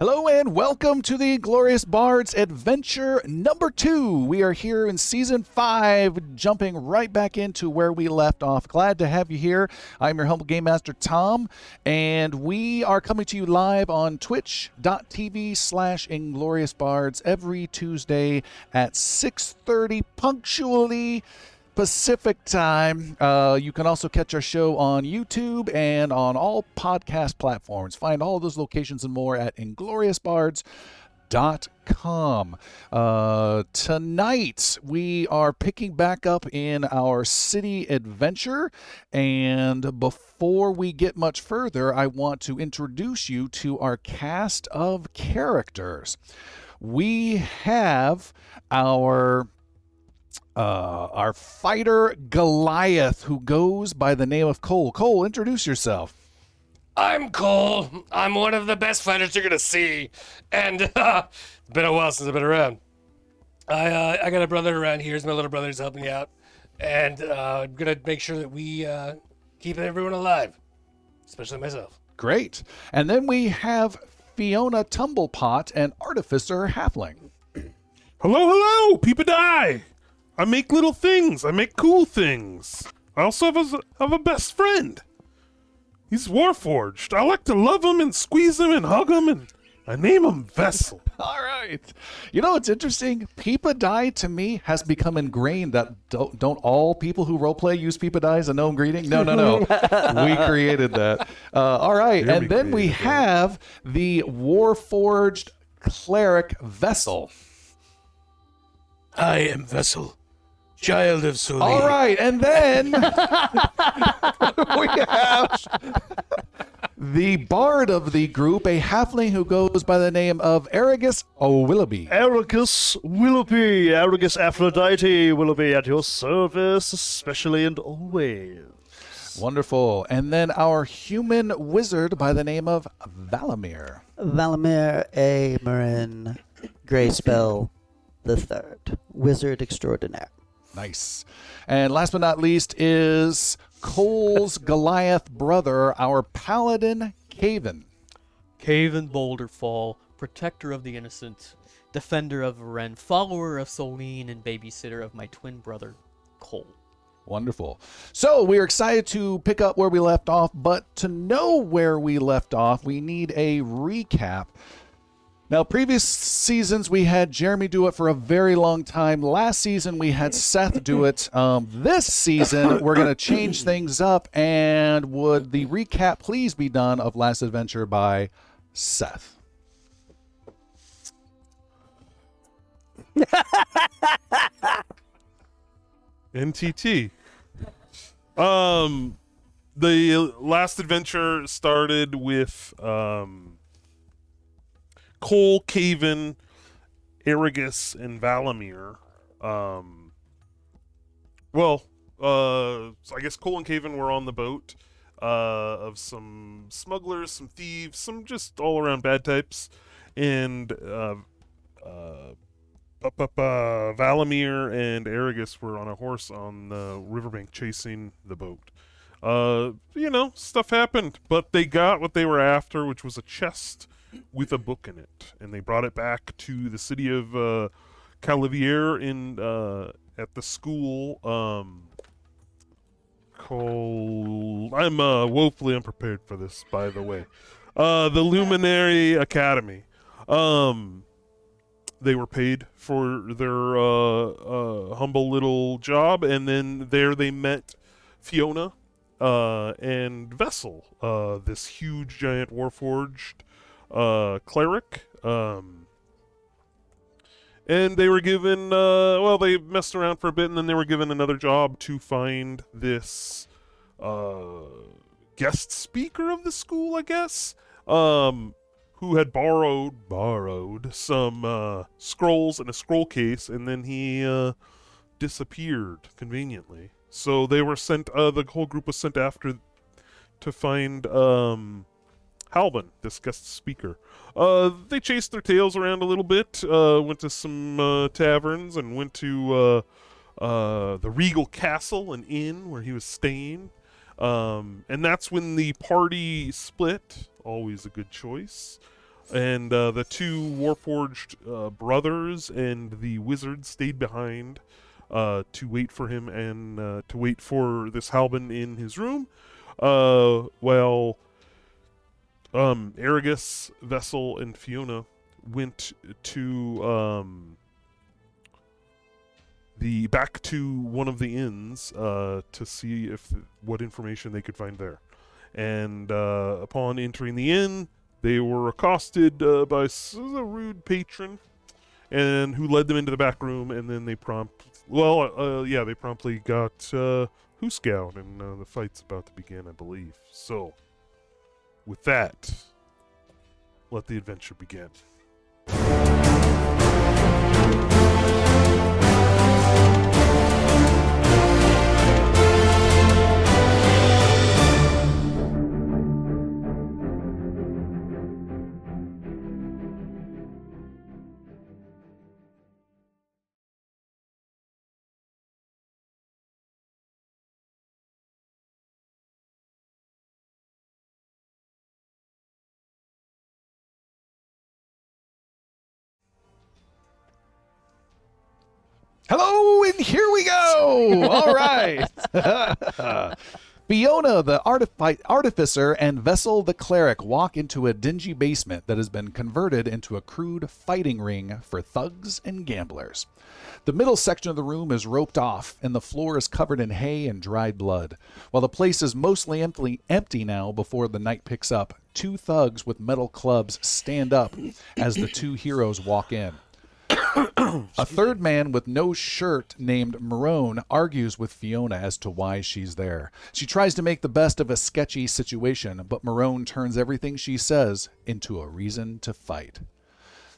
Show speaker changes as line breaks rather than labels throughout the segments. Hello and welcome to the Glorious Bards Adventure number two. We are here in season five, jumping right back into where we left off. Glad to have you here. I'm your humble game master, Tom, and we are coming to you live on twitch.tv slash inglorious bards every Tuesday at 6.30 punctually. Pacific time. Uh, you can also catch our show on YouTube and on all podcast platforms. Find all those locations and more at ingloriousbards.com. Uh, tonight, we are picking back up in our city adventure. And before we get much further, I want to introduce you to our cast of characters. We have our uh, our fighter Goliath, who goes by the name of Cole. Cole, introduce yourself.
I'm Cole. I'm one of the best fighters you're gonna see, and uh, it's been a while since I've been around. I uh, I got a brother around here. He's my little brother's helping me out, and uh, I'm gonna make sure that we uh, keep everyone alive, especially myself.
Great. And then we have Fiona Tumblepot, an artificer halfling.
Hello, hello, people die. I make little things. I make cool things. I also have a, have a best friend. He's warforged. I like to love him and squeeze him and hug him, and I name him Vessel.
All right. You know what's interesting? Peepa die to me has become ingrained that don't, don't all people who roleplay use Peepa die as a known greeting? No, no, no. we created that. Uh, all right. and then we have the Warforged cleric Vessel.
I am Vessel, child of Suli.
All right, and then we have the bard of the group, a halfling who goes by the name of Aragus O'Willoughby.
Aragus Willoughby, Aragus Aphrodite Willoughby, at your service, especially and always.
Wonderful. And then our human wizard by the name of Valamir.
Valamir A. Marin, Greyspell the Third, Wizard Extraordinaire.
Nice. And last but not least is Cole's Goliath brother, our paladin Caven.
Cave and Boulderfall, protector of the innocent, defender of Ren, follower of Selene, and babysitter of my twin brother, Cole.
Wonderful. So we're excited to pick up where we left off, but to know where we left off, we need a recap. Now, previous seasons we had Jeremy do it for a very long time. Last season we had Seth do it. Um, this season we're going to change things up. And would the recap please be done of Last Adventure by Seth?
NTT. Um, the last adventure started with um, Cole, Caven, Aragus, and Valamir. Um, well, uh, so I guess Cole and Caven were on the boat uh, of some smugglers, some thieves, some just all around bad types, and uh, uh, up, up, uh, Valamir and Aragus were on a horse on the riverbank chasing the boat. Uh, you know, stuff happened, but they got what they were after, which was a chest with a book in it, and they brought it back to the city of uh, Calivier in uh, at the school. Um, called I'm uh, woefully unprepared for this, by the way. Uh, the Luminary Academy. Um, they were paid for their uh, uh, humble little job, and then there they met Fiona uh, and Vessel, uh, this huge giant warforged uh, cleric. Um, and they were given, uh, well, they messed around for a bit, and then they were given another job to find this uh, guest speaker of the school, I guess, um, who had borrowed borrowed some uh, scrolls in a scroll case, and then he uh, disappeared conveniently. So they were sent. Uh, the whole group was sent after to find um, Halvin, this guest speaker. Uh, they chased their tails around a little bit, uh, went to some uh, taverns, and went to uh, uh, the Regal Castle, an inn where he was staying. Um, and that's when the party split. Always a good choice. and uh, the two Warforged uh, brothers and the wizard stayed behind uh, to wait for him and uh, to wait for this Halbin in his room, uh, while um, Aragus, Vessel, and Fiona went to um, the back to one of the inns uh, to see if what information they could find there. And uh, upon entering the inn, they were accosted uh, by s- a rude patron, and who led them into the back room. And then they prompt, well, uh, yeah, they promptly got uh, Hooskow, and uh, the fight's about to begin, I believe. So, with that, let the adventure begin.
Hello, and here we go. All right. Fiona, the artifi- artificer, and Vessel, the cleric, walk into a dingy basement that has been converted into a crude fighting ring for thugs and gamblers. The middle section of the room is roped off, and the floor is covered in hay and dried blood. While the place is mostly empty, empty now before the night picks up, two thugs with metal clubs stand up as the two heroes walk in. A third man with no shirt named Marone argues with Fiona as to why she's there. She tries to make the best of a sketchy situation, but Marone turns everything she says into a reason to fight.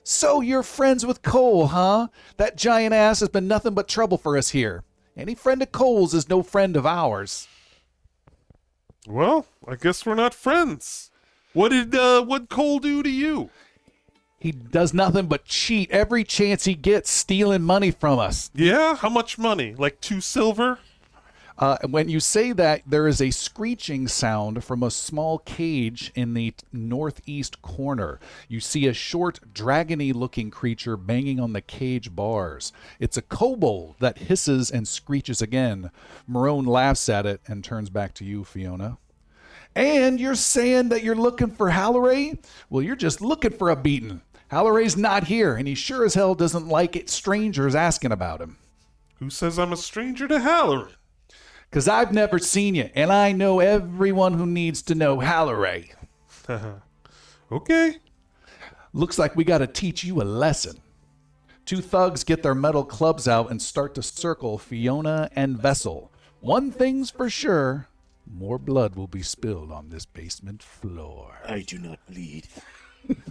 So you're friends with Cole, huh? That giant ass has been nothing but trouble for us here. Any friend of Cole's is no friend of ours.
Well, I guess we're not friends. What did uh, what Cole do to you?
He does nothing but cheat every chance he gets, stealing money from us.
Yeah, how much money? Like two silver?
Uh, when you say that, there is a screeching sound from a small cage in the t- northeast corner. You see a short, dragony looking creature banging on the cage bars. It's a kobold that hisses and screeches again. Marone laughs at it and turns back to you, Fiona. And you're saying that you're looking for Halloray? Well, you're just looking for a beating. Halloray's not here, and he sure as hell doesn't like it strangers asking about him.
Who says I'm a stranger to Halloran?
Because I've never seen you, and I know everyone who needs to know Halloray.
Okay.
Looks like we gotta teach you a lesson. Two thugs get their metal clubs out and start to circle Fiona and Vessel. One thing's for sure more blood will be spilled on this basement floor.
I do not bleed.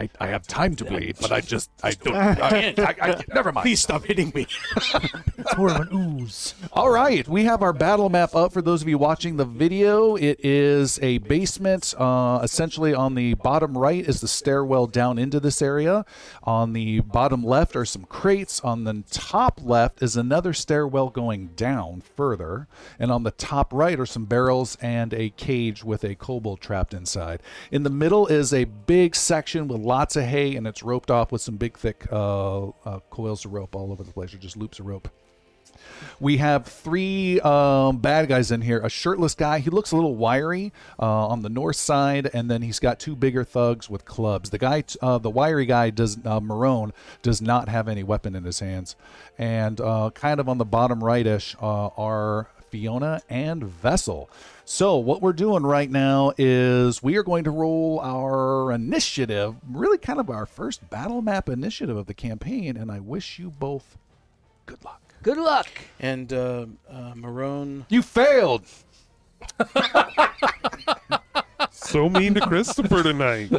I, I have time to bleed, but I just, I don't. I, I, I- never mind.
Please stop hitting me.
It's more of an ooze.
All right, we have our battle map up for those of you watching the video. It is a basement. Uh, essentially, on the bottom right is the stairwell down into this area. On the bottom left are some crates. On the top left is another stairwell going down further. And on the top right are some barrels and a cage with a kobold trapped inside. In the middle is a big section with lots of hay, and it's roped off with some big, thick uh, uh, coils of rope all over the place, or just loops of rope. We have three um, bad guys in here. A shirtless guy. He looks a little wiry uh, on the north side, and then he's got two bigger thugs with clubs. The guy, t- uh, the wiry guy, does uh, Marone does not have any weapon in his hands, and uh, kind of on the bottom rightish uh, are Fiona and Vessel. So what we're doing right now is we are going to roll our initiative, really kind of our first battle map initiative of the campaign, and I wish you both good luck.
Good luck.
And uh, uh, Marone.
You failed.
So mean to Christopher tonight.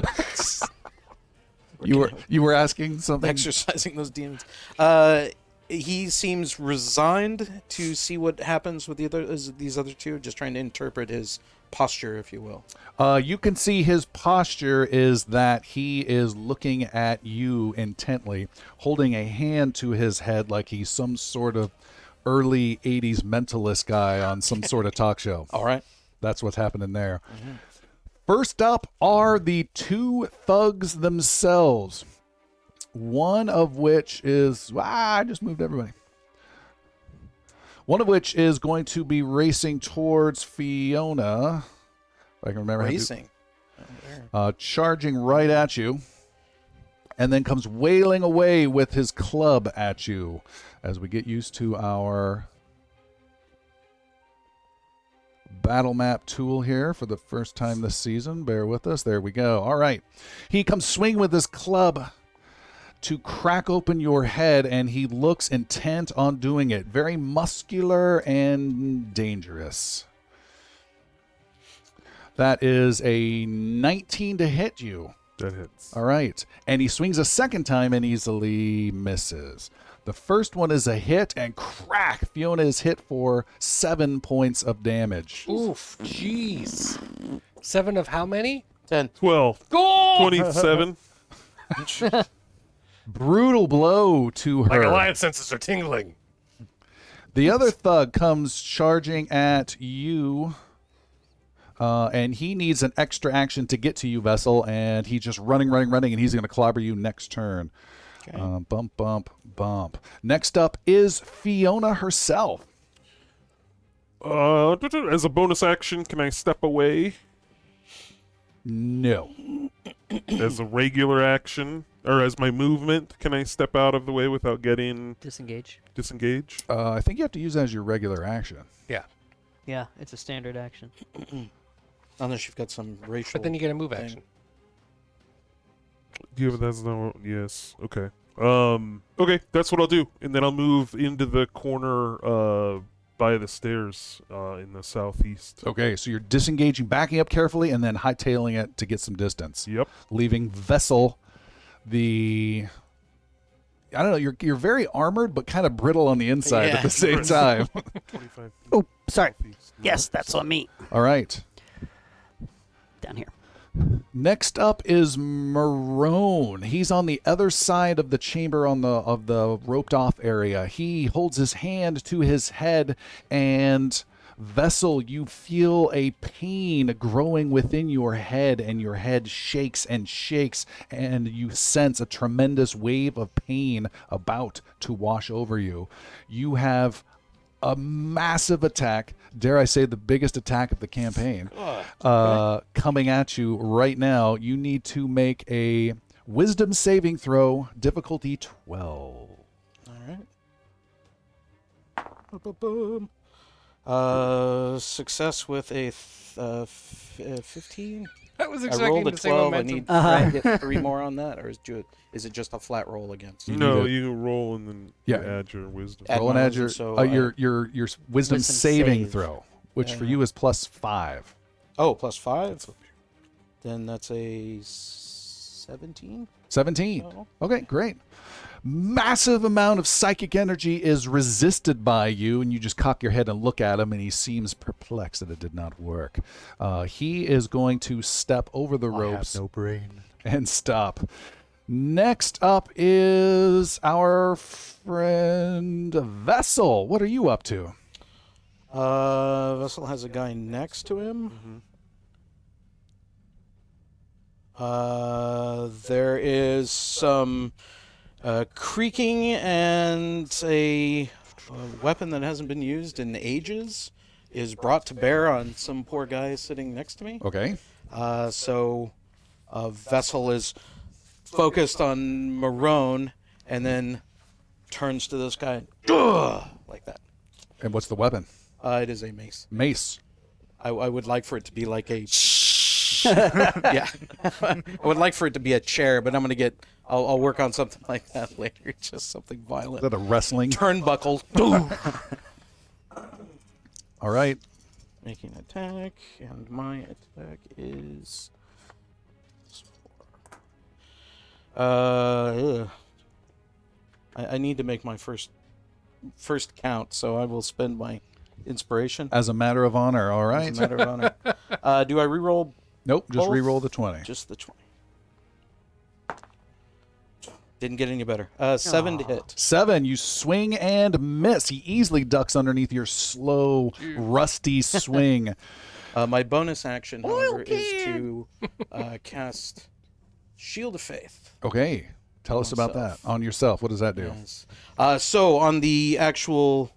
You were you were asking something.
exercising those demons. Uh, he seems resigned to see what happens with the other is these other two, just trying to interpret his posture, if you will.
Uh, you can see his posture is that he is looking at you intently, holding a hand to his head like he's some sort of early '80s mentalist guy on some sort of talk show.
All right.
That's what's happening there. First up are the two thugs themselves. One of which is ah, I just moved everybody. One of which is going to be racing towards Fiona. If I can remember how to-
Racing.
uh, charging right at you, and then comes wailing away with his club at you as we get used to our battle map tool here for the first time this season. Bear with us. There we go. All right. He comes swinging with his club to crack open your head, and he looks intent on doing it. Very muscular and dangerous. That is a 19 to hit you.
That hits.
All right. And he swings a second time and easily misses. The first one is a hit, and crack! Fiona is hit for seven points of damage.
Oof, jeez. Seven of how many?
Ten.
12.
Goal!
27.
Brutal blow to her.
Like alliance senses are tingling.
The other thug comes charging at you, uh, and he needs an extra action to get to you, Vessel. And he's just running, running, running, and he's going to clobber you next turn. Um, bump, bump, bump. Next up is Fiona herself.
Uh, as a bonus action, can I step away?
No.
As a regular action, or as my movement, can I step out of the way without getting
Disengage.
disengaged?
Uh, I think you have to use that as your regular action.
Yeah.
Yeah, it's a standard action.
Unless you've got some racial.
But then you get a move action.
Yeah, but that's not. Yes. Okay. Um. Okay, that's what I'll do, and then I'll move into the corner uh by the stairs uh in the southeast.
Okay, so you're disengaging, backing up carefully, and then hightailing it to get some distance.
Yep.
leaving Vessel the I don't know, you're you're very armored but kind of brittle on the inside at
Yeah.
the same time.
Twenty-five.
Oh, sorry.
southeast.
Yes, that's on me.
All right.
Down here.
Next up is Marone. He's on the other side of the chamber on the of the roped off area. He holds his hand to his head and Vessel, you feel a pain growing within your head, and your head shakes and shakes, and you sense a tremendous wave of pain about to wash over you. You have a massive attack, dare I say, the biggest attack of the campaign, uh, coming at you right now. You need to make a wisdom saving throw, difficulty 12.
All right. Boom, boom. Uh, success with a th- uh, f- uh, fifteen.
I was
I
expecting
rolled a
the same
twelve. I
momentum.
need to try and get three more on that, or is, ju- is it just a flat roll against?
no,
need
you roll and then
Yeah.
add your wisdom.
Add
Roll and
my
add
wisdom,
your,
so
uh,
I-
your, your, your wisdom,
Wisdom
saving
save.
throw, which for you is plus five.
Oh, plus five. Then that's a seventeen.
17.
Oh.
Okay, great. Massive amount of psychic energy is resisted by you, and you just cock your head and look at him, and he seems perplexed that it did not work. Uh, he is going to step over the ropes
no brain.
and stop. Next up is our friend Vessel. What are you up to?
Uh, Vessel has a guy next to him. Uh, there is some uh, creaking and a, a weapon that hasn't been used in ages is brought to bear on some poor guy sitting next to me.
Okay.
Uh, so, uh, Vessel is focused on Marone and then turns to this guy, "Ugh," like that.
And what's the weapon?
Uh, it is a mace.
Mace.
I, I would like for it to be like a. yeah, I would like for it to be a chair, but I'm gonna get. I'll, I'll work on something like that later. Just something
Is
violent.
that a wrestling?
Turnbuckle.
All right.
Making an attack, and my attack is. Uh, ugh. I, I need to make my first first count, so I will spend my inspiration.
As a matter of honor. All right.
As a matter of honor. Uh, do I reroll
Nope. Just
Both.
re-roll the 20.
Just the 20. Didn't get any better. Uh, seven to hit.
Seven, you swing and miss. He easily ducks underneath your slow, rusty swing.
Uh, my bonus action, however, is to uh, cast Shield of Faith.
Okay. Tell us about that.
Myself.
On yourself. What does that do?
Yes. Uh, so on the actual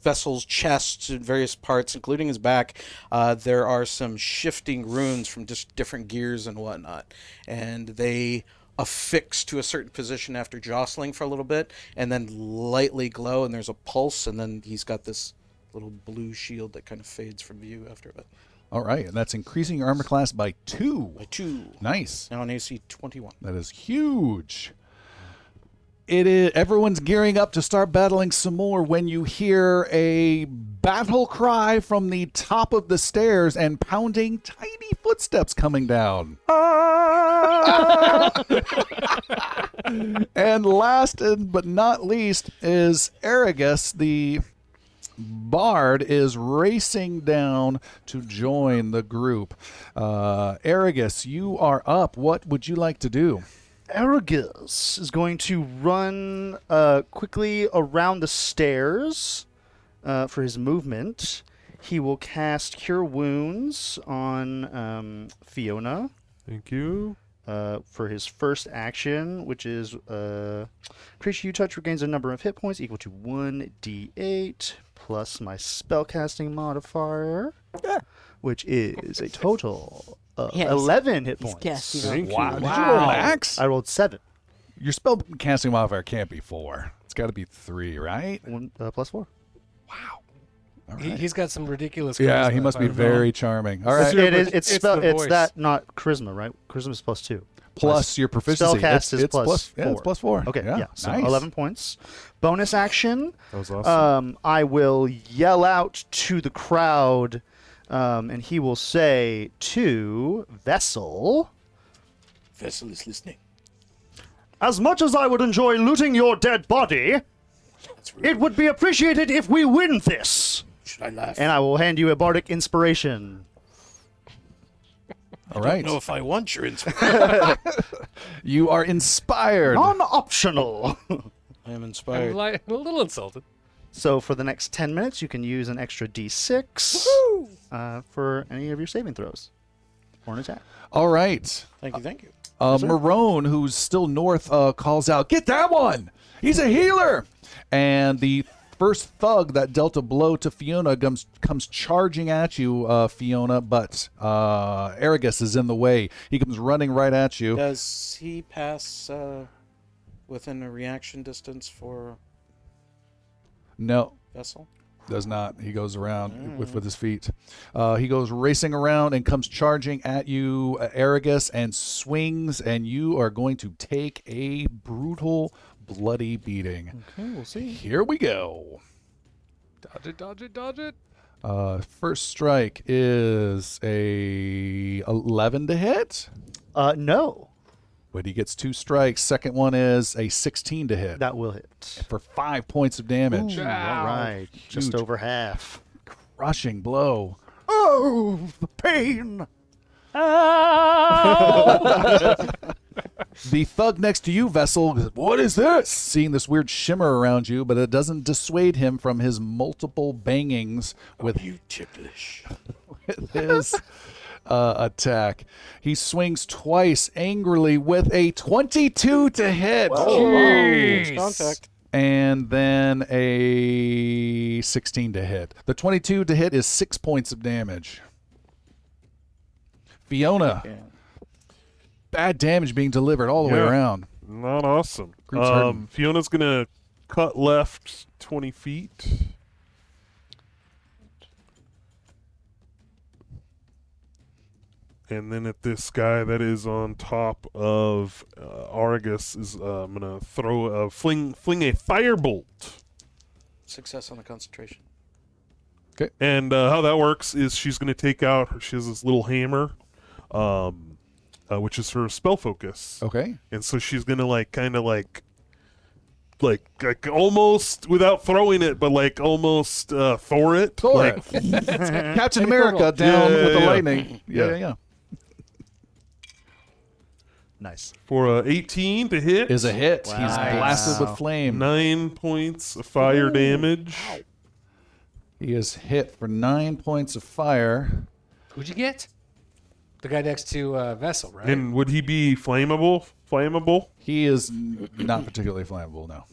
vessel's chest and various parts, including his back, uh, there are some shifting runes from just different gears and whatnot, and they affix to a certain position after jostling for a little bit, and then lightly glow, and there's a pulse, and then he's got this little blue shield that kind of fades from view after it.
All right. And that's increasing your armor class by two.
By two.
Nice.
Now an AC 21.
That is huge. It is everyone's gearing up to start battling some more when you hear a battle cry from the top of the stairs and pounding tiny footsteps coming down. and last and but not least is Aragus the Bard is racing down to join the group. Uh, Aragus, you are up. What would you like to do?
Aragus is going to run uh, quickly around the stairs uh, for his movement. He will cast Cure Wounds on um, Fiona
Thank you.
uh, for his first action, which is uh, creature you touch regains a number of hit points equal to 1d8 plus my spellcasting modifier, which is a total of
Yeah, he's-
11 hit
He's
points.
cast, you know.
Thank you.
Did you roll max?
I rolled 7.
Your spell casting modifier can't be four. It's got to be three, right?
One, uh, plus 4.
All
He,
right.
he's got some ridiculous.
yeah,
charisma,
he must
if I
be
remember.
very charming. All right,
It's,
your-
it is. It's,
it's
spell,
the
it's
voice.
that, not charisma, right? Charisma's plus two.
plus your proficiency.
Spellcast
It's-
is
it's
plus
yeah, it's
four.
plus four.
Okay, yeah.
yeah,
so
nice.
eleven points. Bonus action.
That was awesome.
Um, I will yell out to the crowd, um, and he will say to Vessel.
Vessel is listening.
As much as I would enjoy looting your dead body, it would be appreciated if we win this.
Should I laugh?
And I will hand you a bardic inspiration.
All right,
if I want your inspiration.
you are inspired.
Non-optional.
I am inspired.
I'm li- a little insulted.
so for the next ten minutes, you can use an extra D6 uh, for any of your saving throws or an attack.
All right,
Thank you, thank you.
uh, Marone, who's still north, uh, calls out, "Get that one! He's a healer!" And the first thug that dealt a blow to Fiona comes comes charging at you, uh, Fiona. But uh, Aragus is in the way. He comes running right at you.
Does he pass uh, within a reaction distance for
No,
Vessel?
Does not. He goes around with, with
Mm.
his feet. Uh, he goes racing around and comes charging at you, uh, Aragus, and swings, and you are going to take a brutal, bloody beating.
Okay, we'll see.
Here we go.
Dodge it, dodge it, dodge it.
Uh, first strike is a 11 to hit,
Uh, no,
but he gets two strikes. Second one is a 16 to hit
that will hit.
for five points of damage.
All right, just
Huge.
over half.
Rushing blow.
Oh, the pain!
The thug next to you, Vessel, goes, what is this? Seeing this weird shimmer around you, but it doesn't dissuade him from his multiple bangings with you ticklish. his uh, attack. He swings twice angrily with a 22 to hit
Close contact.
and then a 16 to hit. The 22 to hit is 6 points of damage. Fiona. Bad damage being delivered all the way
Yeah.
around.
Not awesome.
Group's hurting.
Um, Fiona's gonna cut left twenty feet. And then at this guy that is on top of uh, Argus is uh, I'm gonna throw a fling fling a firebolt.
Success on the concentration.
And uh, how that works is she's going to take out. her- She has this little hammer, um, uh, which is her spell focus,
Okay.
and so she's going to like kind of like, like like almost without throwing it, but like almost uh, Thor it.
Thor
like,
Captain America down
Yeah,
with the
yeah, yeah.
lightning. Yeah,
Yeah.
yeah, yeah.
Nice.
for uh, 18 to hit
Is a hit. He's
Wow.
blasted with flame.
nine points of fire damage.
He is hit for nine points of fire.
Who'd you get? The guy next to uh, Vessel, right?
And would he be flammable? Flammable?
He is n- not particularly flammable, no.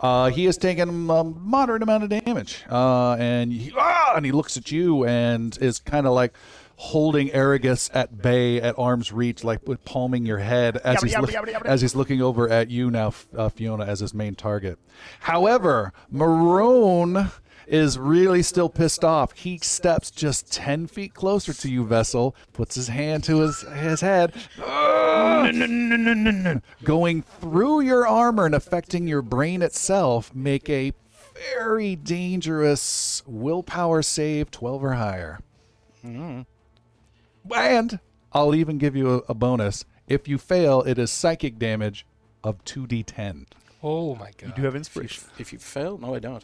Uh, he has taken a moderate amount of damage, uh, and he, ah, and he looks at you and is kind of like holding Aragus at bay, at arm's reach, like with palming your head as he's look- as he's looking over at you now, F- uh, Fiona, as his main target. However, Maroon is really still pissed off. He steps just ten feet closer to you, Vessel, puts his hand to his his head, going through your armor and affecting your brain itself make a very dangerous willpower save 12 or higher and i'll even give you a, a bonus if you fail it is psychic damage of 2d10
Oh my god.
You do have inspiration.
If you fail, no, I don't.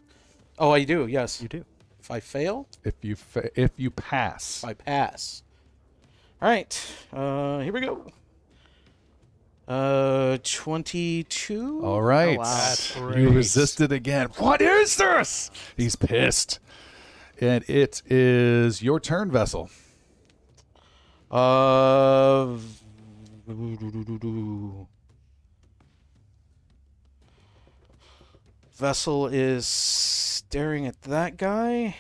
Oh, I do. Yes.
You do.
If I fail,
if you fa- if you pass
I pass. All right. Uh, here we go. Uh, twenty-two.
all right
That's
Oh, you
great.
resisted again what is this he's pissed and it is your turn vessel
Uh, Vessel is staring at that guy.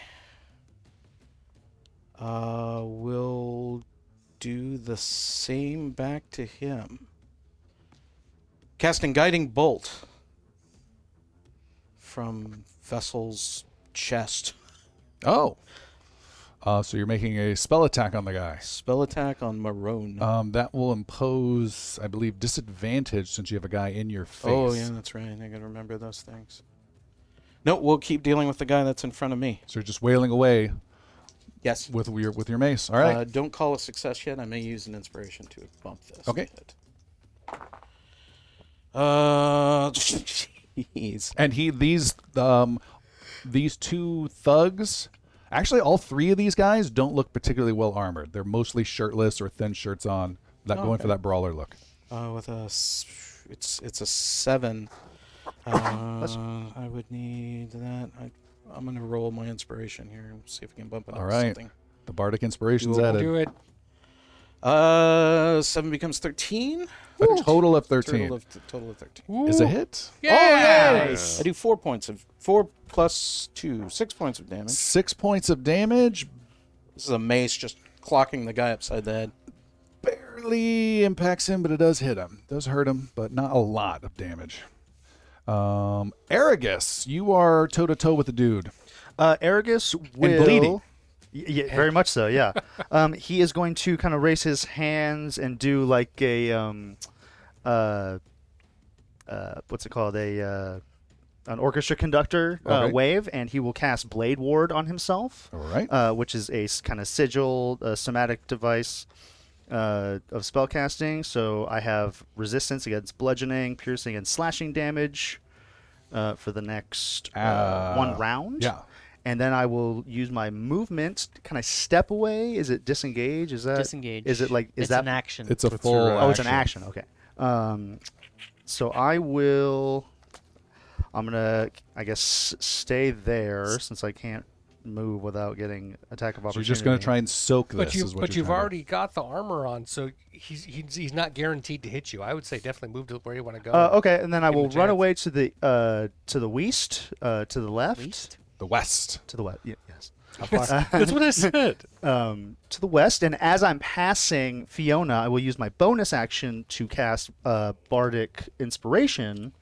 Uh, we'll do the same back to him. Casting Guiding Bolt from Vessel's chest.
oh uh, so you're making a spell attack on the guy
Spell attack on Maroon.
Um, that will impose, I believe, disadvantage since you have a guy in your face.
Oh yeah, that's right. I gotta remember those things. No, we'll keep dealing with the guy that's in front of me.
So you're just wailing away
Yes.
with your with your mace. All right.
Uh, don't call a success yet. I may use an inspiration to bump this.
Okay.
but- Uh, jeez.
and he these um these two thugs, actually all three of these guys don't look particularly well armored. They're mostly shirtless or thin shirts on, that going for that brawler look.
Uh, with a, s- it's it's a seven. Uh, I would need that. I, I'm gonna roll my inspiration here and see if we can bump it up
Oh,
All
to
right.
something.
The bardic inspiration's
Do
added.
it.
Uh, seven becomes thirteen.
A total of thirteen
Total of total of thirteen.
is a hit.
Oh, yeah. I do four points of four plus two, six points of damage.
Six points of damage,
This is a mace just clocking the guy upside the head.
barely impacts him, but it does hit him. Does hurt him, but not a lot of damage. Um, Aragus, you are toe to toe with the dude.
Uh, Aragus will.
bleeding.
Y- Yeah, very much so. Yeah, um, he is going to kind of raise his hands and do like a, um, uh, uh, what's it called? A uh, an orchestra conductor uh,
Okay.
wave, and he will cast Blade Ward on himself,
All right.
uh, which is a kind of sigil, a somatic device uh, of spellcasting. So I have resistance against bludgeoning, piercing, and slashing damage uh, for the next uh,
Uh,
one round
yeah.
and then I will use my movement. Can I step away? Is it disengage? Is that
Disengage.
Is it like is
it's
that
an action?
It's a
What's
full.
your, uh,
Oh, it's an action. Okay. Um, so I will. I'm gonna, I guess, stay there since I can't move without getting attack
So
of
you're
opportunity.
just going to try and soak this.
But you
is what
but
you're
you've
trying to-
already got the armor on, so he's he's, he's not guaranteed to hit you. I would say definitely move to where you want to go.
Uh, okay, and then I
Give him
will
a
run
chance.
away to the uh, to the west, uh, to the left,
the west.
to the west. Ye- yes.
That's what I said.
um, to the west, and as I'm passing Fiona, I will use my bonus action to cast uh, Bardic Inspiration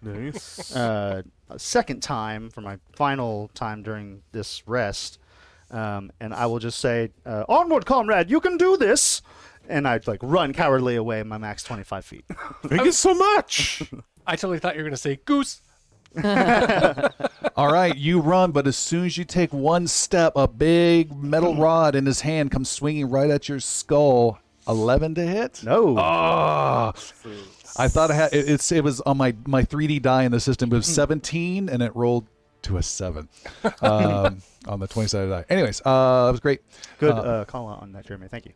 Nice.
uh, a second time for my final time during this rest, um, and I will just say, uh, "Onward, comrade! You can do this!" And I'd like run cowardly away my max 25 feet.
Thank you so much.
I totally thought you were gonna say goose.
All right, you run, but as soon as you take one step, a big metal rod in his hand comes swinging right at your skull. Eleven to hit.
no.
Ah,
Uh,
I thought I had it, it's it was on my my 3D die in the system. It was 17 and it rolled to a seven um, on the 20 sided die. Anyways, uh, that was great.
Good uh, call out on that, Jeremy. Thank you.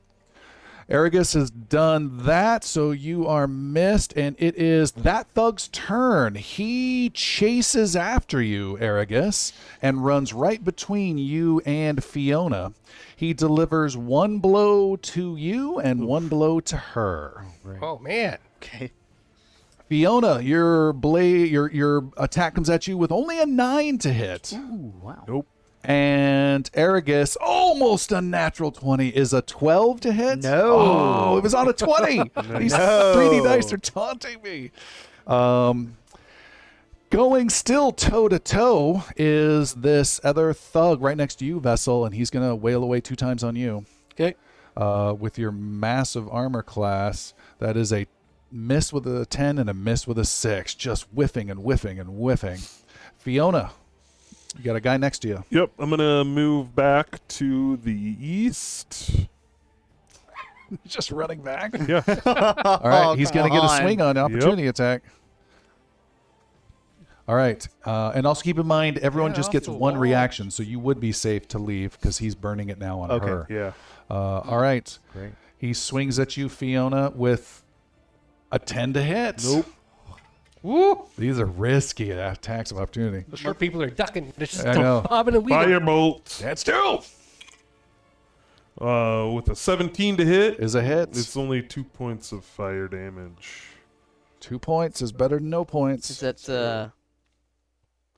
Aragus has done that, so you are missed, and it is that thug's turn. He chases after you, Aragus, and runs right between you and Fiona. He delivers one blow to you and one blow to her.
Oh man.
Okay.
Fiona, your blade, your your attack comes at you with only a nine to hit,
Ooh, wow.
and Aragus, almost a natural twenty, is a twelve to hit.
No.
oh, it was on a twenty. These three D dice are taunting me. Um, going still toe to toe is this other thug right next to you, Vessel, and he's gonna wail away two times on you
Okay.
uh, with your massive armor class. That is a miss with a 10 and a miss with a 6. Just whiffing and whiffing and whiffing. Fiona, you got a guy next to you.
Yep, I'm gonna move back to the east.
Just running back.
Yeah,
All right, he's
come
going to get a
on.
swing on opportunity attack. All right, uh, and also keep in mind everyone just gets one reaction, so you would be safe to leave because he's burning it now on
Okay.
her.
yeah.
Uh, all right,
Great.
he swings at you, Fiona, with a ten to hit. Nope.
Woo!
These are risky attacks of opportunity.
Sure, people are ducking. They're just
I know.
bobbing and weaving.
Firebolt
That's two.
uh, with a 17 to hit.
Is a hit.
It's only two points of fire damage.
two points is better than no
Does
points.
that uh,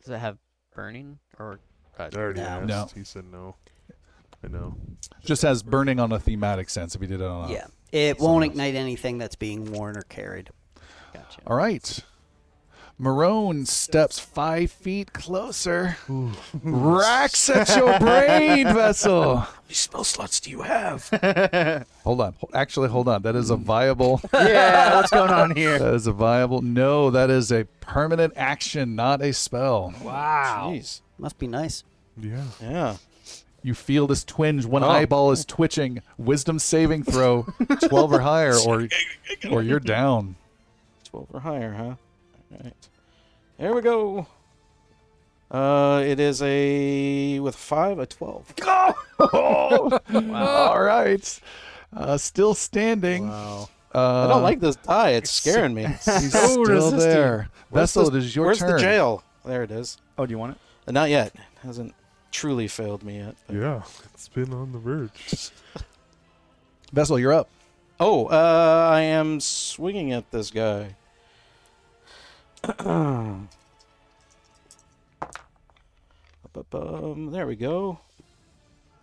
does that have burning or
I already asked.
No.
He said no. I know.
Just has burning on a thematic sense if you did it on a.
Yeah. It won't ignite anything that's being worn or carried.
All right. Marone steps five feet closer, racks at your brain vessel. How many spell slots do you have? hold on. Ho- Actually, hold on. That is a viable.
Yeah, what's going on here?
that is a viable. No, that is a permanent action, not a spell.
Wow.
Jeez.
Must be nice.
Yeah.
Yeah.
You feel this twinge. One eyeball is twitching. Wisdom saving throw, twelve or higher, or or you're down.
12 or higher, huh? All right. There we go. Uh, it is a with five a twelve.
All right, uh, still standing.
Wow.
Uh,
I don't like this die. It's scaring me.
He's still
resistant.
there.
Where's
Vessel,
the-
it is your
where's
turn.
the jail? There it is.
Oh, do you want it?
Uh, Not yet. Hasn't truly failed me yet. but-
Yeah. It's been on the verge.
Vessel, you're up.
Oh, uh, I am swinging at this guy. Up, up, um, there we go.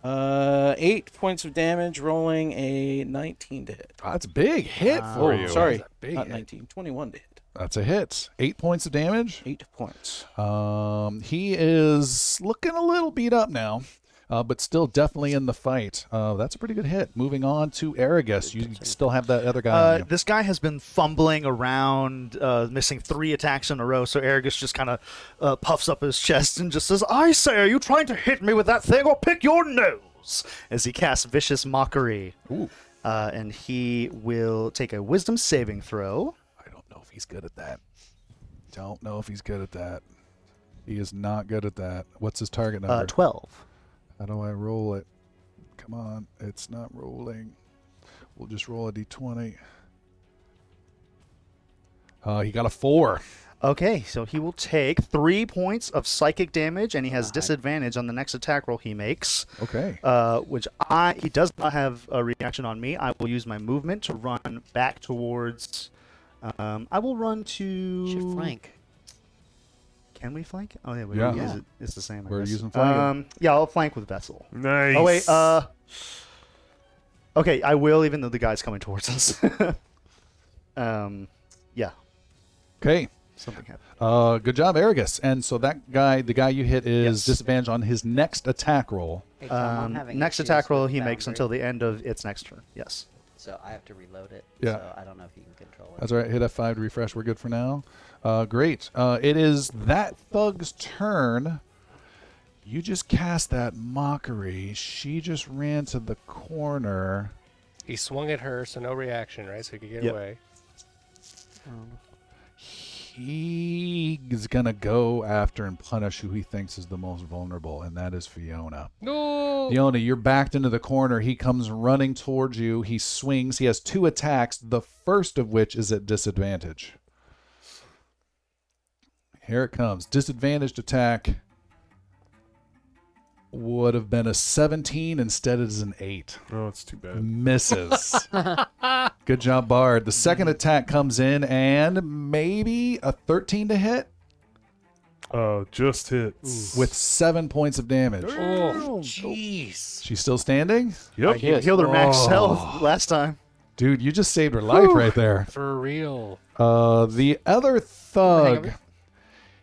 Uh, eight points of damage, rolling a 19 to hit.
Ah, that's a big hit
oh,
for you.
sorry.
That's a big
Not
hit.
19, 21 to hit.
That's a hit. Eight points of damage.
Eight points.
Um, he is looking a little beat up now, uh, but still definitely in the fight. Uh, that's a pretty good hit. Moving on to Aragus. You still have that other guy. on
Uh,
you.
this guy has been fumbling around, uh, missing three attacks in a row. So Aragus just kind of uh, puffs up his chest and just says, "I say, are you trying to hit me with that thing, or pick your nose?" As he casts vicious mockery, Uh, and he will take a Wisdom saving throw.
I don't know if he's good at that. Don't know if he's good at that. He is not good at that. What's his target number?
Uh, Twelve.
How do I roll it? Come on, it's not rolling. We'll just roll a d20. Uh, he got a four.
Okay, so he will take three points of psychic damage, and he has disadvantage on the next attack roll he makes.
Okay.
Uh, which I he does not have a reaction on me. I will use my movement to run back towards. Um, I will run to.
should flank?
Can we flank? Oh yeah, we
Yeah.
Is it, it's the same. I
We're
guess.
using flanking.
Um, yeah, I'll flank with Vessel.
Nice.
Oh wait. Uh. Okay, I will, even though the guy's coming towards us. um, yeah,
Okay.
something happened.
Uh, good job, Aragus. And so that guy, the guy you hit, is disadvantage on his next attack roll.
Hey, Tom, I'm
Um,
having
next
issues
attack roll
with
he makes
boundary,
until the end of its next turn. Yes.
So I have to reload it.
Yeah.
So I don't know if you can control it.
That's all right. Hit F5 to refresh. We're good for now. Uh, great. Uh, it is that thug's turn. You just cast that mockery. She just ran to the corner.
He swung at her, so no reaction, right? So he could get
Yep.
away.
he's gonna go after and punish who he thinks is the most vulnerable, and that is Fiona.
No.
Fiona, you're backed into the corner. He comes running towards you. He swings. He has two attacks, the first of which is at disadvantage. Here it comes. Disadvantaged attack would have been a 17. Instead, it is an 8.
Oh, it's too bad.
Misses. Good job, Bard. The second attack comes in and maybe a 13 to hit
Oh, just hit.
with seven points of damage.
Oh, jeez.
She's still standing?
Yep.
He healed her max
Oh.
health last time.
Dude, you just saved her life right there.
For real.
Uh, the other thug,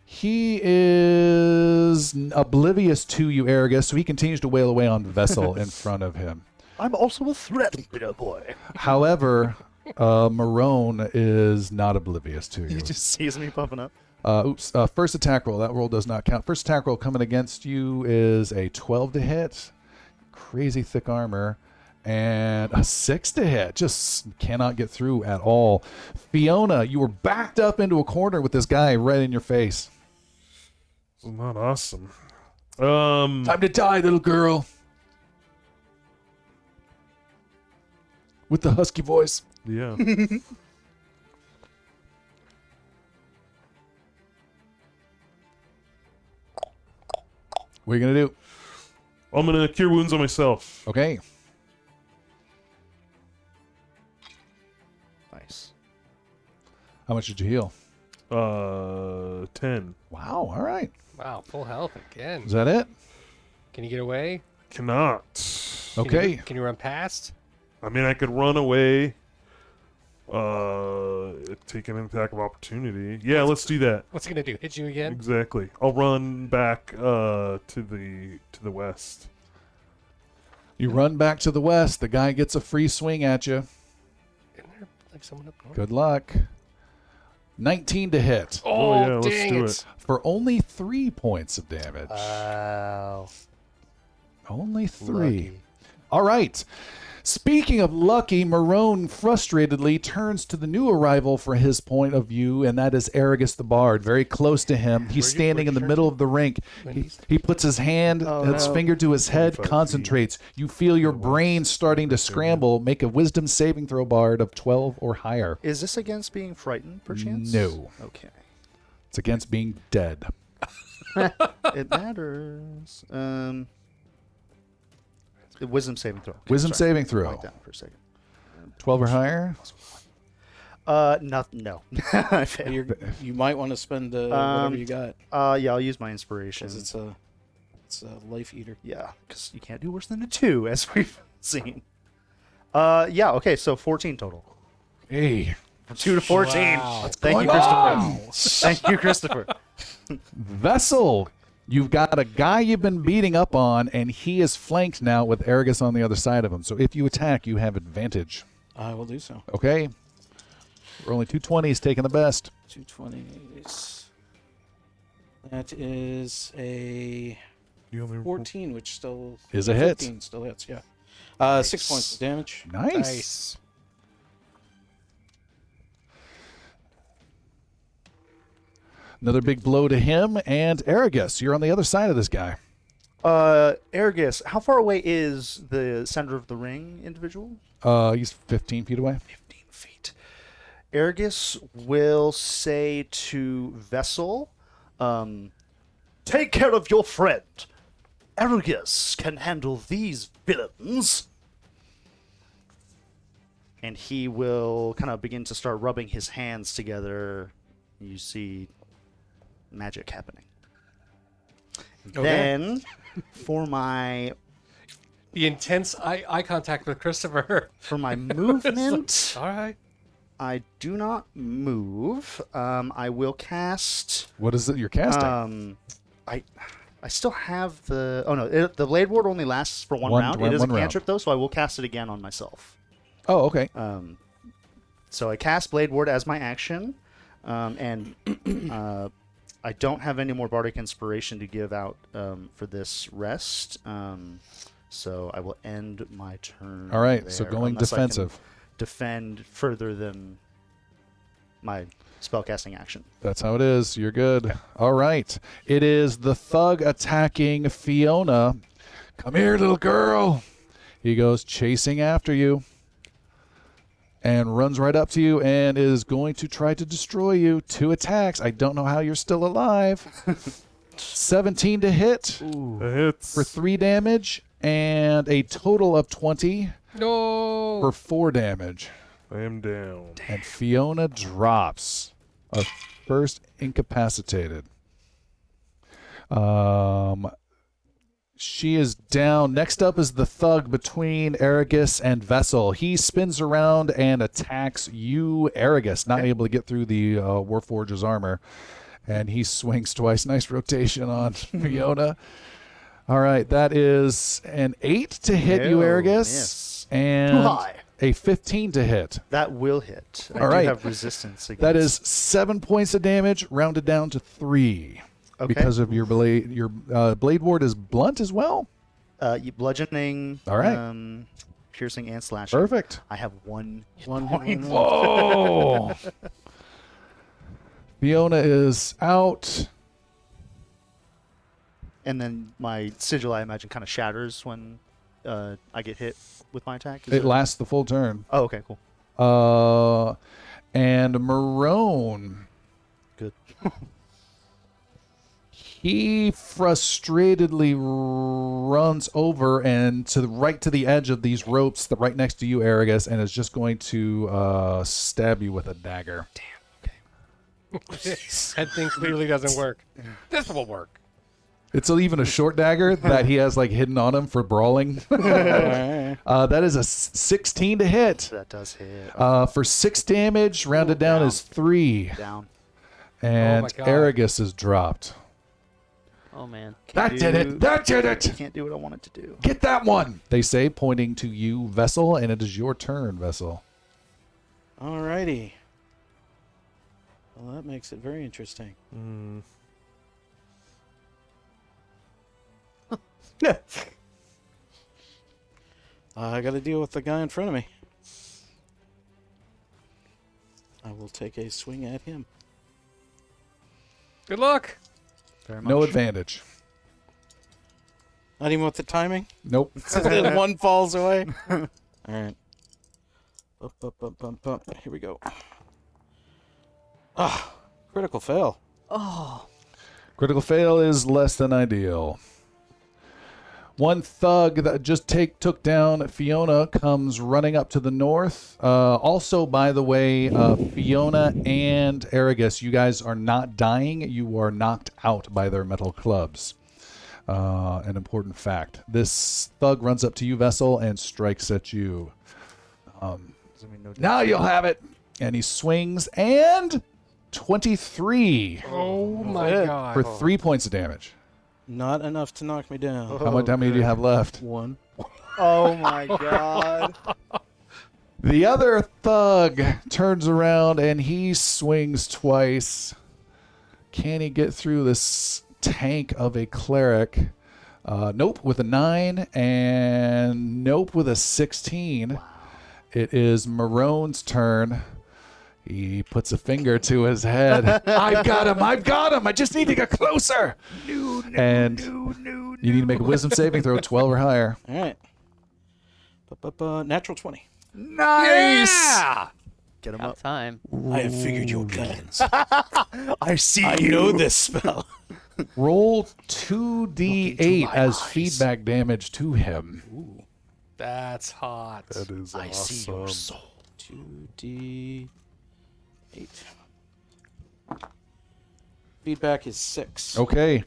he is oblivious to you, Aragus, so he continues to wail away on Vessel in front of him.
I'm also a threat, little boy.
However, uh, Marone is not oblivious to you.
He just sees me pumping up.
Uh, oops. Uh, first attack roll. That roll does not count. First attack roll coming against you is a 12 to hit. Crazy thick armor. And a 6 to hit. Just cannot get through at all. Fiona, you were backed up into a corner with this guy right in your face.
This is not awesome. Um,
Time to die, little girl. With the husky voice.
yeah.
What are you going to do?
I'm gonna cure wounds on myself.
Okay.
Nice.
How much did you heal?
Uh, ten.
Wow. All right.
Wow, full health again.
Is that it?
Can you get away?
Cannot.
Can you-
Okay.
can you run past?
I mean, I could run away. Uh, take an attack of opportunity. Yeah, let's do that.
What's he gonna do? Hit you again?
Exactly. I'll run back uh to the to the west.
You run back to the west. The guy gets a free swing at you.
Isn't there like someone up north?
Good luck. 19 to hit
Oh,
yeah, let's
dang
do
it.
it.
for only three points of damage.
Wow.
only three. All right. Speaking of lucky, Marone frustratedly turns to the new arrival for his point of view, and that is Aragus the Bard, very close to him. He's standing in the middle of the rink. He, he puts his hand, his finger to his head, concentrates. You feel your brain starting to scramble. Make a wisdom saving throw, Bard, of 12 or higher.
Is this against being frightened, perchance?
No.
Okay.
It's against being dead.
It matters. Um, the wisdom saving throw. Okay,
Wisdom
sorry.
saving throw.
Write down for a second.
12 or higher?
Uh, not no. I failed.
You're, you might want to spend uh,
Um,
whatever you got
Uh, yeah, I'll use my inspiration.
Um,
because it's a it's a life eater.
Yeah, because you can't do worse than a two, as we've seen. Uh, yeah. Okay, so fourteen total.
Hey.
From two to fourteen. Thank you,
going
Christopher. Thank you, Christopher.
Vessel, you've got a guy you've been beating up on, and he is flanked now with Aragus on the other side of him. So if you attack, you have advantage.
I will do so.
Okay? We're only 220s taking the best.
Two twenties. That is a
You only
fourteen, which still
Mm-hmm. Is a hit.
15 Still hits. Yeah. Uh, Six points of damage.
Nice.
Nice.
Another big blow to him, and Aragus, you're on the other side of this guy.
Uh, Ergus, how far away is the center of the ring individual?
Uh, he's 15 feet away.
15 feet. Ergus will say to Vessel, um, Take care of your friend. Ergus can handle these villains. And he will kind of begin to start rubbing his hands together. You see magic happening. Then, for my
The intense eye, eye contact with Christopher.
for my movement,
All right.
I do not move. Um, I will cast.
What is it you're casting?
Um, I, I still have the. Oh no, it, the blade ward only lasts for one,
One-
round.
one-
it is
one
a
round.
cantrip though, so I will cast it again on myself.
oh, okay.
Um, so I cast blade ward as my action, um, and uh, I don't have any more bardic inspiration to give out um, for this rest. Um, so I will end my turn.
All right. So
there,
going
unless I can
defensive.
defend further than my spellcasting action.
That's how it is. You're good. All right. It is the thug attacking Fiona. Come here, little girl. He goes chasing after you and runs right up to you and is going to try to destroy you. Two attacks. I don't know how you're still alive. 17 to hit
That hits.
for three damage and a total of 20
No.
for four damage.
I am down.
And Fiona drops. A first incapacitated. Um, she is down. Next up is the thug between Aragus and Vessel. He spins around and attacks you, Aragus, not able to get through the uh, Warforge's armor. And he swings twice. Nice rotation on Fiona. All right, that is an 8 to hit you,
Oh,
Aragus. And
high.
a 15 to hit.
That will hit. I
All
do
right.
have resistance against.
That is seven points of damage, rounded down to three.
Okay.
Because of your blade, your uh, blade ward is blunt as well.
uh, you- bludgeoning.
All right.
Um, piercing and slashing.
Perfect.
I have one. hit
One hit
point.
wonder.
Oh, Fiona is out.
And then my sigil, I imagine, kind of shatters when uh, I get hit with my attack. Is
It lasts the full turn.
Oh, okay, cool.
Uh, and Marone.
Good.
he frustratedly runs over and to the right to the edge of these ropes, that right next to you, Aragus, and is just going to uh, stab you with a dagger.
that thing clearly doesn't work. This will work.
It's even a short dagger that he has like hidden on him for brawling. uh, that is a s- 16 to hit.
That does hit.
Uh, for six damage, rounded down is three,
down.
and
God.
Aragus is dropped.
Oh man.
That did it. That did it.
Can't do what I want it to do.
Get that one. They say, pointing to you, Vessel, and it is your turn, Vessel.
Alrighty. Well, that makes it very interesting. Uh, I got to deal with the guy in front of me. I will take a swing at him.
Good luck.
Very much.
No advantage.
Not even with the timing.
Nope.
One falls away. All right. Up, up, up, up, up. Here we go. Ah, critical fail.
Critical fail is less than ideal. One thug that just take took down Fiona comes running up to the north. Uh, also, by the way, uh, Fiona and Aragus, you guys are not dying. You are knocked out by their metal clubs. Uh, an important fact. This thug runs up to you, Vessel, and strikes at you. Um,
Doesn't mean no damage.
Now you'll have it. And he swings and 23
Oh my god.
for three points of damage.
Not enough to knock me down.
How much how many do you have left?
One.
Oh my god.
The other thug turns around and he swings twice. Can he get through this tank of a cleric? Uh, nope, with a 9, and nope, with a 16. It is Marone's turn. He puts a finger to his head. I've got him! I've got him! I just need to get closer! and you need to make a wisdom saving throw 12 or higher.
All right. Ba-ba-ba, Natural 20.
Nice!
Get him
About
up.
time.
I have figured your plans.
I see
I know this spell.
Roll 2d8 as feedback damage to him.
That's hot.
That is awesome.
soul.
2d8. Feedback is 6.
Okay.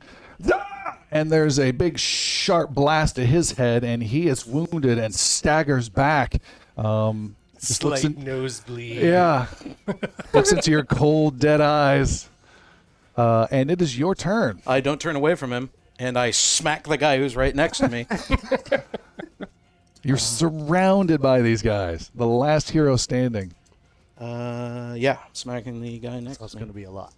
And there's a big sharp blast to his head, and he is wounded and staggers back. Um, just looks
Slight
in-
nosebleed.
yeah. looks into your cold, dead eyes. Uh, and it is your turn.
I don't turn away from him, and I smack the guy who's right next to me.
You're surrounded by these guys. The last hero standing.
uh, yeah, smacking the guy next
That's
to
going
me.
to be a lot.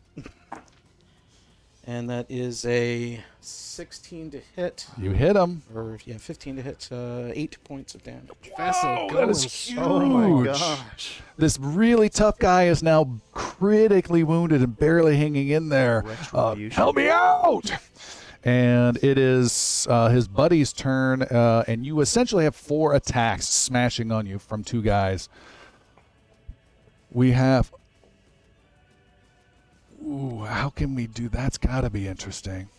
And that is a 16 to hit,
You hit him.
or yeah, 15 to hit, uh, 8 points of damage.
Vessel
that
going
is
strong.
Oh my
Gosh.
this really tough guy is now critically wounded and barely hanging in there. Uh,
Retribution.
help me out! and it is uh, his buddy's turn, uh, and you essentially have four attacks smashing on you from two guys. We have. Ooh, how can we do? That's got to be interesting.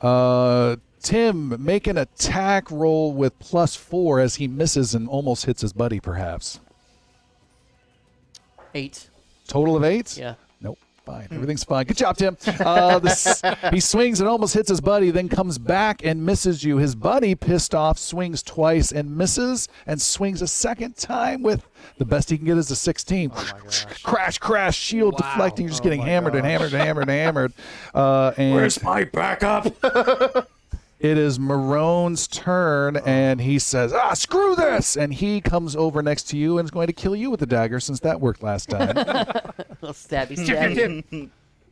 Uh, Tim, make an attack roll with plus four as he misses and almost hits his buddy, perhaps.
Eight.
Total of eight?
Yeah.
Nope. Fine. Everything's fine. Good job, Tim. Uh, this, he swings and almost hits his buddy, then comes back and misses you. His buddy, pissed off, swings twice and misses, and swings a second time with the best he can get is a 16. crash, crash, shield deflecting. You're just getting hammered and hammered and hammered and hammered. Uh, and
Where's my backup?
it is Marone's turn, and he says, "Ah, screw this!" And he comes over next to you and is going to kill you with a dagger, since that worked last time.
Little stabby stabby.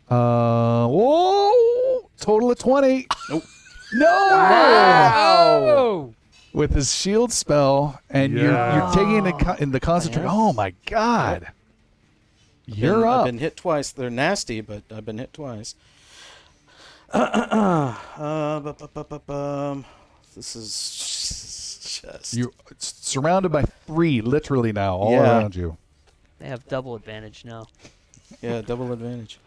uh, whoa! Total of twenty. Nope. No! Wow!
Oh,
With his shield spell, and
Yeah.
you're you're taking the in the concentration. Oh my god! You're
I've
up.
been hit twice. They're nasty, but I've been hit twice. Uh, bu- bu- bu- bu- bum. This is just.
You're surrounded by three, literally now, all
Yeah.
around you.
They have double advantage now.
Yeah, double advantage.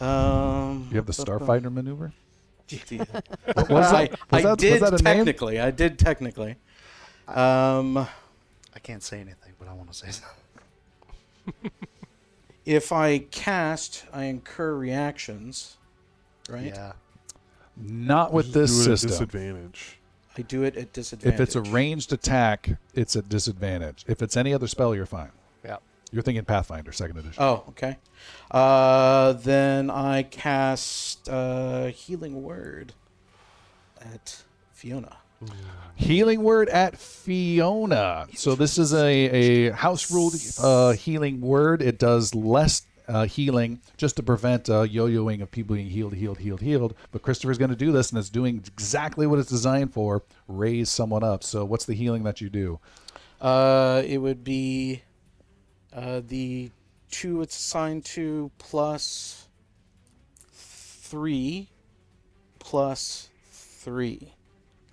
Um,
You have the
bu- bu-
Starfighter maneuver.
Yeah.
What was
I,
that?
I
Was that, was
did
that a name?
technically. I did technically. Um,
I can't say anything, but I want to say something.
if I cast, I incur reactions, right?
Yeah.
Not with
Just
this
do it at
system.
disadvantage.
I do it at disadvantage.
If it's a ranged attack, it's at disadvantage. If it's any other spell, you're fine.
Yeah.
You're thinking Pathfinder, second edition.
Oh, okay. Uh, then I cast uh, Healing Word at Fiona.
Healing word at Fiona. So this is a, a house ruled uh, healing word. It does less uh, healing just to prevent uh, yo-yoing of people being healed, healed, healed, healed. But Christopher's going to do this, and it's doing exactly what it's designed for: raise someone up. So what's the healing that you do?
Uh, it would be uh, the two it's assigned to plus three plus three.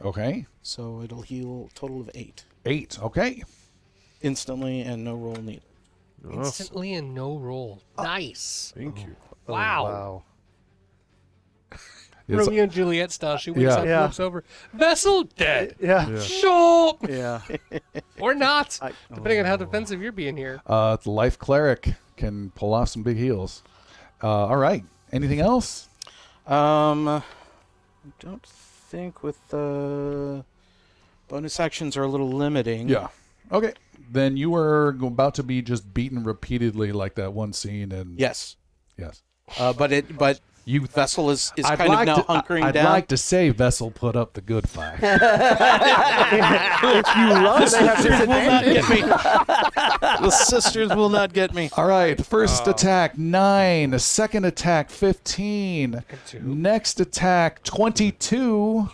Okay,
So it'll heal total of eight
eight. Okay,
instantly and no roll needed.
Instantly and no roll. Nice.
Oh, Thank
Oh.
you.
Oh,
Wow.
Oh, Wow.
It's-
Romeo and Juliet style. She wakes
Yeah.
up,
Yeah.
looks over. Vessel dead.
Yeah.
Yeah.
Sure.
Yeah.
Or not.
I-
Depending on how defensive you're being here.
Uh, the life cleric can pull off some big heals. Uh, all right. Anything else?
Um, I don't think with the bonus actions are a little limiting.
Okay. Then you were go- about to be just beaten repeatedly, like that one scene. And
Yes.
yes,
Uh, but it but
you.
vessel is is
I'd
kind
like
of now
to, I-
hunkering
I'd
down.
like to say Vessel put up the good fight.
If you love, they have disadvantage.
get me. the sisters will not get me.
All right. First attack nine. Second attack fifteen. Next attack twenty-two.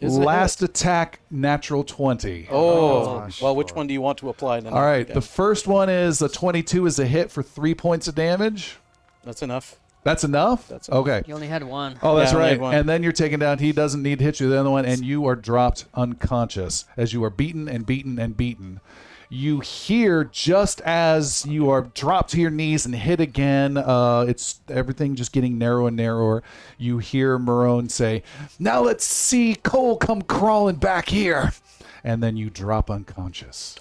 Is it
Last attack natural twenty.
Oh, well, which one do you want to apply then?
All right.
Okay.
The first one is a 22 is a hit for three points of damage.
That's enough.
That's enough.
That's enough.
okay.
You only had one.
Oh, that's
Yeah, I
right.
made one.
And then you're taken down. He doesn't need to hit you the other one, and you are dropped unconscious as you are beaten and beaten and beaten. You hear just as you are dropped to your knees and hit again. Uh, it's everything just getting narrower and narrower. You hear Marone say, "Now let's see Cole come crawling back here," and then you drop unconscious.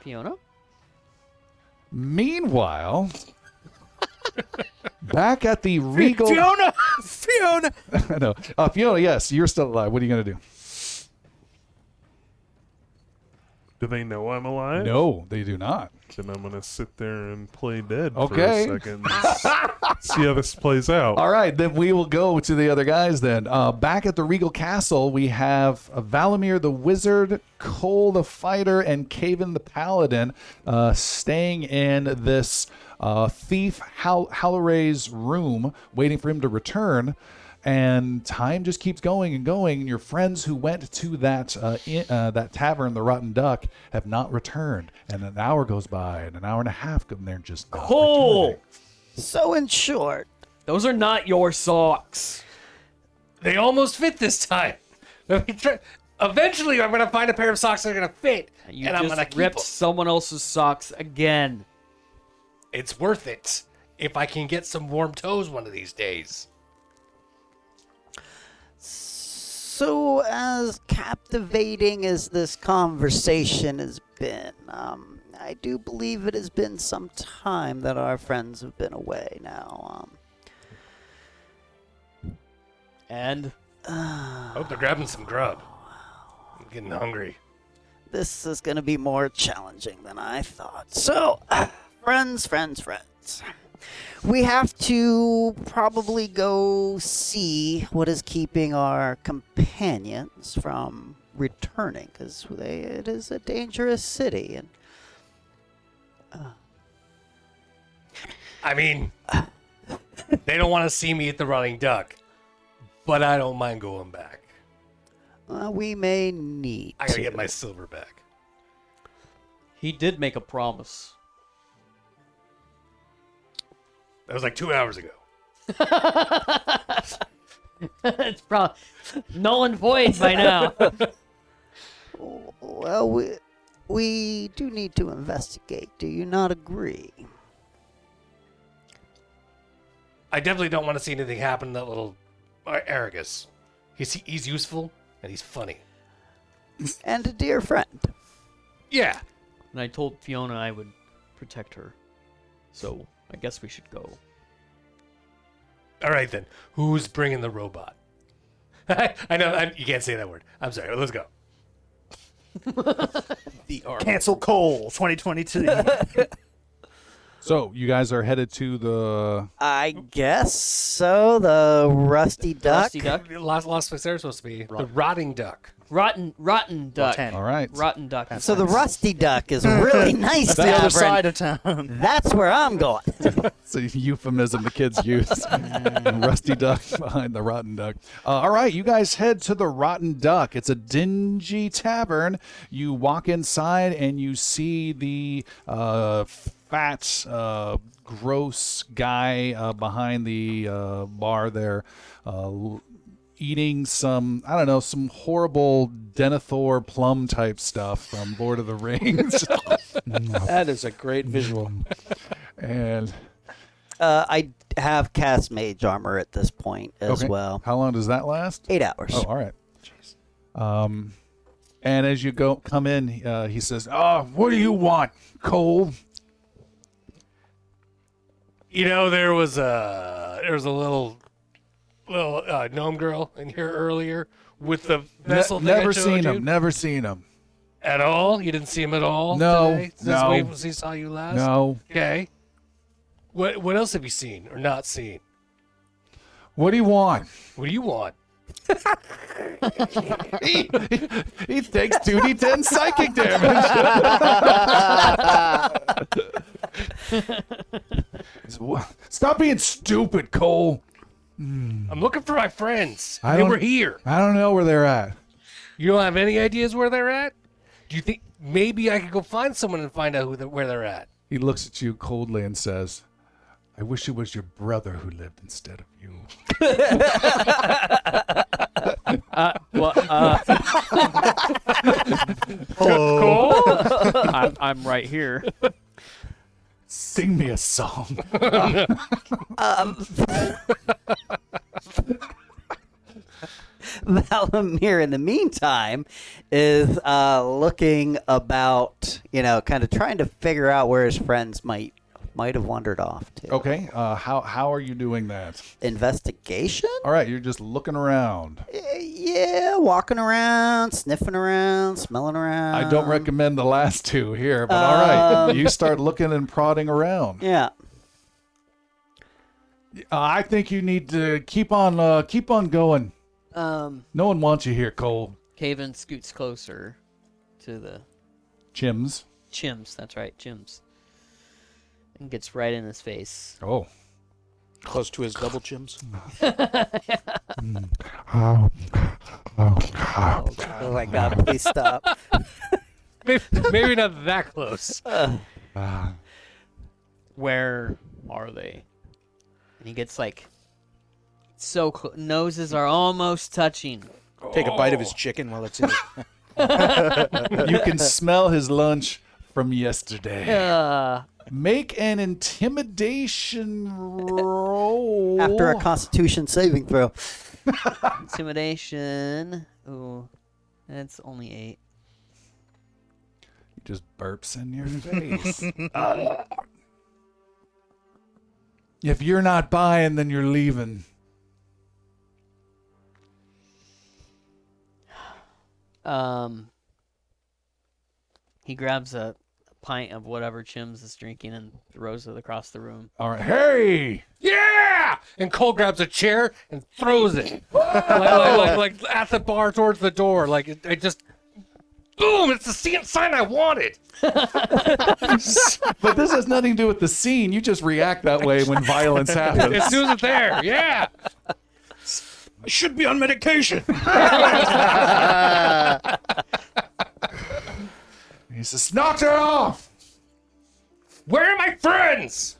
Fiona?
Meanwhile, back at the Regal.
Fiona, Fiona.
no, uh, Fiona, yes, you're still alive. What are you going to do?
Do they know I'm alive?
No, they do not.
Then I'm gonna sit there and play dead
Okay.
for a second. see how this plays out.
All right, then we will go to the other guys then. Uh, back at the Regal Castle, we have uh, Valamir the Wizard, Cole the Fighter, and Caven the Paladin uh, staying in this uh, thief Hal- Haloray's room, waiting for him to return. And time just keeps going and going. And your friends who went to that uh, i uh, that tavern, the Rotten Duck, have not returned. And an hour goes by, and an hour and a half, and they're just not
Cole!
returning.
So in short,
Those are not your socks.
They almost fit this time. Let me try- Eventually, I'm gonna find a pair of socks that are gonna fit,
You
and I'm gonna
just
keep
ripped
'em.
someone else's socks again.
It's worth it if I can get some warm toes one of these days.
So, as captivating as this conversation has been, um, I do believe it has been some time that our friends have been away now. Um,
And
I hope they're grabbing some grub. I'm getting hungry.
this is going to be more challenging than I thought. So, friends, friends, friends. We have to probably go see what is keeping our companions from returning because it is a dangerous city and
I mean, they don't want to see me at the running duck, but I don't mind going back.
uh, we may need
I gotta get my silver back.
he did make a promise.
That was like two hours ago.
it's probably null and void by now.
Well, we, we do need to investigate. Do you not agree?
I definitely don't want to see anything happen to that little uh, Aragus. He's he's useful and he's funny.
And a dear friend.
Yeah,
and I told Fiona I would protect her. So I guess we should go.
All right then, who's bringing the robot? I know I, you can't say that word. I'm sorry. Let's go.
Cancel Cole 2022.
So you guys are headed to the.
I guess so. The rusty duck.
Rusty duck,
Lost, lost was there supposed to be the rotting duck.
rotten, rotten duck,
Ten.
All right.
rotten duck.
So the rusty duck is really nice.
The other
tavern.
side of town.
That's where I'm going.
It's a euphemism the kids use. Rusty duck behind the rotten duck. Uh, all right, you guys head to the rotten duck. It's a dingy tavern. You walk inside and you see the uh, fat, uh, gross guy uh, behind the uh, bar there. Uh, eating some I don't know some horrible Denethor plum type stuff from Lord of the Rings,
That is a great visual.
and
Uh, I have cast mage armor at this point as
okay.
well.
How long does that last?
Eight hours.
Oh, all right. Um, and as you go come in, uh, he says, "Oh, what do you want, Cole?"
You know there was a there was a little little uh, gnome girl in here earlier with the
Ne-
vessel. thing I
never
showed
seen
you.
him. Never seen him.
at all. You didn't see him at all.
No,
today, since
no.
we, since he saw you last.
No.
Okay. What what else have you seen or not seen?
What do you want?
What do you want?
he, he takes two d ten psychic damage. Stop being stupid, Cole.
I'm looking for my friends.
I
they
don't-
were here.
I don't know where they're at.
You don't have any ideas where they're at? Do you think maybe I could go find someone and find out who the, where they're at?
He looks at you coldly and says, "I wish it was your brother who lived instead of you."
Well, uh,
Cole?
I'm, I'm right here.
Sing me a song.
Valamir, in the meantime, is uh, looking about, you know, kind of trying to figure out where his friends might might have wandered off to.
Okay. Uh, how how are you doing that?
Investigation?
All right, you're just looking around.
Eh, Yeah, walking around, sniffing around, smelling around.
I don't recommend the last two here, but all right, you start looking and prodding around.
Yeah.
Uh, I think you need to keep on uh, keep on going.
Um,
No one wants you here, Cole.
Caven scoots closer to the
Chims.
chimps. That's right, chimps. And gets right in his face.
Oh.
Close to his double chims.
Oh my god, please stop.
maybe, maybe not that close.
Where are they? And he gets like So cl- noses are almost touching.
Take a bite of his chicken while it's in. his-
you can smell his lunch from yesterday.
Uh,
Make an intimidation roll.
After a Constitution saving throw.
intimidation. Ooh, that's only eight.
He just burps in your face. Uh, if you're not buying, then you're leaving.
Um, he grabs a pint of whatever Chims is drinking and throws it across the room.
All right. Hey!
Yeah! And Cole grabs a chair and throws it. like, like, like, like at the bar towards the door. Like, it, it just. Boom! It's the same sign I wanted.
But this has nothing to do with the scene. You just react that way when violence happens.
As soon as it's there. Yeah.
I should be on medication.
He says, knock it off!
Where are my friends?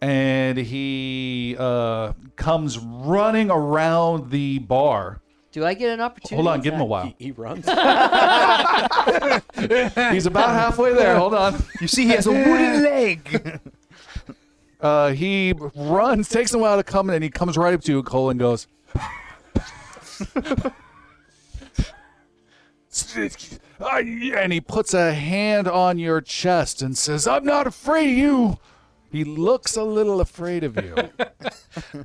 And he uh, comes running around the bar.
Do I get an opportunity?
Hold on, give him a while.
He, he runs.
He's about halfway there. Hold on.
You see, he has a wooden leg.
Uh, he runs, takes a while to come, and he comes right up to Cole and goes, Uh, and he puts a hand on your chest and says, "I'm not afraid of you." He looks a little afraid of you.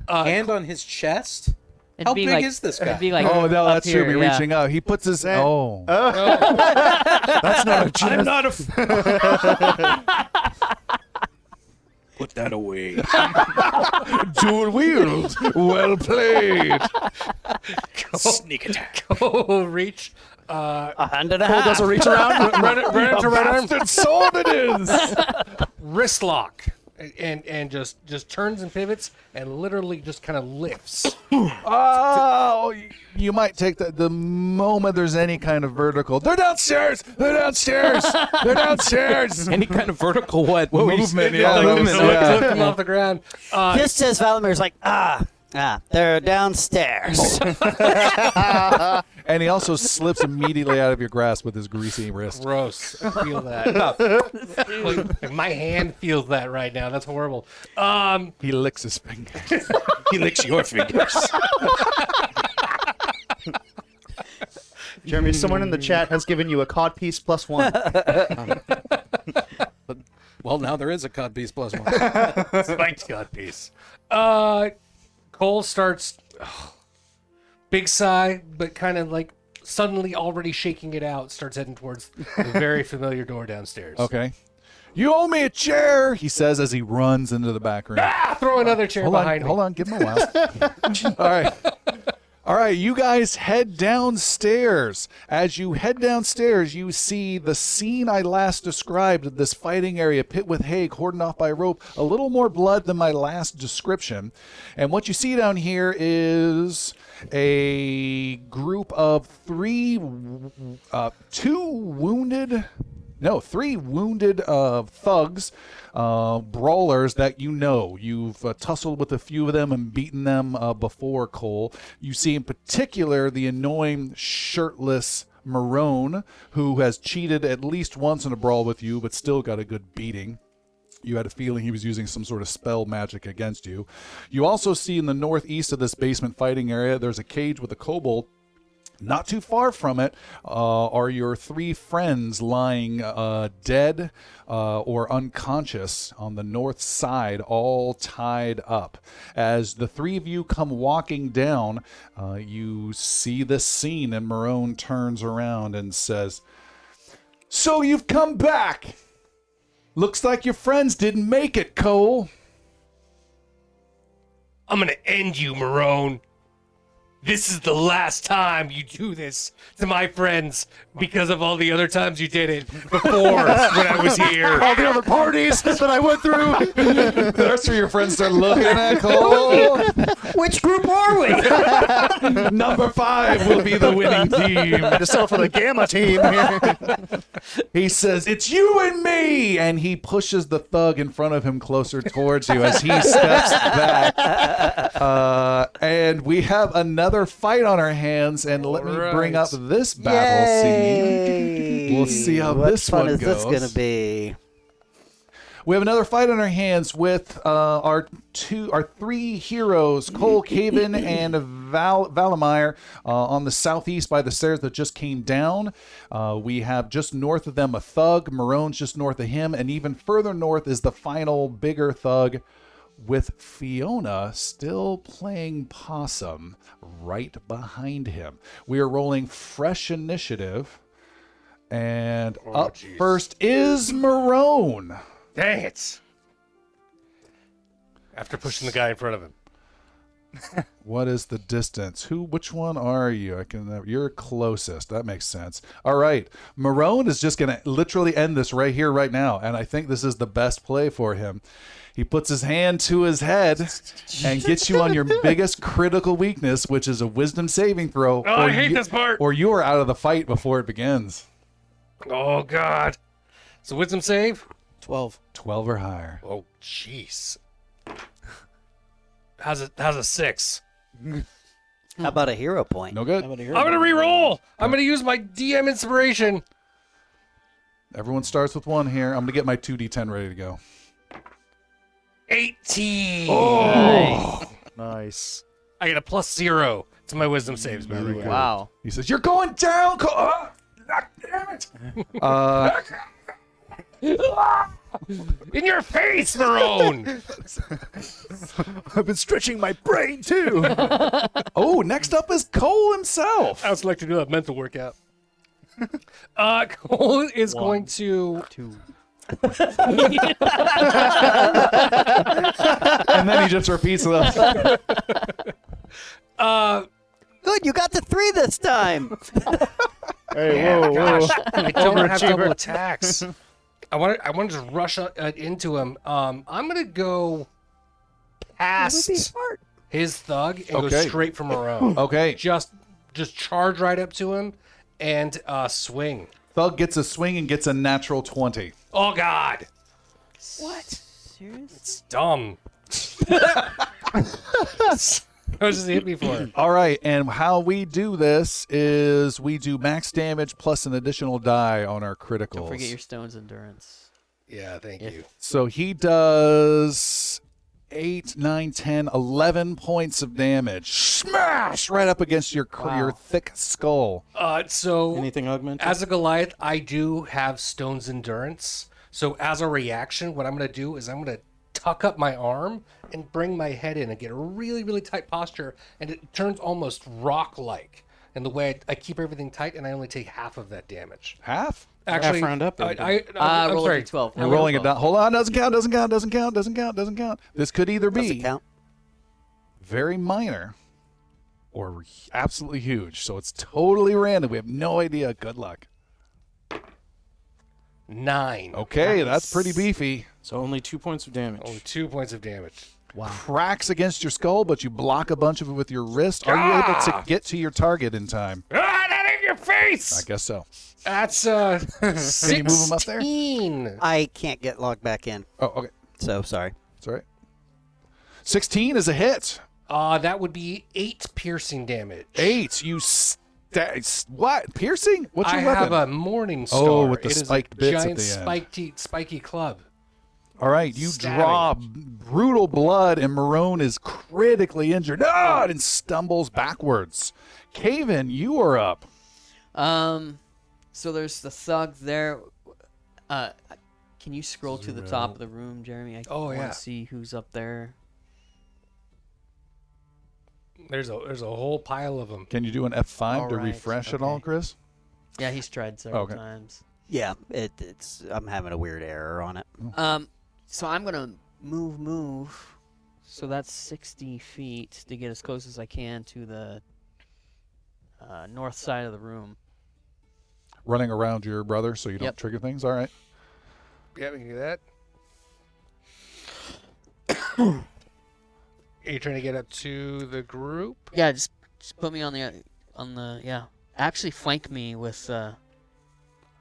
Hand on his chest.
It'd
How
be
big
like-
is this
it'd
guy?
be like
oh no,
up
that's true.
here,
Me
yeah.
reaching out. He puts his oh.
I'm not a. F- Put that away.
dual wield. well played.
Sneak attack.
Cole reach. Uh,
A hand and a half.
Does it reach around?
run it, run it to right arm.
Bastard sword it is.
Wrist lock. And, and and just just turns and pivots and literally just kind of lifts.
Oh, you might take that the moment there's any kind of vertical. They're downstairs. They're downstairs. They're downstairs.
Any kind of vertical what? What were you
Movement,
saying?
yeah,
Like,
movement,
so-
yeah.
Lift him off the ground. Uh,
Just says Valmir's like, ah, ah, they're downstairs.
And he also slips immediately out of your grasp with his greasy wrist.
Gross. I feel that. Like, my hand feels that right now. That's horrible. Um,
He licks his finger.
He licks your fingers.
Jeremy, someone in the chat has given you a cod piece plus one.
well, now there is a cod piece plus one.
spiked God piece. Uh, Cole starts. big sigh, but kind of like suddenly already shaking it out. Starts heading towards the very familiar door downstairs.
Okay. You owe me a chair, he says as he runs into the back room.
Ah, throw another chair
Hold on,
behind
hold on, give him a while. All right. All right, you guys head downstairs. As you head downstairs, you see the scene I last described of this fighting area, pit with hay, cordoned off by rope, a little more blood than my last description. And what you see down here is a group of three, w- w- uh, two wounded, no, three wounded uh, thugs, uh, brawlers that you know. You've uh, tussled with a few of them and beaten them uh, before, Cole. You see in particular the annoying shirtless Marone, who has cheated at least once in a brawl with you, but still got a good beating. You had a feeling he was using some sort of spell magic against you. You also see in the northeast of this basement fighting area, there's a cage with a kobold not too far from it uh, are your three friends lying uh, dead uh, or unconscious on the north side, all tied up. As the three of you come walking down, uh, you see this scene, and Marone turns around and says, So you've come back! Looks like your friends didn't make it, Cole.
I'm gonna end you, Marone. This is the last time you do this to my friends because of all the other times you did it before when I was here.
All the other parties that I went through. They're rest of your friends are looking at Cole.
Which group are we?
Number five will be the winning team.
to settle for the Gamma team here.
He says, It's you and me! And he pushes the thug in front of him closer towards you as he steps back. Uh, and we have another fight on our hands. And let me bring up this battle scene.
Yay.
We'll see how
what
this
fun
one
is this
goes.
gonna be?
We have another fight on our hands with uh, our two, our three heroes, Cole Caven and Val Valamire, uh, on the southeast by the stairs that just came down. Uh, we have just north of them a thug, Maroon's just north of him, and even further north is the final bigger thug, with Fiona still playing possum right behind him. We are rolling fresh initiative, and up first is Marone.
Dang it. After pushing the guy in front of him.
What is the distance? Who? Which one are you? I can. never you're closest. That makes sense. All right. Marone is just gonna literally end this right here, right now, and I think this is the best play for him. He puts his hand to his head and gets you on your biggest critical weakness, which is a wisdom saving throw.
Oh, I
or
hate
you-
this part.
Or you are out of the fight before it begins.
Oh, God. So, wisdom save?
Twelve.
Twelve or higher.
Oh, jeez. How's it? How's a six?
How about a hero point?
No good.
How about a
I'm
hero?
gonna re-roll. I'm gonna use my DM inspiration.
Everyone starts with one here. I'm gonna get my two d10 ready to go.
18.
Nice.
I get a plus zero to my wisdom saves. By the way.
Wow.
He says, "You're going down." Co- ah, ah, damn it. Uh,
In your face, Marone.
I've been stretching my brain too.
Oh, next up is Cole himself.
I would like to do a mental workout. Uh, Cole is going to.
And then he just repeats that.
Uh,
Good, you got the three this time.
hey, whoa, whoa.
I don't have double
Overachiever.
attacks. I want to. I want to just rush uh, into him. Um, I'm gonna go past his thug and go
Okay. Oh.
straight for Marone.
Okay,
just just charge right up to him and uh, swing.
Thug gets a swing and gets a natural 20.
Oh God,
Serious?
it's dumb. I was just hit me for it.
All right, and how we do this is we do max damage plus an additional die on our criticals.
Don't forget your stone's endurance.
Yeah, thank you.
so he does 8, 9, 10, 11 points of damage. Smash right up against your, cr- your thick skull.
Uh, so
Anything augmented?
As a Goliath, I do have Stone's Endurance. So as a reaction, what I'm going to do is I'm going to tuck up my arm and bring my head in and get a really, really tight posture. And it turns almost rock like. And the way I, I keep everything tight, and I only take half of that damage.
Half?
Actually,
round up,
I,
everybody.
I,
Uh,
am
roll
sorry.
a d12.
We're rolling it down. Hold on, doesn't count, doesn't count, doesn't count, doesn't count, doesn't count. This could either be.
Does it count?
very minor or absolutely huge. So it's totally random. We have no idea. Good luck.
Nine.
Okay, that's pretty beefy.
so only two points of damage.
Only two points of damage.
Cracks against your skull, but you block a bunch of it with your wrist. Are you able to get to your target in time?
Ah, that in your
I
face!
guess so.
That's uh,
Can you move him up there?
16.
I can't get logged back in,
Oh, okay.
so sorry.
It's all right. 16 is a hit.
Uh, that would be eight piercing damage.
Eight. You. St- what? Piercing? What's your
I
weapon?
have a morning star.
Oh, with the
It is a
spiked bits at
giant
the end.
spiky, spiky club.
All right, you
Stabbing.
draw brutal blood, and Marone is critically injured ah,
Oh.
and stumbles backwards. Caven, you are up.
Um, so there's the thug there. Uh, can you scroll to the top of the room, Jeremy? I
Oh,
want
yeah.
to see who's up there.
There's a there's a whole pile of them.
Can you do an F5
All
to
right,
refresh at all,
okay.
Chris?
Yeah, he's tried several
Okay.
times.
Yeah, it, it's I'm having a weird error on it.
Um, so I'm gonna move, move. So that's 60 feet to get as close as I can to the uh, north side of the room.
Running around your brother so you don't
Yep.
trigger things. All right.
Yeah, we can do that. Are you trying to get up to the group?
Yeah, just, just put me on the on the yeah. Actually, flank me with. Uh,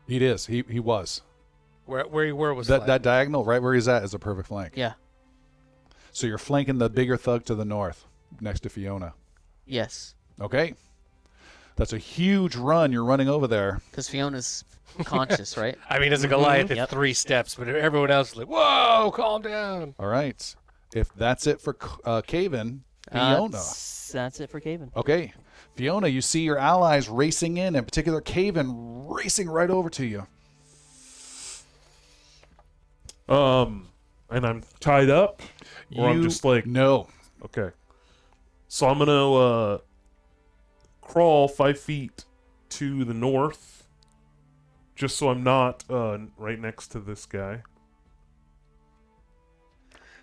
He is. He he was.
Where where you were was
That
flat.
that diagonal right where he's at is a perfect flank.
yeah.
So you're flanking the bigger thug to the north, next to Fiona.
Yes.
Okay. That's a huge run you're running over there.
Because Fiona's conscious, right?
I mean, it's a Goliath at
Mm-hmm. Yep.
three steps, but everyone else is like, whoa, calm down.
All right. If that's it for C- uh, Caven,
Uh,
Fiona.
s- that's it for Caven.
Okay. Fiona, you see your allies racing in, in particular Caven racing right over to you.
Um, and I'm tied up, or I'm
You-
just like
No.
okay. So I'm gonna uh, crawl five feet to the north, just so I'm not uh, right next to this guy.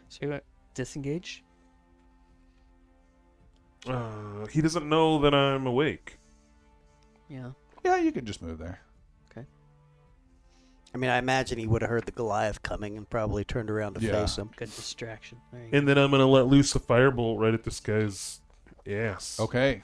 So you disengage.
Uh, he doesn't know that I'm awake.
Yeah.
Yeah, you can just move there.
I mean, I imagine he would have heard the Goliath coming and probably turned around to
Yeah.
face him.
Good distraction. There you go.
And then I'm gonna let loose a firebolt right at this guy's ass.
Okay.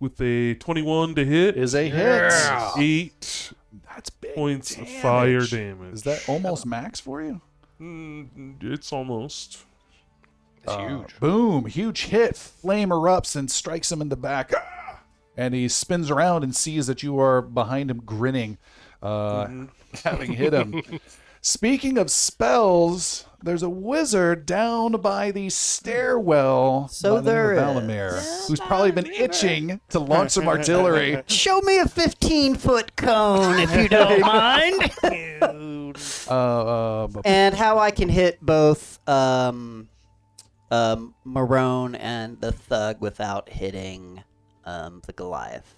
With a 21 to hit,
Is a hit.
Yeah.
eight
That's big.
points
damage.
of fire damage.
Is that almost max for you?
Mm, it's almost.
It's
Uh,
huge.
Boom. Huge hit. Flame erupts and strikes him in the back. Ah! And he spins around and sees that you are behind him, grinning, uh, having hit him. Speaking of spells, there's a wizard down by the stairwell
So
by the name of
there is.
Valamir, who's probably been itching to launch some artillery.
Show me a 15 foot cone if you don't mind.
Uh, uh, b-
and how I can hit both um, um, Marone and the Thug without hitting um, the Goliath.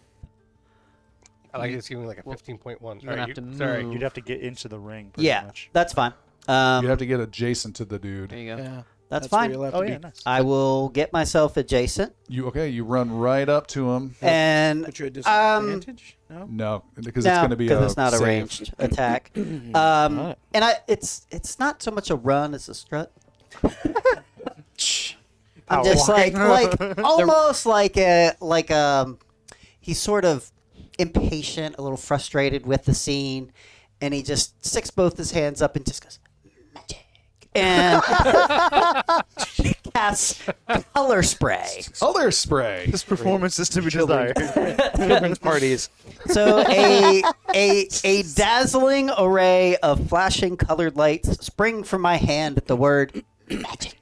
I like it's giving like a 15.1. Sorry,
Mm-hmm. You're gonna have to
you-
move.
sorry.
You'd have to get into the ring. Pretty
yeah,
Much.
that's fine. Um,
you have to get adjacent to the dude.
There you go.
Yeah.
that's
where
fine.
you'll have
Oh
to be.
yeah. Nice.
I will get myself adjacent
You okay? You run right up to him.
and
Put you at
Um,
disadvantage? no.
No, because it's
No,
going to be
'cause
a
it's not
save.
a ranged attack. um, and I, it's it's not so much a run as a strut. I'm just like like almost like a like um he's sort of impatient, a little frustrated with the scene, and he just sticks both his hands up and just goes magic and casts color spray.
Other spray.
This performance is to be desired.
Children's parties.
So a a a dazzling array of flashing colored lights spring from my hand at the word magic,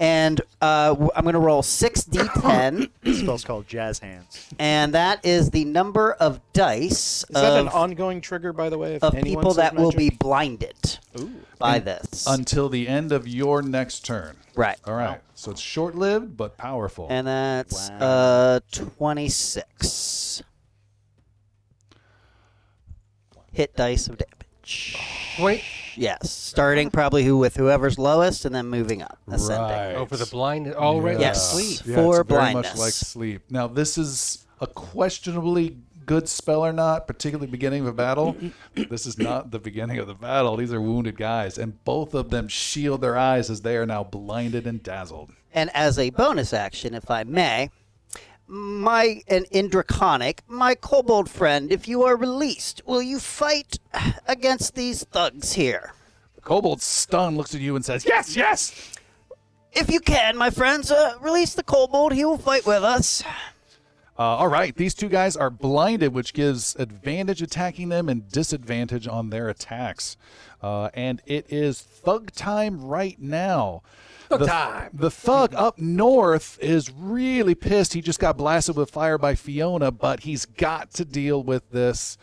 and uh, w- I'm gonna roll six d10,
This spell's called jazz hands.
and that is the number of dice
Is that an
of,
ongoing trigger, by the way? If
of
anyone
people
says
that will be
magic?
blinded by this.
until the end of your next turn.
right,
All right. So it's short lived but powerful.
and that's uh 26 hit dice of damage.
Wait.
Yes, starting probably who with whoever's lowest and then moving up, ascending.
right.
Oh, for the blind. Oh, right.
Yeah.
Yes,
Sleep.
Yeah,
for
it's very
blindness.
much like sleep. Now this is a questionably good spell or not, particularly beginning of a battle. this is not the beginning of the battle. These are wounded guys, and both of them shield their eyes as they are now blinded and dazzled.
And as a bonus action, if I may, my and in Draconic, my kobold friend, if you are released, will you fight against these thugs here?
Kobold stunned looks at you and says, "Yes, yes."
If you can, my friends, uh, release the kobold. He will fight with us.
Uh, all right, these two guys are blinded, which gives advantage attacking them and disadvantage on their attacks. Uh, and it is thug time right now. Thug the, time. The thug up north is really pissed. He just got blasted with fire by Fiona, but he's got to deal with this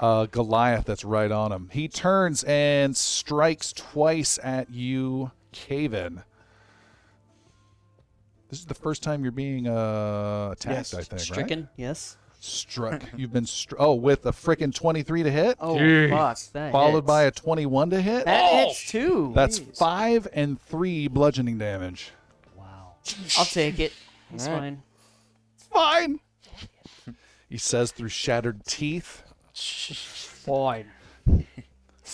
uh, Goliath that's right on him. He turns and strikes twice at you, Caven. This is the first time you're being uh, attacked, I think. right?
Stricken. Yes.
Struck. You've been struck. Oh, with a frickin' 23 to hit,
Oh fuck! That
followed
hits.
by a Oh! 21 to hit.
That hits too.
That's five and three bludgeoning damage.
I'll take it. It's fine.
Fine. He says through shattered teeth. Fine.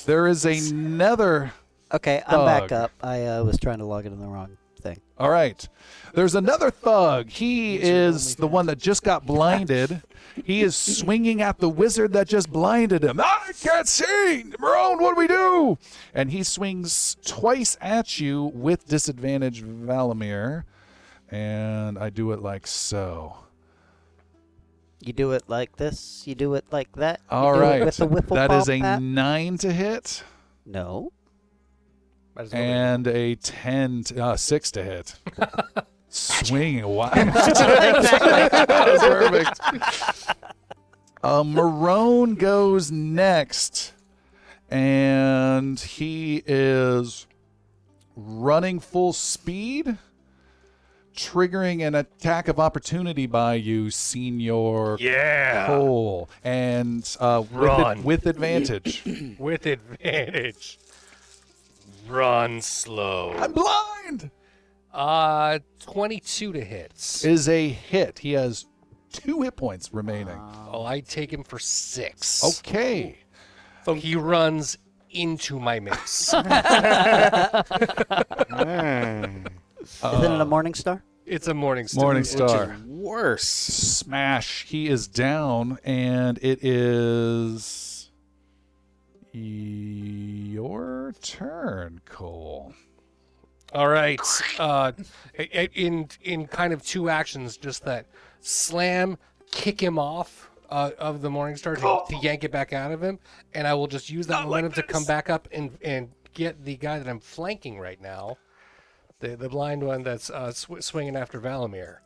There is another.
Okay, I'm back
Thug.
up. I uh, was trying to log it in the wrong thing.
All right. There's another thug. He is the one that just got blinded. He is swinging at the wizard that just blinded him. I can't see! Marone, what do we do? And he swings twice at you with disadvantage, Valamir. And I do it like so.
You do it like this. You do it like that. you
All
do it
right.
with the wiffle
That
ball
is a
bat.
nine to hit
no.
Might as well read it.
and a 10, to, uh, six to hit. Swinging. Wow. That was perfect. Uh, Marone goes next, and he is running full speed, triggering an attack of opportunity by you, Senior
yeah,
Cole, and uh, with, ad-
Run.
with advantage.
with advantage. Run slow.
I'm blind.
Uh, 22 to hit.
Is a hit. He has two hit points remaining.
Oh, I take him for
Oh,
six.
Okay.
He runs into my mace.
Uh,
Isn't it a morning star?
it's a morning star.
Morning Star.
Worse.
smash. He is down, and it is your turn, Cole.
All right. Uh, i- i- in in kind of two actions, just that slam, kick him off uh, of the Morning Star to, to yank it back out of him, and I will just use that momentum to come back up and and get the guy that I'm flanking right now, the the blind one that's uh, sw- swinging after Valamir,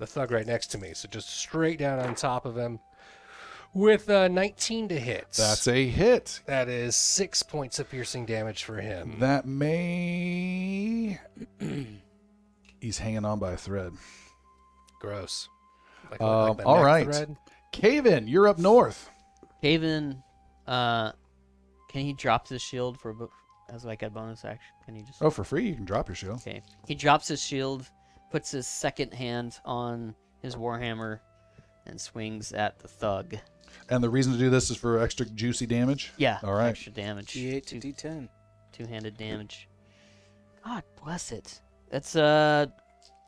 the thug right next to me. So just straight down on top of him, with uh, 19 to hit.
That's a hit.
that is six points of piercing damage for him.
That may. He's hanging on by a thread.
Gross. Like,
Um,
that
all
neck
right. Caven, you're up north.
Haven, uh, can he drop his shield for a bo- as like a bonus action? Can he just?
Oh, for free, you can drop your shield.
Okay. He drops his shield, puts his second hand on his warhammer, and swings at the thug.
And the reason to do this is for extra juicy damage.
Yeah.
All right.
Extra damage.
D8 to
Two
D10.
two handed damage. God bless it. That's uh,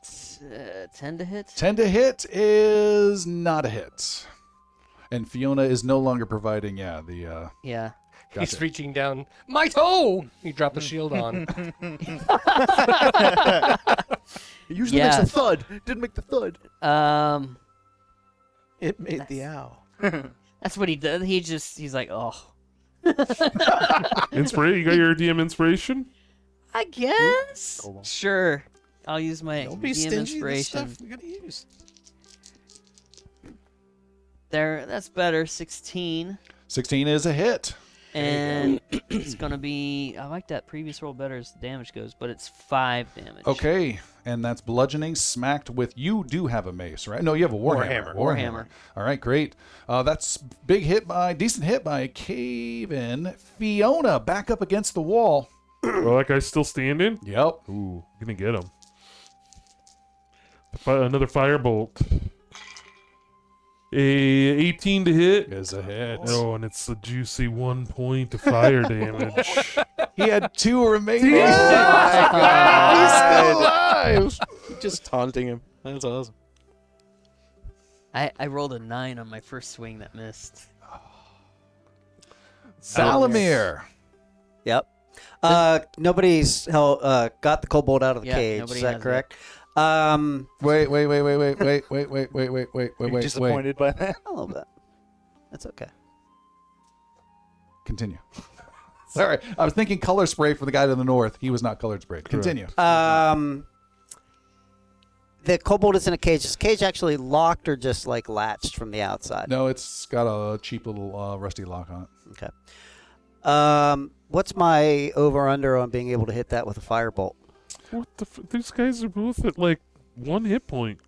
t- uh ten to hit.
Ten to hit is not a hit. And Fiona is no longer providing, yeah, the uh,
Yeah.
Gotcha. Mm.
He's reaching down. My toe! He dropped the shield on.
It usually
Yeah.
makes a thud. Didn't make the thud.
Um,
It made the owl.
that's what he did. He just he's like, oh,
Inspiration. You got your DM inspiration.
I guess. Sure. I'll use my
Oh, Don't be
DM
stingy. This
inspiration.
stuff we gotta use.
There, that's better. Sixteen,
16 is a hit.
and it's gonna be. I like that previous roll better as the damage goes, but it's five damage.
Okay, and that's bludgeoning smacked with. You do have a mace, right? No, you have a warhammer.
Warhammer.
Warhammer.
All right, great. Uh, that's big hit by decent hit by Caven. Fiona back up against the wall.
Well, that guy's still standing.
Yep.
Ooh, gonna get him. The fi- Another firebolt. A 18 to hit.
Is a hit.
Oh, and it's a juicy one point of fire damage.
He had two remaining. He's still alive.
Just taunting him. That's awesome.
I I rolled a nine on my first swing that missed.
Salamir.
Yep. Uh, nobody's hel- uh, got the kobold out of the
Yeah,
cage.
nobody
Is that
has
correct? Um,
Wait, wait, wait, wait, wait, wait, wait, wait, wait, wait, wait, wait, wait, wait.
disappointed by that?
a little bit. That's okay.
Continue. Sorry, I was thinking color spray for the guy to the north. He was not colored spray. Continue.
Um, the kobold is in a cage. Is the cage actually locked or just like latched from the outside?
No, it's got a cheap little uh, rusty lock on it.
Okay. Um, what's my over under on being able to hit that with a firebolt?
what the? F- these guys are both at like one hit point.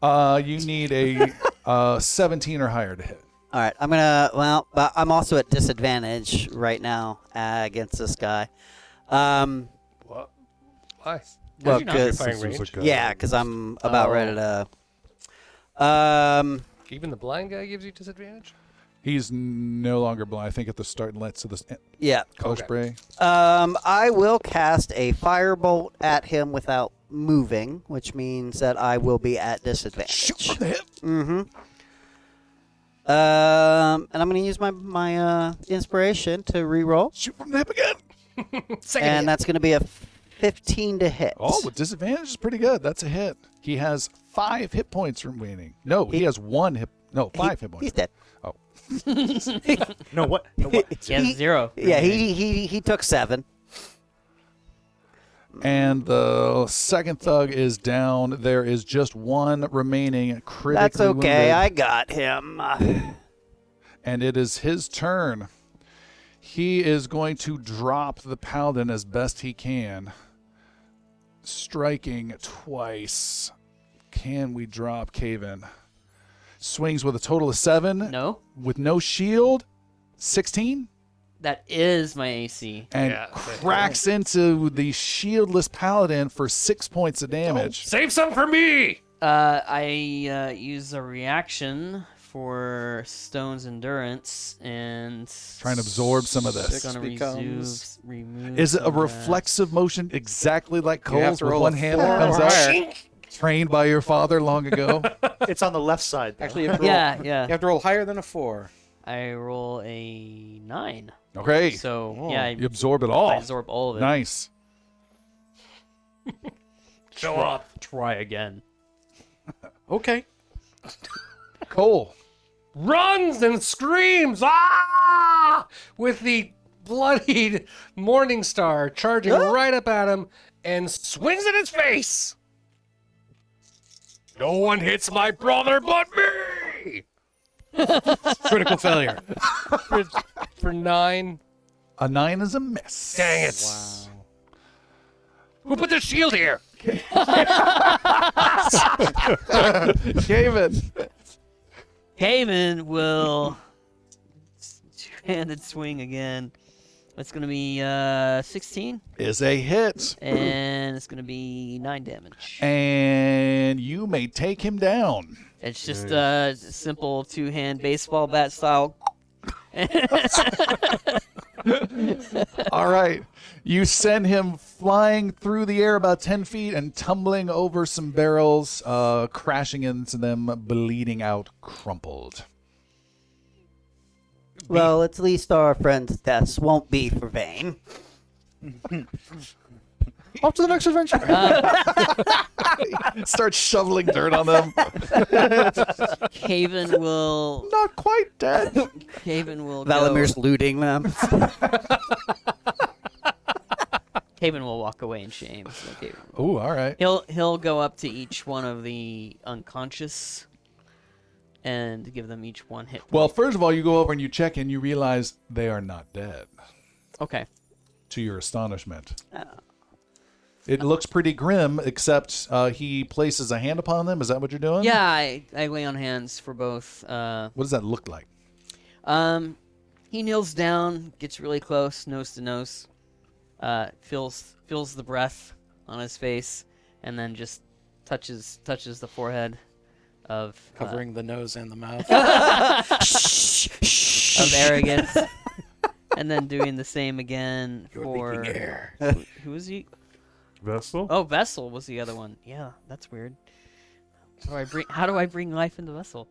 Uh, you need a uh, 17 or higher to hit.
All right, I'm gonna. Well, but I'm also at disadvantage right now uh, against this guy. Um,
Why?
well,
You're not in your
'cause-
firing range.
yeah, because I'm about
Oh.
ready to. Um,
Even the blind guy gives you disadvantage?
He's no longer blind. I think at the start and let's of this end.
Yeah.
color spray.
Um, I will cast a firebolt at him without moving, which means that I will be at disadvantage. Mm-hmm. Um, and I'm going to use my my uh, inspiration to reroll,
Shoot from the hip again.
Second
and that's going to be a 15 to hit.
Oh, with disadvantage is pretty good. That's a hit. He has five hit points remaining. No, he,
He-
has one hit. No,
He-
five hit points.
He's dead.
Oh,
No, what? No, what?
He has zero.
Yeah, he he he took seven.
and the second thug is down. There is just one remaining. Critically
That's okay.
wounded.
I got him.
and it is his turn. He is going to drop the paladin as best he can, striking twice. Can we drop Caven? Swings with a total of seven.
No,
With no shield, 16,
that is my AC.
and
Yeah, that's
cracks into the shieldless paladin for six points of damage.
Save some for me.
Uh, I uh, use a reaction for Stone's endurance and
Try and absorb some of this.
It's gonna
Becomes-
remove, remove
Is it a
some of that.
reflexive motion exactly like
You have
Cole's
to
with
roll a
one hand that
four
comes
or
out,
higher.
Shink.
trained by your father long ago?
It's on the left side. though.
Actually, you have to roll,
Yeah, yeah.
You have to roll higher than a four.
I roll a nine.
Okay.
So yeah, I,
You absorb it all.
I absorb all of it.
Nice.
Show up.
Try again.
Okay.
Cole.
Runs and screams ah with the bloodied Morning Star charging right up at him and swings in his face. No one hits my brother but me.
Critical failure.
For, for nine.
A nine is a miss.
Dang it. Who put the shield here?
David.
Haven will two-handed swing again. That's gonna be uh, 16,
is a hit.
and it's gonna be nine damage.
And you may take him down.
It's just a simple two-hand baseball bat style.
All right. You send him flying through the air about 10 feet and tumbling over some barrels, uh, crashing into them, bleeding out, crumpled.
well, at least our friend's deaths won't be for vain.
Off to the next adventure.
Start shoveling dirt on them.
Haven will.
Not quite dead.
Haven will.
Valamir's
Go,
looting them.
Haven will walk away in shame. so Haven-
Ooh, all right.
He'll he'll go up to each one of the unconscious, and give them each one hit.
Well, first of all, you go over and you check and you realize they are not dead.
Okay. Uh,
to your astonishment. It looks pretty grim, except uh, he places a hand upon them. Is that what you're doing?
Yeah, I, I lay on hands for both. Uh,
What does that look like?
um, he kneels down, gets really close, nose to nose, uh, feels feels the breath on his face, and then just touches touches the forehead of uh,
Covering the nose and the mouth.
of arrogance, and then doing the same again for who- who was he?
Vessel?
Oh, Vessel was the other one. Yeah, that's weird. How do I bring How do I bring life into Vessel?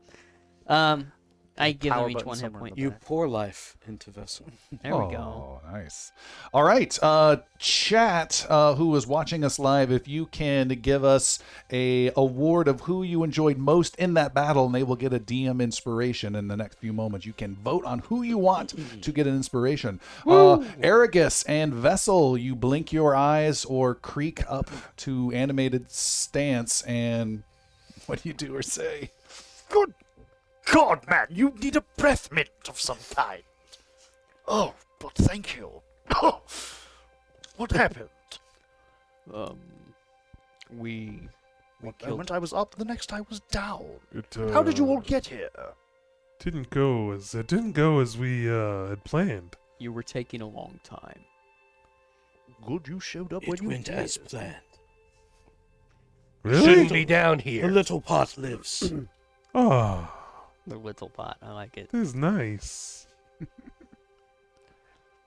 Um, I give
power
him each
button
one hit
somewhere in
point.
the
You pour life into vessel.
There we go.
Oh, nice. All right, uh, chat. Uh, who is watching us live? If you can give us a award of who you enjoyed most in that battle, and they will get a DM inspiration in the next few moments. You can vote on who you want to get an inspiration. Uh, Aragus and Vessel, you blink your eyes or creak up to animated stance, and what do you do or say?
Good God, man, you need a breath mint of some kind. Oh, but thank you. what happened?
Um, we we
The moment I was up, the next I was down.
It, uh,
How did you all get here?
Didn't go as it didn't go as we uh, had planned.
You were taking a long time.
Good you showed up
It
when you
went
did.
as planned.
Really?
Shouldn't be down here.
The little pot lives.
Ah,
The Whittle Pot. I like it.
This is nice.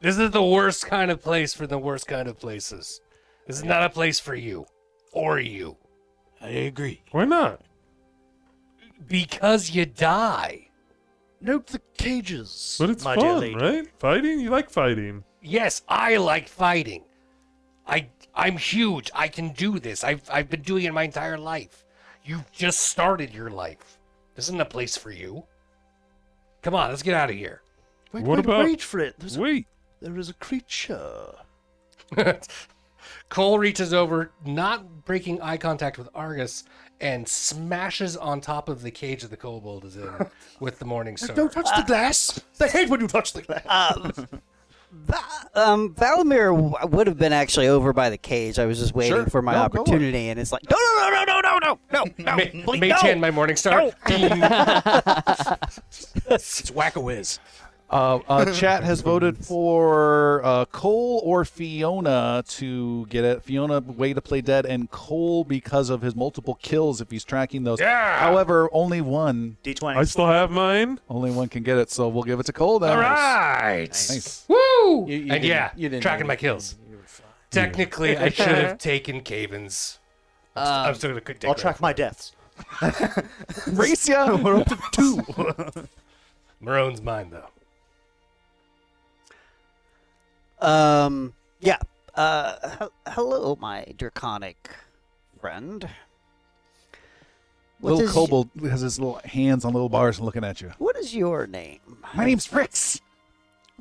This is the worst kind of place for the worst kind of places. This is not a place for you or you
I agree.
Why not?
because you die.
Note the cages,
But it's
my dear
fun,
lady.
right? Fighting? You like fighting.
Yes, I like fighting. I I'm huge. I can do this. I've I've been doing it my entire life. You've just started your life. This isn't a place for you. Come on, let's get out of here.
Wait,
What
wait,
about-
wait for it. There's a,
Wait.
there is a creature.
Cole reaches over, not breaking eye contact with Argus, and smashes on top of the cage that the kobold is in with the morning star.
Don't touch the glass. They hate when you touch the glass.
Va- um, Valamir w- would have been actually over by the cage. I was just waiting
Sure.
for my
No, go on.
opportunity, and it's like, no, no, no, no, no, no, no, no, no,
Ma-
please,
maintain
no.
my morning star.
It's whack a whiz.
Uh, uh, chat has voted for uh, Cole or Fiona to get it. Fiona way to play dead, and Cole because of his multiple kills if he's tracking those.
Yeah.
However, only one,
D20.
I still have mine.
only one can get it. So we'll give it to Cole then.
All right.
Nice.
Woo!
You- you
and
didn't-
yeah,
you didn't
tracking
know.
my kills. Technically, I should have taken Caven's. I'm still gonna take
I'll track my deaths.
Race ya.
Maroon's mine though.
Um, yeah. Uh, hel- hello, my draconic friend. What
little
is-
kobold has his little hands on little bars and looking at you.
What is your name?
My name's Fritz.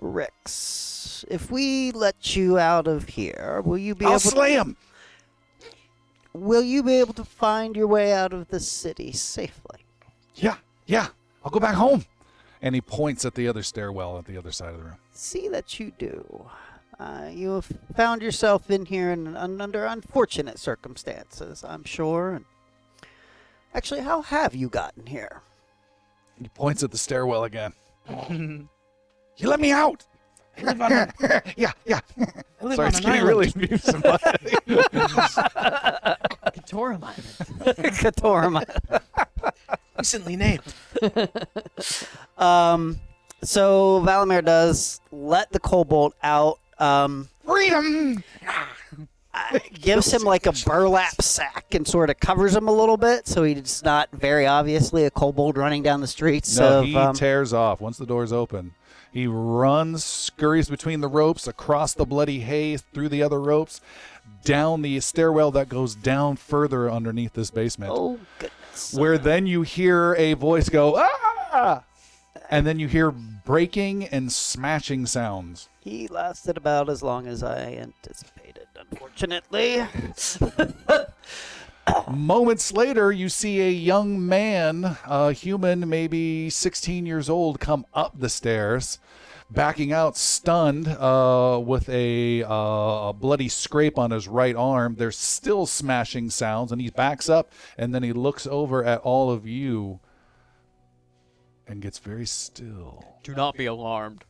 Rex? If we let you out of here, will you be
I'll
able?
slay
to,
him.
Will you be able to find your way out of the city safely?
Yeah, yeah. I'll go back home. And he points at the other stairwell at the other side of the room.
see that you do. Uh, you have found yourself in here in, un, under unfortunate circumstances, I'm sure. And actually, how have you gotten here?
He points at the stairwell again. he let me out. yeah, yeah. Sorry, it's getting really abusive.
Katora Mine.
Katorma.
Recently named.
Um, so Valamir does let the kobold out. Um,
Freedom.
uh, gives him like a burlap sack and sort of covers him a little bit, so he's not very obviously a kobold running down the streets.
No,
of,
he
um,
tears off once the door's open. He runs, scurries between the ropes, across the bloody hay, through the other ropes, down the stairwell that goes down further underneath this basement.
oh goodness!
where then you hear a voice go ah and then you hear breaking and smashing sounds
He lasted about as long as I anticipated, unfortunately.
moments later you see a young man a human maybe 16 years old come up the stairs backing out stunned uh, with a, uh, a bloody scrape on his right arm there's still smashing sounds and he backs up and then he looks over at all of you and gets very still
Do not be alarmed.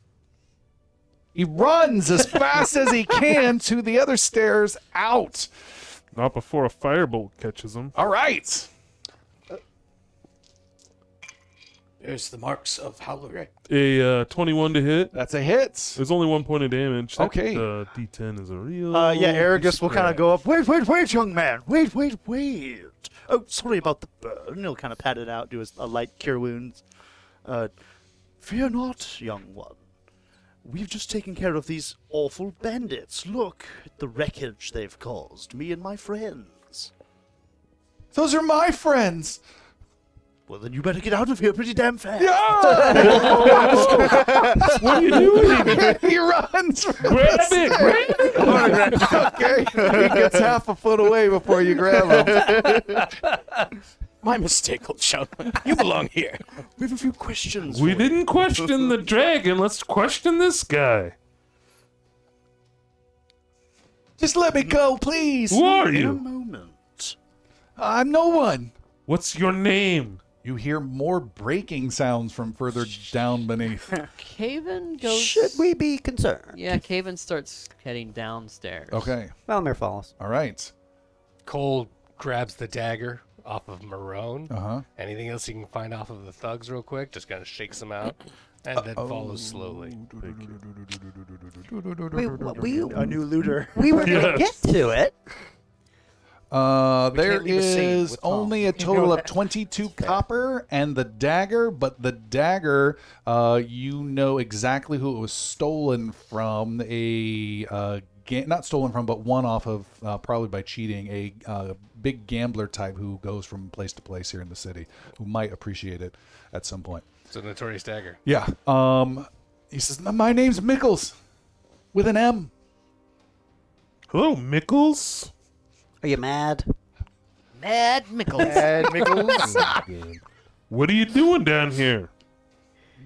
He runs as fast as he can to the other stairs out.
Not before a firebolt catches him.
All right.
There's the marks of Halloween.
A uh, 21 to hit.
That's a hit.
There's only one point of damage. That,
Okay.
Uh, D10 is a real.
Uh, yeah,
Aragus
Aragus will kind of go up.
Wait, wait, wait, young man. Wait, wait, wait.
Oh, sorry about the burn. He'll kind of pat it out, do his, a light cure wounds. Uh,
Fear not.
young one. We've just taken care of these awful bandits. Look at the wreckage they've caused, me and my friends.
Those are my friends.
Well, then you better get out of here pretty damn fast.
What are you doing?
he runs.
Grab it! Grab it!
okay. He gets half a foot away before you grab him.
My mistake, old gentleman. You belong here.
We have a few questions.
We
for you.
didn't question the dragon. Let's question this guy.
Just let me go, please.
Who are
In a
you?
moment.
I'm no one.
What's your name?
You hear more breaking sounds from further down beneath.
Caven goes.
Should we be concerned?
Yeah, Caven starts heading downstairs.
Okay.
Valamir follows.
All right.
Cole grabs the dagger off of Marone.
Uh-huh.
Anything else you can find off of the thugs, real quick? Just kind of shakes them out, and then follows slowly.
We, we,
Uh,
we,
new looter.
were going to get to it.
Uh, there
can't leave a scene
is
with Tom.
only a total of 22 copper and the dagger, but the dagger, uh, you know exactly who it was stolen from. A uh, ga- not stolen from, but one off of uh, probably by cheating. A uh, big gambler type who goes from place to place here in the city, who might appreciate it at some point.
It's a notorious dagger.
Yeah. Um, he says, "My name's Mickles, with an M."
Hello, Mickles.
Are you mad?
Mad Mickles.
Ed Mickles.
What are you doing down here?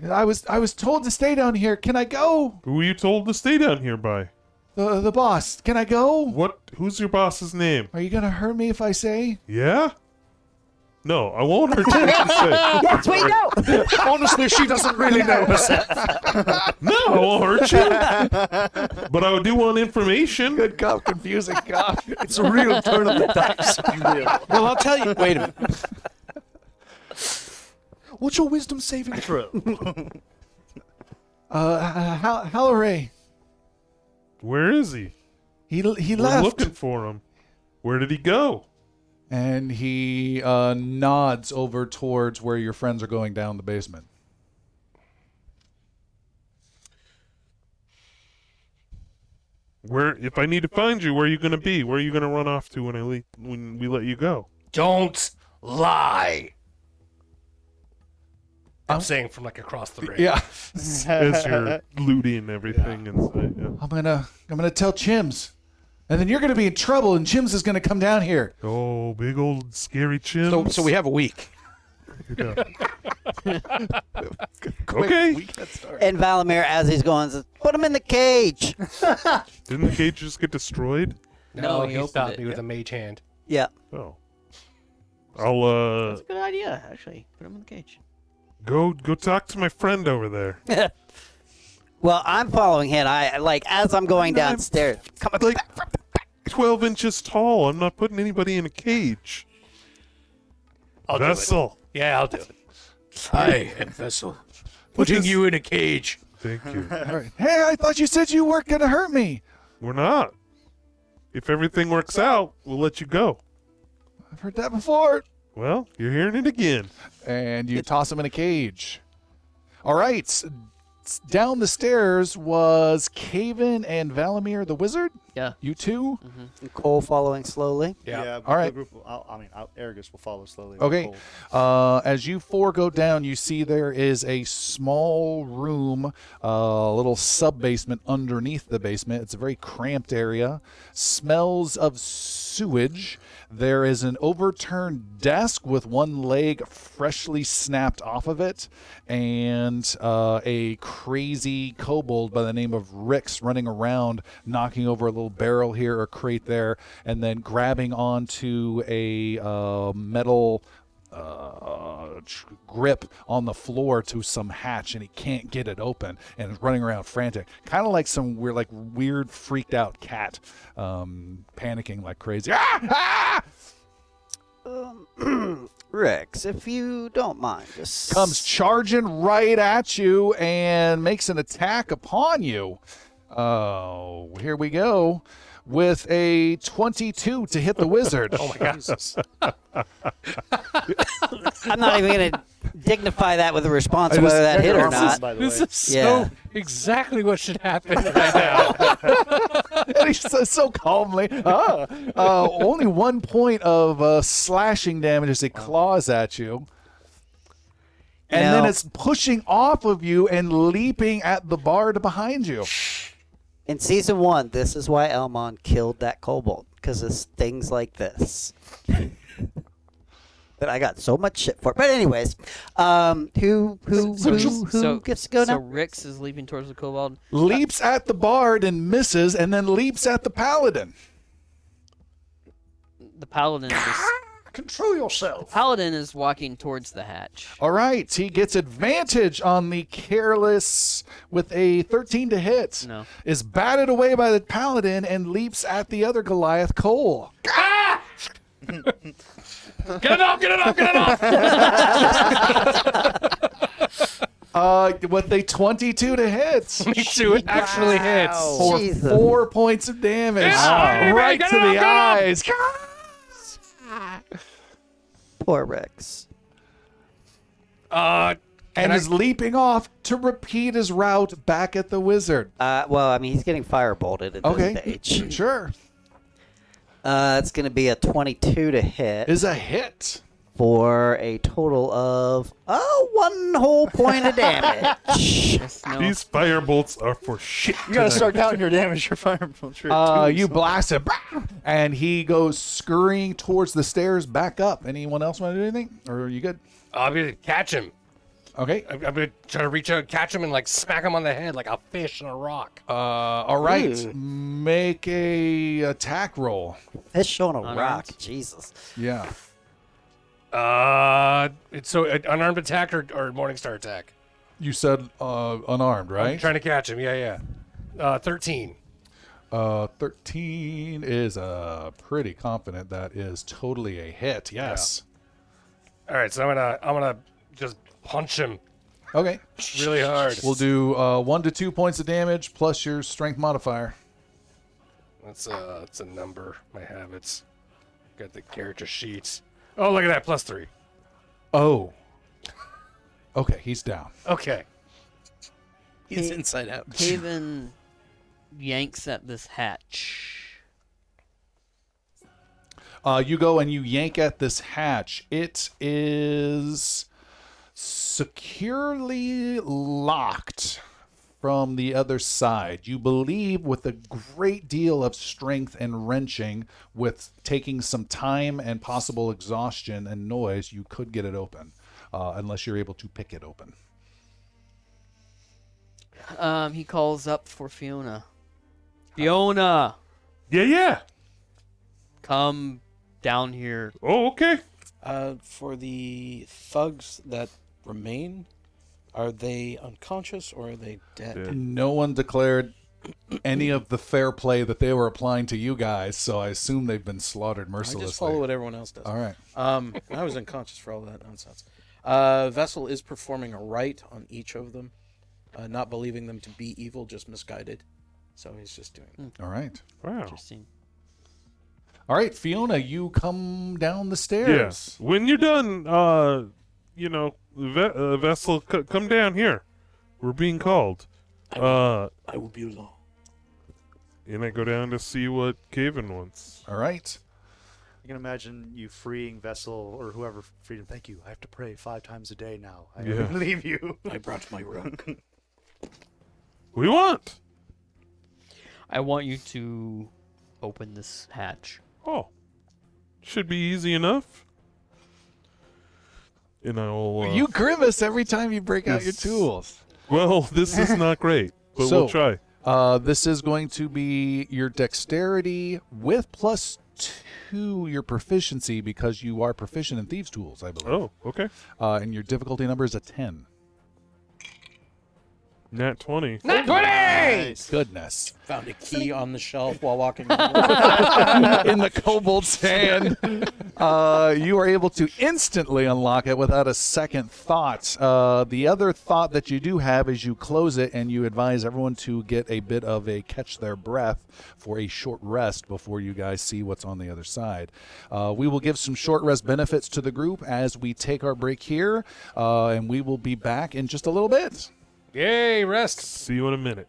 I was I was told to stay down here. Can I go?
Who were you told to stay down here by?
The the boss. Can I go?
What? Who's your boss's name?
Are you gonna hurt me if I say?
Yeah. No, I won't hurt you. if you say.
That's what you know.
Honestly, she doesn't really know herself.
No, I won't hurt you. But I do want information.
Good cop, confusing cop.
It's a real turn of the dice.
Well, I'll tell you. Wait a minute.
What's your wisdom saving throw?
Uh, Hal- Halleray.
Where is he?
He he
We're
left,
looking for him. Where did he go?
and he uh, nods over towards where your friends are going down the basement.
Where? If I need to find you, where are you gonna be? Where are you gonna run off to when I le- when we let you go?
Don't lie. I'm saying from like across the room.
Oh. Yeah,
As you're looting everything inside. yeah.
I'm gonna I'm gonna tell Chims, and then you're gonna be in trouble, and Chims is gonna come down here.
Oh, big old scary chim.
So, so we have a week.
okay.
And Valimir, as he's going, says, put him in the cage.
Didn't the cage just get destroyed?
No,
No, he
he,
opened
stopped
it,
me with a mage hand.
Yeah.
Oh. I'll uh
That's a good idea, actually. Put him in the cage.
go go talk to my friend over there.
Well, I'm following him. I like as I'm going downstairs. Come on,
Like twelve inches tall. I'm not putting anybody in a cage.
I'll do it.
Vessel.
Yeah, I'll do it.
I am Vessel. Putting
is-
you in a cage.
Thank you.
Hey, I thought you said you weren't gonna hurt me.
We're not. If everything works out, we'll let you go.
I've heard that before.
Well, you're hearing it again.
and you toss him in a cage. All right. s- s- Down the stairs was Caven and Valimir the wizard.
Yeah.
You two?
Cole following slowly.
Yeah.
All right.
The group will, I'll, I mean, I'll, Argus will follow slowly. with
Okay.
Cole.
Uh, as you four go down, you see there is a small room, a little sub basement underneath the basement. It's a very cramped area. Smells of sewage. There is an overturned desk with one leg freshly snapped off of it, and uh, a crazy kobold by the name of Rix running around, knocking over a little barrel here or crate there, and then grabbing onto a uh, metal uh, tr- grip on the floor to some hatch and he can't get it open and is running around frantic kind of like some weird like weird freaked out cat um, panicking like crazy ah! Ah!
Um, Rex, if you don't mind, just
comes charging right at you and makes an attack upon you oh here we go with a 22 to hit the wizard oh my god
I'm not even gonna dignify that with a response
I
whether
just-
that hit or
This
not.
By the
This
way.
is so
Yeah.
exactly what should happen right now.
and he's so, so calmly. Ah. Uh, only one point of uh, slashing damage as it claws at you. And then
Now-
it's pushing off of you and leaping at the bard behind you.
In season one, this is why Elmon killed that kobold because it's things like this. that I got so much shit for. But anyways, um, who who who who gets to go
so
now?
Rix is leaping towards the kobold.
Leaps at the bard and misses, and then leaps at the paladin.
The paladin is
Control yourself.
paladin is walking towards the hatch.
All right, he gets advantage on the careless with a 13 to hit.
No.
Is batted away by the paladin and leaps at the other Goliath, Cole.
Get it off! Get it off! Get it off!
Uh, with a 22 to hit.
Make sure it actually hits.
for
Jesus.
four points of damage.
Yeah, baby,
Right
get
to
him,
the
get him.
eyes.
Poor Rex.
Uh,
And is leaping off to repeat his route back at the wizard.
Uh, well, I mean, he's getting firebolted at
Okay.
this stage.
Sure.
Uh, it's going to be a 22 to hit
Is a hit.
for a total of, oh, one whole point of damage.
Yes, no.
These fire bolts are for shit.
You gotta start counting your damage. Your fireball. Sure,
Uh, you blast him. Bah! And he goes scurrying towards the stairs back up. Anyone else want to do anything? Or are you good?
I'm gonna catch him.
Okay.
I'm, I'm gonna try to reach out, catch him, and like smack him on the head like a fish on a rock.
Uh, all right. Make a attack roll.
Fish on a rock.
right.
Jesus.
Yeah.
Uh, it's so an unarmed attack or, or Morningstar attack.
You said uh, unarmed, right?
Trying to catch him. Yeah, yeah. Uh, Thirteen.
Uh, 13 is uh, pretty confident that is totally a hit. Yes.
All right, so I'm gonna I'm gonna just punch him
Okay.
really hard.
We'll do uh, one to two points of damage plus your strength modifier.
That's a that's a number. My habits. Got the character sheets. Oh, look at that plus three.
Oh. Okay, he's down.
Okay.
He's inside out.
Haven yanks at this hatch.
Uh, you go and you yank at this hatch. It is securely locked from the other side. You believe, with a great deal of strength and wrenching, with taking some time and possible exhaustion and noise, you could get it open, uh, unless you're able to pick it open.
Um, he calls up for Fiona. Fiona,
Yeah, yeah.
come down here.
Oh, okay.
Uh, for the thugs that remain, are they unconscious or are they dead?
No one declared any of the fair play that they were applying to you guys, so I assume they've been slaughtered
I
mercilessly.
just follow what everyone else does.
All right.
Um, I was unconscious for all that nonsense. Uh, Vessel is performing a rite on each of them, uh, not believing them to be evil, just misguided. So he's just doing.
All right.
Wow.
Interesting.
All right, Fiona, you come down the stairs.
Yes. When you're done, uh, you know, ve- uh, vessel, c- come down here. We're being called. Uh,
I will be along.
and I go down to see what Caven wants.
All right.
I can imagine you freeing Vessel or whoever freed him. Thank you. I have to pray five times a day now. I
Yeah.
leave you.
I brought my rock.
We want.
I want you to open this hatch.
Oh, should be easy enough. And I'll. Uh,
You grimace every time you break out your tools.
well, this is not great, but
So-
we'll try.
Uh, this is going to be your dexterity with plus two your proficiency because you are proficient in thieves' tools, I believe.
Oh, okay.
Uh, and your difficulty number is a 10.
Nat twenty.
Not twenty.
Goodness.
Found a key on the shelf while walking. around.
in the kobold's hand. Uh, you are able to instantly unlock it without a second thought. Uh, the other thought that you do have is you close it and you advise everyone to get a bit of a catch their breath for a short rest before you guys see what's on the other side. Uh, we will give some short rest benefits to the group as we take our break here, uh, and we will be back in just a little bit.
Yay, rest.
See you in a minute.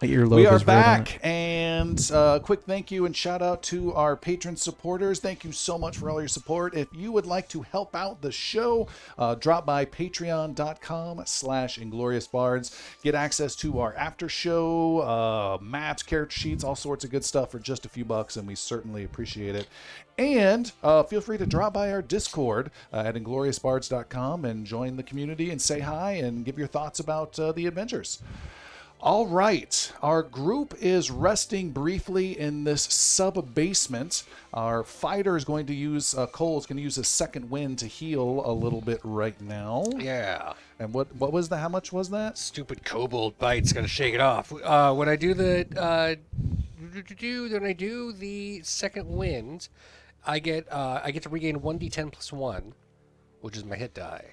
we are back and uh, quick thank you and shout out to our patron supporters thank you so much for all your support if you would like to help out the show uh, drop by patreon.com slash inglorious bards get access to our after show uh, maps character sheets all sorts of good stuff for just a few bucks and we certainly appreciate it and uh, feel free to drop by our discord uh, at ingloriousbards.com and join the community and say hi and give your thoughts about uh, the adventures all right, our group is resting briefly in this sub basement. Our fighter is going to use uh, Cole is going to use a second wind to heal a little bit right now.
Yeah.
And what what was that? How much was that?
Stupid kobold bites. Gotta shake it off. Uh, when I do the, uh, do- do- do- do- when I do the second wind, I get uh, I get to regain one d10 plus one, which is my hit die.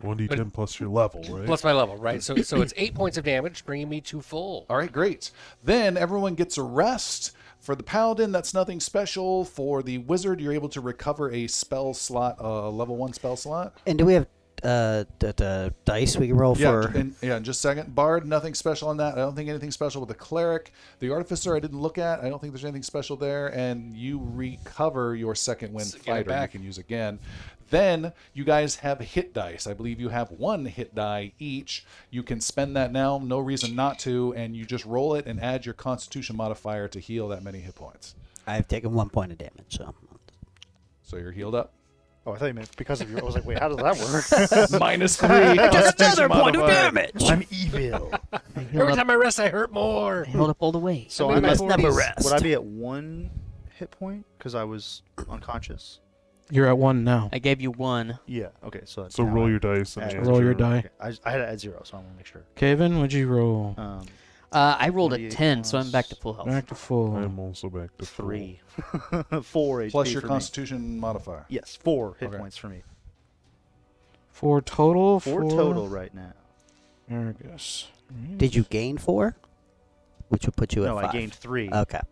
One d ten plus your level, right?
Plus my level, right? So so it's eight points of damage, bringing me to full.
All right, great. Then everyone gets a rest. For the paladin, that's nothing special. For the wizard, you're able to recover a spell slot, a level one spell slot.
And do we have uh, d- d- dice we can roll
Yeah,
for?
and, yeah, in just a second. Bard, nothing special on that. I don't think anything special with the cleric. The artificer, I didn't look at. I don't think there's anything special there. And you recover your second wind
get it
fighter. You
back.
can use again. Then you guys have hit dice. I believe you have one hit die each. You can spend that now. No reason not to. And you just roll it and add your Constitution modifier to heal that many hit points.
I've taken one point of damage, so
So you're healed up.
Oh, I thought you meant because of you. I was like, wait, how does that work?
Minus three. Constitution modifier.
I'm evil.
Every time I rest, I hurt more.
Hold up all the way.
So
We
I'm at
must never
40s.
rest.
Would I be at one hit point because I was unconscious?
You're at one now.
I gave you one.
Yeah. Okay. So that's
So
now
roll
I-
your dice and
add-
change
Roll your die.
Okay, I, I had it at zero, so I want to make sure.
Caven, would you roll?
Um,
Uh, I rolled a
48
ten, so I'm back to
plus-
full health.
Back to full.
um,
I'm also back to full.
three, four HP
Plus your
for me.
Constitution modifier.
Yes, four hit
Okay.
points for me.
Four total.
Four total right now.
Argus.
Did you gain four? Which would put you
no,
at five.
I gained three.
Uh,
Okay,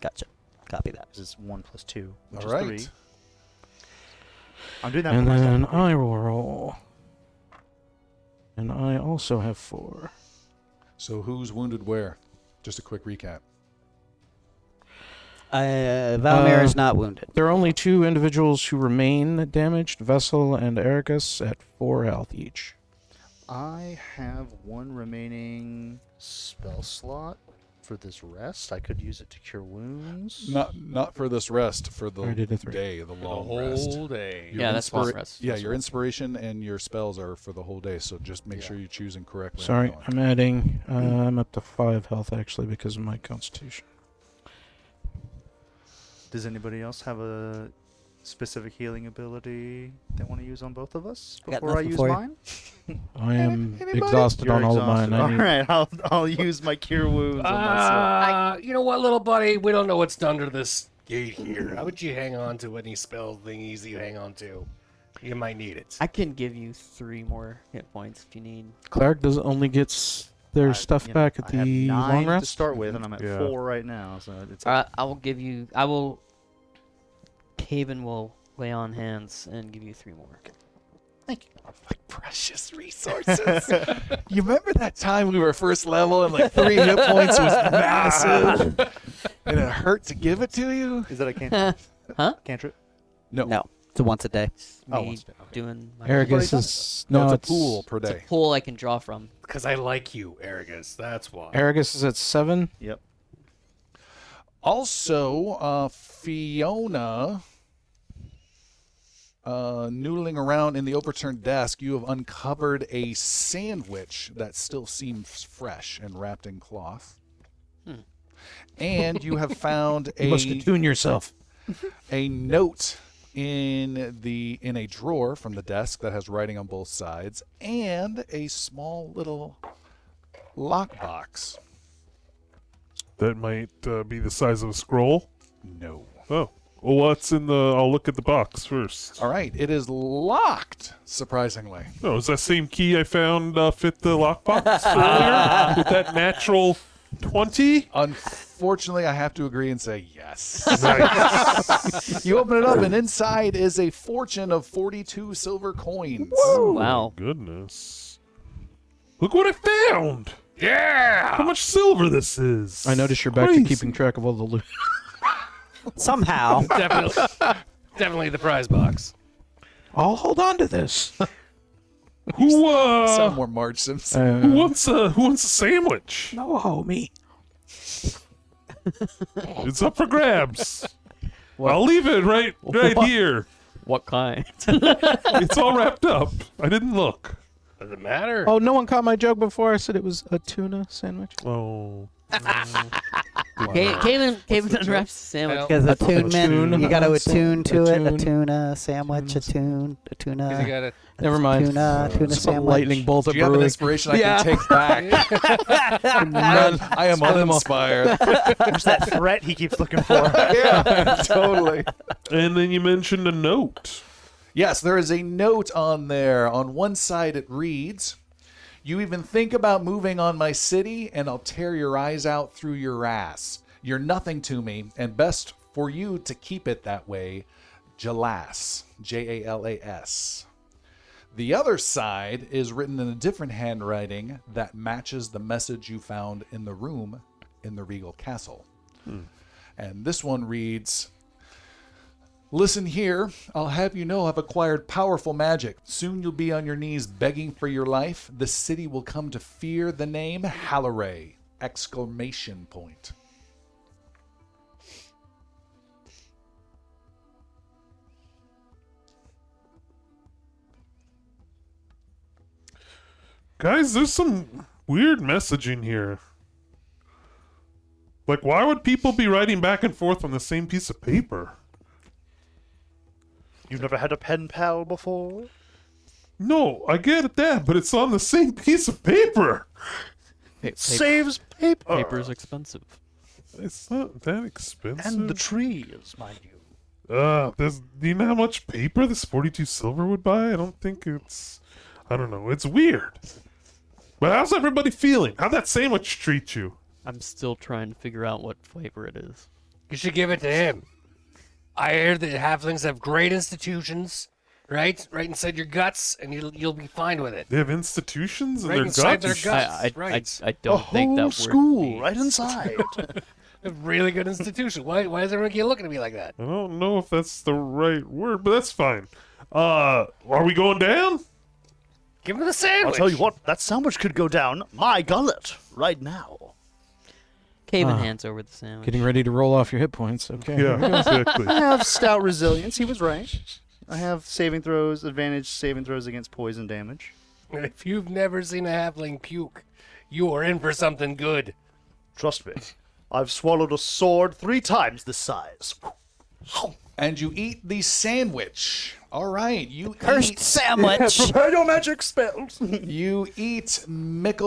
gotcha. Copy that.
This is one plus two, which
All
is
right.
three. I'm doing that
And
for myself.
then I will roll. And I also have four.
So who's wounded where? Just a quick recap.
Uh, Valmir
Uh,
is not wounded.
There are only two individuals who remain damaged Vessel and Argus at four health each.
I have one remaining spell slot for this rest. I could use it to cure wounds.
Not not for this rest, for the
I did a three.
day, the long rest.
day.
Your
Yeah, that's long
inspira-
rest.
Yeah, your inspiration and your spells are for the whole day, so just make sure you choose them correctly.
Sorry, I'm adding. Uh, I'm up to five health actually because of my constitution.
Does anybody else have a specific healing ability they want to use on both of us
I got
before I
nothing
use
for you.
mine?
I am exhausted on all of mine. I
All
need,
right, I'll, I'll use my cure wounds on myself.
Uh, Ah, you know what, little buddy? We don't know what's under this gate here. How about you hang on to any spell thingies you hang on to? You might need it.
I can give you three more hit points if you need.
Cleric does only gets their
I-
stuff
you know,
back at
I have
the
nine
long
to
rest.
start with, and I'm at
Yeah.
four right now. So it's
Uh, I will give you. I will. Caven will lay on hands and give you three more.
precious resources. you remember that time we were first level and like three hit points was massive, and it hurt to give it to you.
is that a cantrip?
Huh?
Cantrip?
No, it's a once a day.
It's
Oh,
me
once a day, okay.
doing my
Argus
Everybody
is no,
it's a
it's-
pool per
It's a
day.
pool I can draw from.
Because I like you, Argus. That's why.
Argus is at seven.
Yep.
Also, uh, Fiona, uh, noodling around in the overturned desk, you have uncovered a sandwich that still seems fresh and wrapped in cloth. And you have found
Hmm. You must
a,
attune yourself.
a note in the in a drawer from the desk that has writing on both sides and a small little lockbox.
That might uh, be the size of a scroll.
No.
Oh, well, what's in the? I'll look at the box first.
All right, it is locked, surprisingly.
No, is that same key I found uh, fit the lockbox earlier with that natural twenty?
Unfortunately, I have to agree and say yes. you open it up, and inside is a fortune of 42 silver coins.
Wow.
Goodness! Look what I found! Yeah! How much silver this is!
I notice you're back
Crazy.
to keeping track of all the loot.
Somehow,
definitely, definitely the prize box.
I'll hold on to this.
Who uh?
Some were Marge Simpson.
Who
Uh,
wants a Who wants a sandwich?
no, homie.
It's up for grabs. I'll leave it right right here.
What kind?
It's all wrapped up. I didn't look.
Doesn't matter.
Oh, no one caught my joke before. I said it was a tuna sandwich.
Oh,
Ca- Caven Caven unwraps the sandwich.
Because
Because
Attune.
attunement, you got to
Attune.
attune to it.
Attune.
Attune a sandwich, attune, attune
you
a
got it.
Never mind.
tuna, tuna
Some
sandwich.
lightning bolt at
Do you have an
brewing.
inspiration
I
I
can take back. None. I am uninspired.
There's that threat he keeps looking for.
yeah, totally.
And then you mentioned a note.
Yes, there is a note on there. On one side, it reads, You even think about moving on my city, and I'll tear your eyes out through your ass. You're nothing to me, and best for you to keep it that way. Jalas. J A L A S. The other side is written in a different handwriting that matches the message you found in the room in the Regal Castle. And this one reads Listen here, I'll have you know I've acquired powerful magic. Soon you'll be on your knees begging for your life. The city will come to fear the name Halloray! Exclamation point.
Guys, there's some weird messaging here. Like, why would people be writing back and forth on the same piece of paper?
You've never had a pen pal before?
No, I get that, but it's on the same piece of paper.
Saves paper.
Paper's expensive.
It's not that expensive.
And the trees, mind you.
Uh, there's, do you know how much paper this 42 silver would buy? I don't think it's. I don't know. It's weird. But how's everybody feeling? How'd that sandwich treat you?
I'm still trying to figure out what flavor it is.
You should give it to him. I hear that halflings have great institutions, right? Right inside your guts, and you'll you'll be fine with it.
They have institutions in
Right
their
inside
guts.
their
I,
guts.
I,
right.
I, I don't think that
Whole
word
school,
means-
right inside.
A really good institution. Why why does everyone keep looking at me like that?
I don't know if that's the right word, but that's fine. Uh, are we going down?
Give him the sandwich.
I'll tell you what, that sandwich could go down my gullet right now.
Caven
Ah.
hands over the sandwich.
Getting ready to roll off your hit points. Okay.
Yeah, exactly.
I have stout resilience. He was right. I have saving throws, advantage saving throws against poison damage.
And if you've never seen a halfling puke, you are in for something good.
Trust me. I've swallowed a sword three times this size.
And you eat the sandwich. All right, you
Cursed
eat,
sandwich.
Prepare your magic spells.
you eat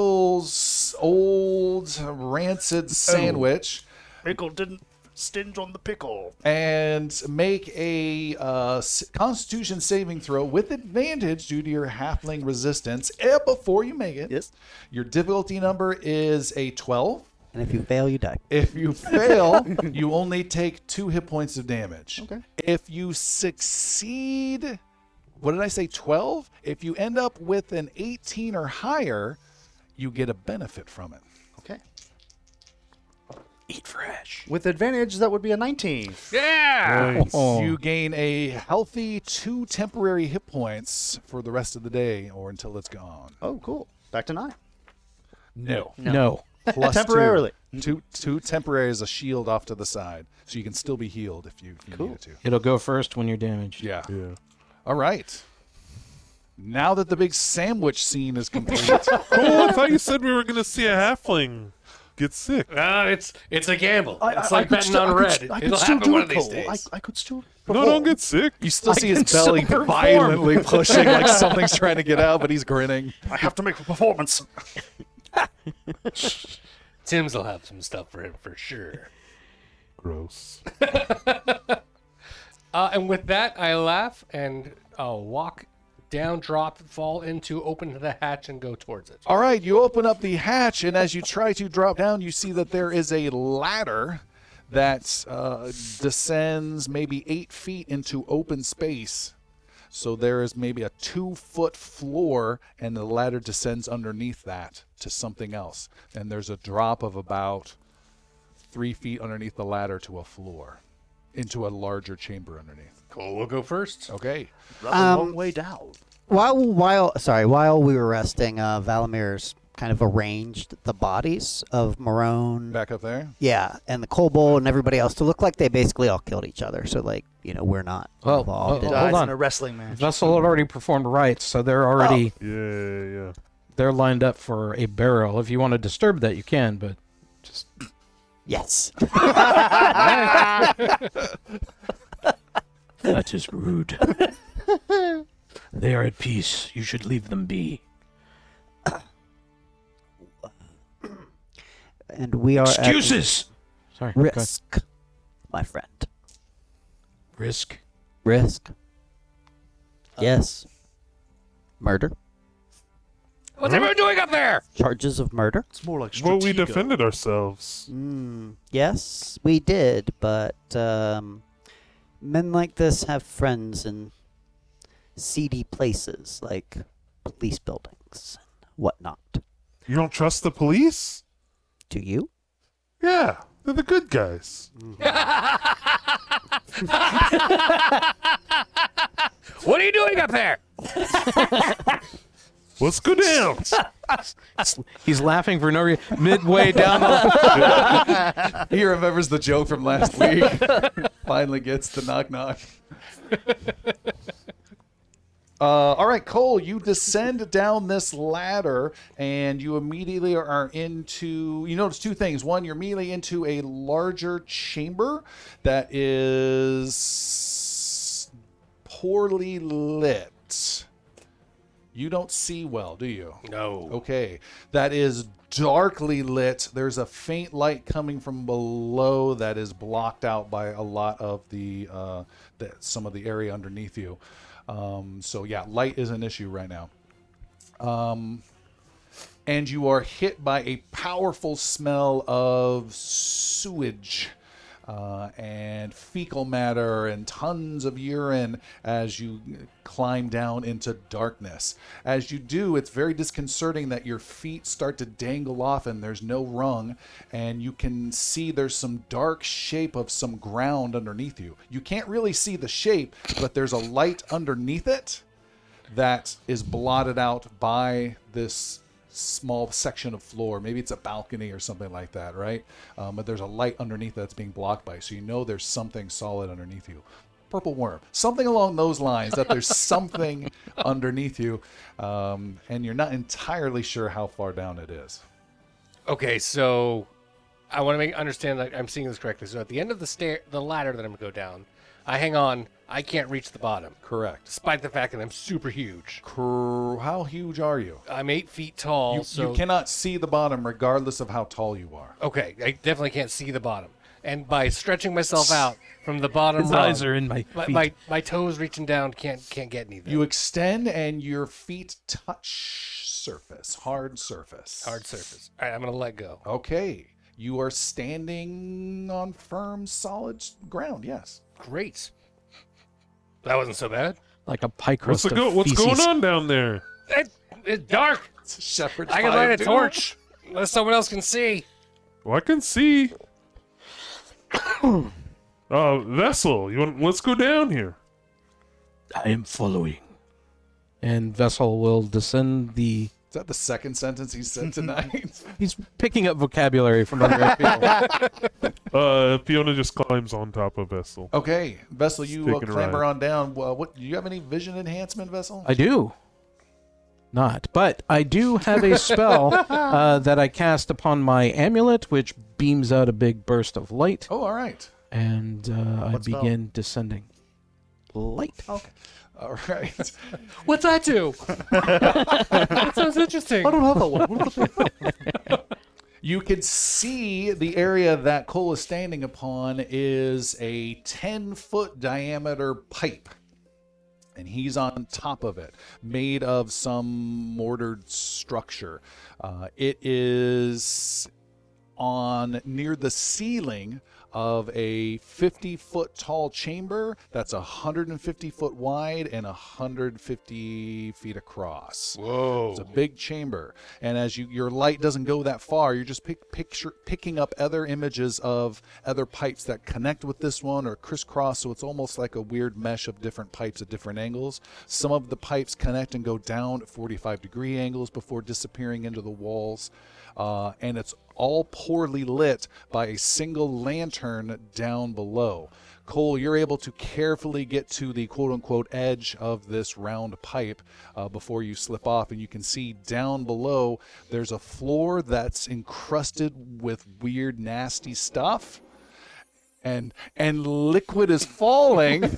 Mickle's old rancid sandwich
Pickle didn't stinge on the pickle.
and make a uh, s- Constitution saving throw with advantage due to your halfling resistance. Eh, before you make it,
Yes.
your difficulty number is a twelve.
and if you fail, you die.
If you fail, you only take two hit points of damage.
Okay.
If you succeed, what did I say? 12? If you end up with an 18 or higher, you get a benefit from it.
Okay.
Eat fresh.
With advantage, that would be a 19.
Yeah.
Nice.
You gain a healthy two temporary hit points for the rest of the day or until it's gone.
Oh, cool. Back to nine.
No.
No.
Plus
Temporarily.
Two. two, two temporary is a shield off to the side. So you can still be healed if you, if you needed to.
It'll go first when you're damaged.
Yeah.
Yeah.
All right. Now that the big sandwich scene is complete,
Oh, I thought you said we were going to see a halfling get sick.
Uh, it's it's a gamble. it's like
could
betting
still-
on
could
red.
st- I could
It'll
still
happen
do
one
it,
of these
Cole.
days.
I, I could still.
No, don't get sick.
you still see his belly violently pushing like something's trying to get out, but he's grinning.
I have to make a performance.
Tim's will have some stuff for him for sure.
Gross.
Uh, and with that, I laugh and uh, walk down, drop, fall into, open the hatch, and go towards it.
All right, you open up the hatch, and as you try to drop down, you see that there is a ladder that uh, descends maybe eight feet into open space. So there is maybe a two foot floor, and the ladder descends underneath that to something else. And there's a drop of about three feet underneath the ladder to a floor into a larger chamber underneath.
Cole will go first.
Okay.
That's
Um,
a long way down.
While while sorry, while we were resting, uh, Valamir's kind of arranged the bodies of Marone,
Back up there.
yeah, and the Kobold and everybody else to look like they basically all killed each other. So like you know we're not
Oh,
involved.
oh,
in
oh,
it.
hold
Dies
on.
in a wrestling match.
Vessel had already performed rites, so they're already
Yeah, yeah, yeah.
they're lined up for a burial. If you want to disturb that, you can, but just
Yes.
That is rude. they are at peace. You should leave them be.
And we are
Excuses!
Sorry.
at risk, my friend.
Risk.
Risk. yes. Murder.
What's everyone
Mm-hmm.
doing up there?
Charges of murder.
It's more like
Well, we
Stratego.
defended ourselves.
Hmm.
Mm, yes, we did, but um, men like this have friends in seedy places like police buildings and whatnot.
You don't trust the police?
Do you?
Yeah, they're the good guys.
What are you doing up there?
Let's go down.
He's laughing for no reason. Midway down the.
He remembers the joke from last week. Finally gets the knock knock. Uh, all right, Cole, you descend down this ladder and you immediately are into. You notice two things. One, you're immediately into a larger chamber that is poorly lit. You don't see well, do you?
No.
Okay. That is darkly lit. There's a faint light coming from below that is blocked out by a lot of the, uh, the some of the area underneath you. Um, so yeah, light is an issue right now. Um, and you are hit by a powerful smell of sewage. Uh, and fecal matter and tons of urine as you climb down into darkness. As you do, it's very disconcerting that your feet start to dangle off and there's no rung, and you can see there's some dark shape of some ground underneath you. You can't really see the shape, but there's a light underneath it that is blotted out by this small section of floor. Maybe it's a balcony or something like that, right? Um, but there's a light underneath that's being blocked by, so you know there's something solid underneath you. Purple worm, something along those lines. That there's something underneath you, um, and you're not entirely sure how far down it is.
Oh, Okay, so I want to make understand that I'm seeing this correctly. So at the end of the stair, the ladder that I'm gonna go down, I hang on. I can't reach the bottom,
Correct.
despite the fact that I'm super huge.
Cr- how huge are you?
I'm eight feet tall.
You,
so
you cannot see the bottom, regardless of how tall you are.
Okay, I definitely can't see the bottom. And by stretching myself out from the bottom
His
rung,
eyes are in my
my,
feet.
my my toes reaching down can't can't get anything.
You extend, and your feet touch surface, hard surface.
hard surface. All right, I'm gonna let go.
Okay. You are standing on firm, solid s- ground. Yes.
Great. That wasn't so bad.
Like a pie crust.
What's, the
of
go- what's
feces.
going on down there?
It, it's dark.
It's a shepherd's
I can light
pie,
a
dude.
torch, unless someone else can see.
Well, I can see. Uh, vessel, you want? Let's go down here.
I am following.
And Vessel will descend the.
Is that the second sentence he said tonight?
He's picking up vocabulary from other people.
Uh, Fiona just climbs on top of vessel.
okay, Vessel, you uh,
Taking a
clamber
ride.
on down. Well, what? Do you have any vision enhancement, Vessel?
I do. Not, but I do have a spell uh, that I cast upon my amulet, which beams out a big burst of light,
oh, all right.
and uh, I
What spell?
begin descending. Light.
All right.
What's that do? that sounds interesting.
You can see the area that Cole is standing upon is a 10 foot diameter pipe. And he's on top of it, made of some mortared structure. Uh, it is on near the ceiling of a 50 foot tall chamber that's 150 foot wide and 150 feet across.
Whoa.
It's a big chamber, and as you your light doesn't go that far, you're just pick, picture picking up other images of other pipes that connect with this one or crisscross. So it's almost like a weird mesh of different pipes at different angles. Some of the pipes connect and go down at 45 degree angles before disappearing into the walls, uh, and it's all poorly lit by a single lantern down below. Cole, you're able to carefully get to the quote unquote edge of this round pipe uh, before you slip off. And you can see down below there's a floor that's encrusted with weird, nasty stuff. And, and liquid is falling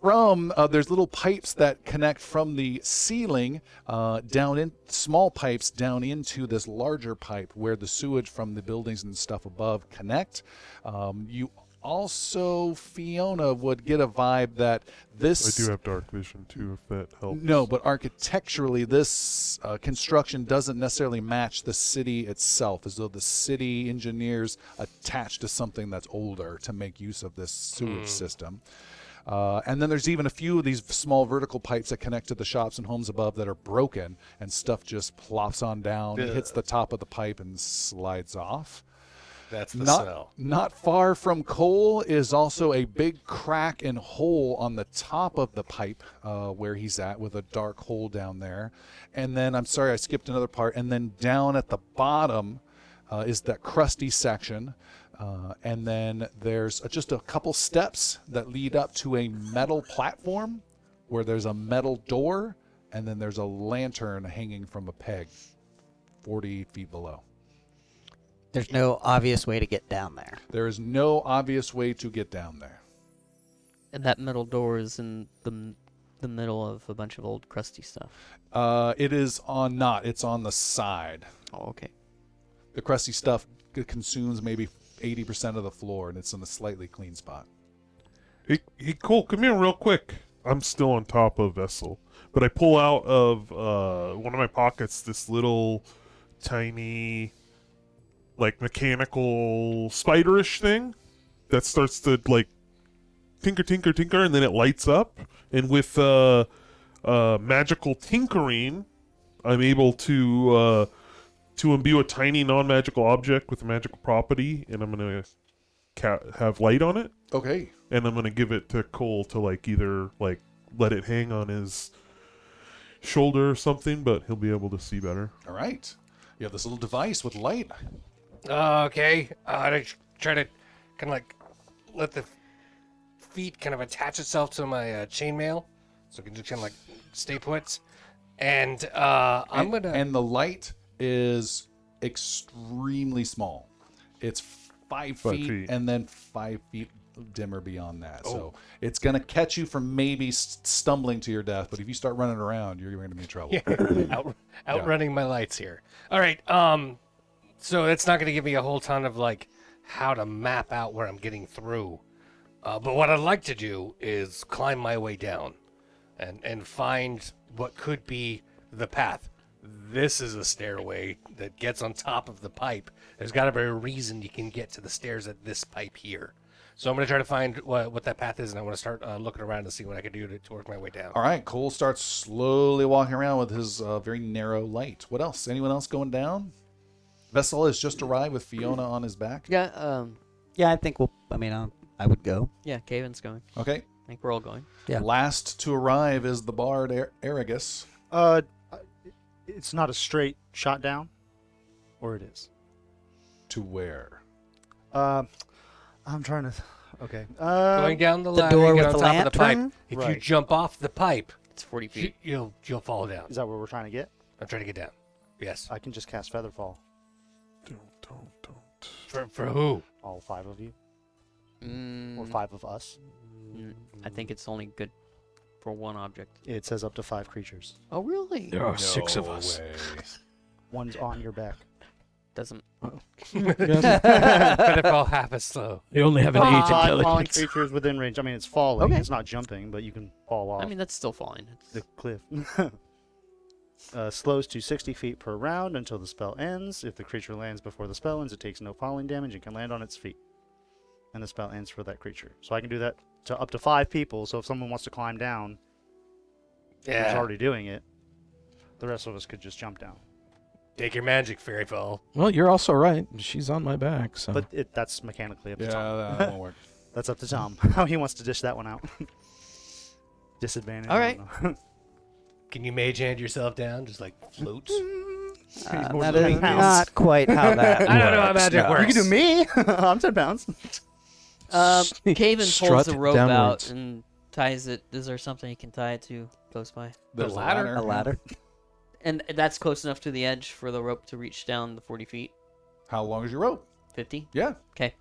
from uh, there's little pipes that connect from the ceiling uh, down in small pipes down into this larger pipe where the sewage from the buildings and stuff above connect. Um, you also Fiona would get a vibe that
I
this
do have dark vision too, if that helps.
no, but architecturally, this uh, construction doesn't necessarily match the city itself, as though the city engineers attached to something that's older to make use of this sewage system. Uh, and then there's even a few of these small vertical pipes that connect to the shops and homes above that are broken, and stuff just plops on down, hits the top of the pipe, and slides off.
That's the
Not,
smell.
not far from coal is also a big crack and hole on the top of the pipe uh, where he's at, with a dark hole down there. And then, I'm sorry, I skipped another part. And then down at the bottom uh, is that crusty section. Uh, and then there's just a couple steps that lead up to a metal platform where there's a metal door. And then there's a lantern hanging from a peg 40 feet below.
There's no obvious way to get down there.
There is no obvious way to get down there.
And that metal door is in the m- the middle of a bunch of old crusty stuff.
Uh, it is on not. It's on the side.
Oh, okay.
The crusty stuff c- consumes maybe 80% of the floor, and it's in a slightly clean spot.
Hey, hey, Cole, come here real quick. I'm still on top of Vessel, but I pull out of uh, one of my pockets this little tiny, like mechanical spiderish thing that starts to like tinker, tinker, tinker, and then it lights up. And with uh, uh, magical tinkering, I'm able to uh, to imbue a tiny non-magical object with a magical property, and I'm gonna ca- have light on it
Okay.
and I'm gonna give it to Cole to like either like let it hang on his shoulder or something, but he'll be able to see better.
All right. You have this little device with light.
Okay. Uh, I try to kind of like let the feet kind of attach itself to my uh, chainmail, so I can just kind of like stay put. And uh, I'm
and,
gonna.
and the light is extremely small. It's five,
Five
feet,
feet.
and then five feet dimmer beyond that. So it's going to catch you from maybe s- stumbling to your death, but if you start running around, you're going to be in trouble.
out, outrunning my lights here. All right. Um, so it's not going to give me a whole ton of like how to map out where I'm getting through. Uh, but what I'd like to do is climb my way down, and and find what could be the path. This is a stairway that gets on top of the pipe. There's got to be a reason you can get to the stairs at this pipe here. So I'm going to try to find what, what that path is, and I want to start uh, looking around to see what I can do to, to work my way down.
All right, Cole starts slowly walking around with his uh, very narrow light. What else? Anyone else going down? Vessel has just arrived with Fiona on his back.
Yeah. Um.
Yeah, I think we'll. I mean, um, I would go.
Yeah. Caven's going.
Okay.
I think we're all going.
Yeah.
Last to arrive is the bard er- Aragus.
Uh, it's not a straight shot down, or it is.
To where?
Uh, I'm trying to. Okay. Uh,
Going down the,
the
ladder,
door
you get
with
on
the
top of the pipe.
lantern?
If you
Right.
jump off the pipe,
It's 40
you,
feet.
you'll you'll fall down.
is that where we're trying to get?
I'm trying to get down. Yes.
I can just cast Featherfall.
Don't, don't, don't.
For, for who?
All five of you,
Mm,
or
Mm-hmm.
five of us.
mm, I think it's only good for one object.
It says up to five creatures.
Oh, really?
There are six of us.
One's on your back.
Doesn't.
but if all half as slow.
They only have an
Five
eight
falling
intelligence.
creatures within range. I mean, it's falling.
Okay.
It's not jumping, but you can fall off
I mean, that's still fine. It's-
the cliff. uh, slows to 60 feet per round until the spell ends. If the creature lands before the spell ends, it takes no falling damage and can land on its feet. And the spell ends for that creature. So I can do that to up to five people. So if someone wants to climb down, who's
Yeah.
already doing it, the rest of us could just jump down.
Take your magic, fairy fall.
Well, you're also right. She's on my back,
Uh-huh.
so.
But it, that's mechanically up to
Yeah,
Tom.
that won't work.
That's up to Tom. How he wants to dish that one out. Disadvantage. I
All right.
don't know.
Can you mage hand yourself down? Just like float?
Uh, that is not quite how that.
I don't know how magic
You
works.
can do me. I'm 10 pounds.
Uh, Caven pulls
Strut
the rope
downwards.
out and ties it. Is there something he can tie it to close by?
There's a
ladder.
A ladder.
And that's close enough to the edge for the rope to reach down the 40 feet.
How long is your rope?
50?
Yeah.
Okay.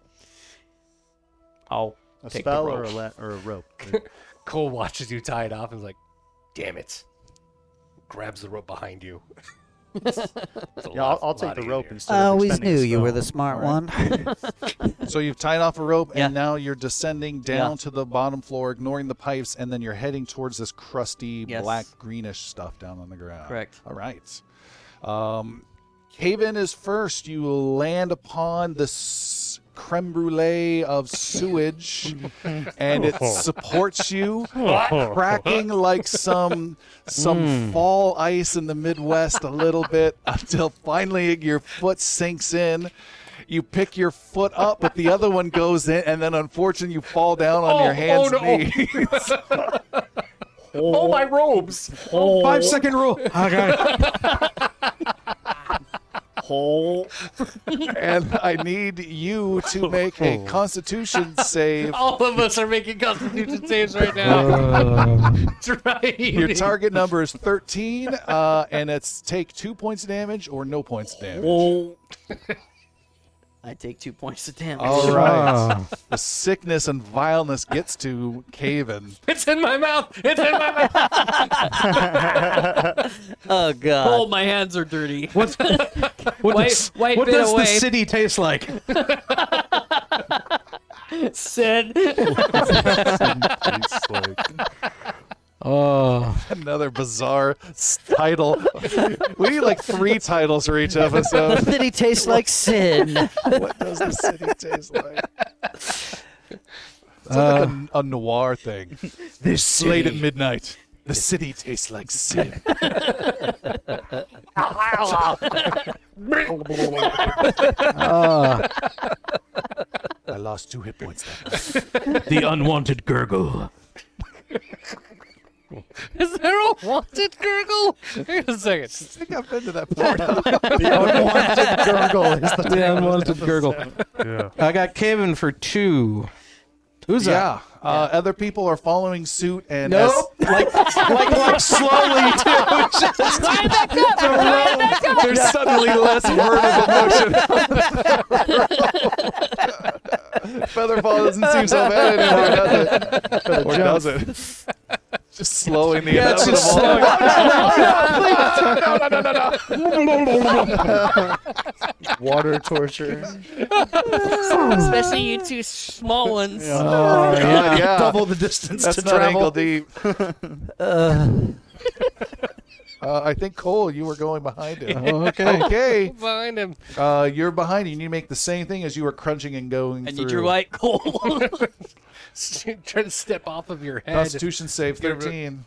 I'll
A
take
spell
the
or
rope.
a, la- or a rope.
Cole watches you tie it off and is like, "Damn it!" Grabs the rope behind you. It's a
yeah, I'll,
lot-
I'll
lot
take the rope
easier.
instead.
I
of
always
expending a
Uh, knew you were
spell.
the smart
All right.
one.
So you've tied off a rope,
Yeah.
and now you're descending down to the bottom floor, ignoring the pipes, and then you're heading towards this crusty,
Yes.
black, greenish stuff down on the ground.
Correct.
All right. Um, Haven is first. You land upon this creme brulee of sewage, and it
Oh.
supports you, cracking like some some
Hmm.
fall ice in the Midwest a little bit until finally your foot sinks in. You pick your foot up, but the other one goes in, and then unfortunately you fall down on
Oh,
your hands
oh, no.
and knees.
Oh my robes!
Oh.
Five second rule.
Whole
and I need you to make a Constitution save.
All of us are making Constitution saves right now. That's right.
Your target number is 13, uh, and it's take two points of damage or no points of damage.
I take two points of damage.
All right. The sickness and vileness gets to Caven.
It's in my mouth. It's in my mouth.
Oh, God.
Oh,
my hands are dirty.
What's, what
Wipe-
does,
wipe
what
it
does
away.
the city taste like?
Sid.
It's like,
Oh,
Another bizarre s- title. We need like three titles for each episode.
Did he taste like sin?
What does the city taste like? It's like a, a noir thing. Uh, This late at midnight. The city tastes like sin. I lost two hit points. That night.
the unwanted gurgle.
Is there a wanted gurgle? Wait a second.
I think I've been to that porno.
unwanted gurgle is the
The unwanted gurgle.
yeah.
I got Kevin for two. Who's that?
yeah, uh, other people are following suit, and
Nope.
as- like, like, like slowly too. Just the row. There's suddenly less vertical motion. Featherfall doesn't seem so bad anymore, does it? Or does it? Just slowing the
Yeah, it's
inevitable.
just slowing.
water torture.
Especially you two small ones.
Oh, God, yeah.
Double the distance
That's
to
not ankle
travel.
deep. Uh, I think Cole, you were going behind him.
Okay.
Okay,
Behind him.
uh, you're behind. You need to make the same thing as you were crunching and going.
I need
through.
your white coal.
Try to step off of your head.
Constitution save 13.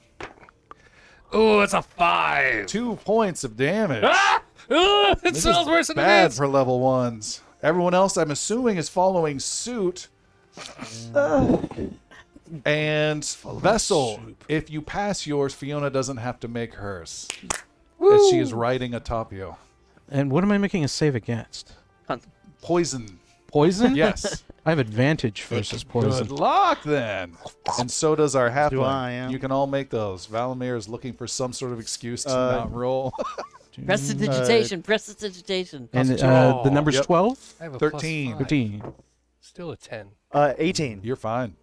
Ooh, it's a five.
Two points of damage.
Ah! Ooh, it smells worse than it
Bad
is.
for level ones. Everyone else, I'm assuming, is following suit. and Vessel, if you pass yours, Fiona doesn't have to make hers. As she is riding atop you.
And what am I making a save against?
Poison.
Poison?
Yes.
I have advantage versus
Good
poison.
luck then. And so does our half.
I, yeah.
You can all make those. Valamir is looking for some sort of excuse to
Uh,
not roll.
Prestidigitation. Prestidigitation.
And uh, the
Oh,
number's
yep.
12?
I have a plus
13.
five.
13.
Still a ten.
Uh, 18.
You're fine.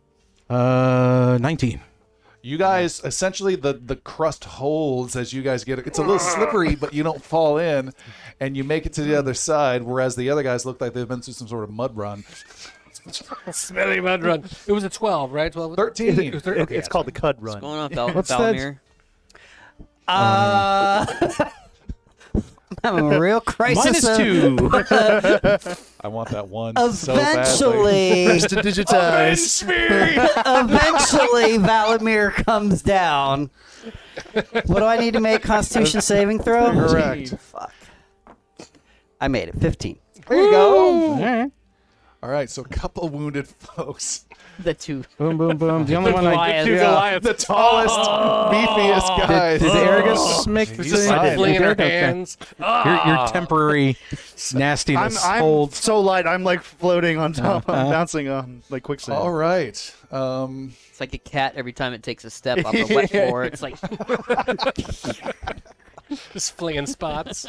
Uh, 19.
You guys essentially the the crust holds as you guys get it. It's a little slippery, but you don't fall in, and you make it to the other side. Whereas the other guys look like they've been through some sort of mud run.
Smelly mud run. It was a twelve, right? Twelve.
Thirteen.
It was thir-
It-
okay,
it's
yeah.
called the Cud Run.
Going off Val-
What's that?
Valmir.
Uh, I'm a real
Minus
crisis. of-
two.
I want that one so badly.
Eventually,
to
uh,
digitize.
eventually, Valamir comes down. What do I need to make? Constitution saving throw.
Correct.
Fuck. I made it. Fifteen.
There you go. All right, so a couple wounded folks.
The two.
Boom, boom, boom. The only one I
Goliath.
did. Yeah.
The tallest, beefiest guys.
Did, did Aragus make the
Jesus. Fine.
Flinging her
Okay.
hands.
Your, your
Ah.
temporary
I'm,
nastiness
I'm
holds.
so light. I'm like floating on top.
Uh-huh.
I'm bouncing on like quicksand.
All right. Um,
It's like a cat every time it takes a step on the wet floor. It's like
Just flinging spots.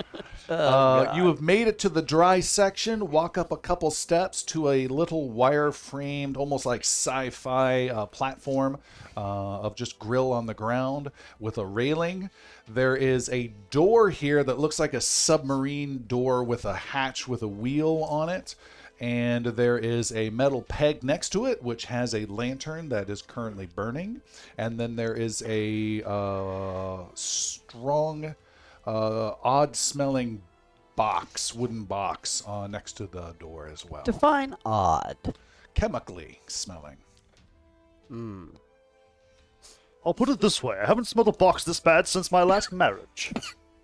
uh, you have made it to the dry section. Walk up a couple steps to a little wire framed, almost like sci fi uh, platform uh, of just grill on the ground with a railing. There is a door here that looks like a submarine door with a hatch with a wheel on it. And there is a metal peg next to it, which has a lantern that is currently burning. And then there is a uh, strong, uh, odd smelling box, wooden box, uh, next to the door as well.
Define odd.
Chemically smelling.
I'll put it this way: I haven't smelled a box this bad since my last marriage.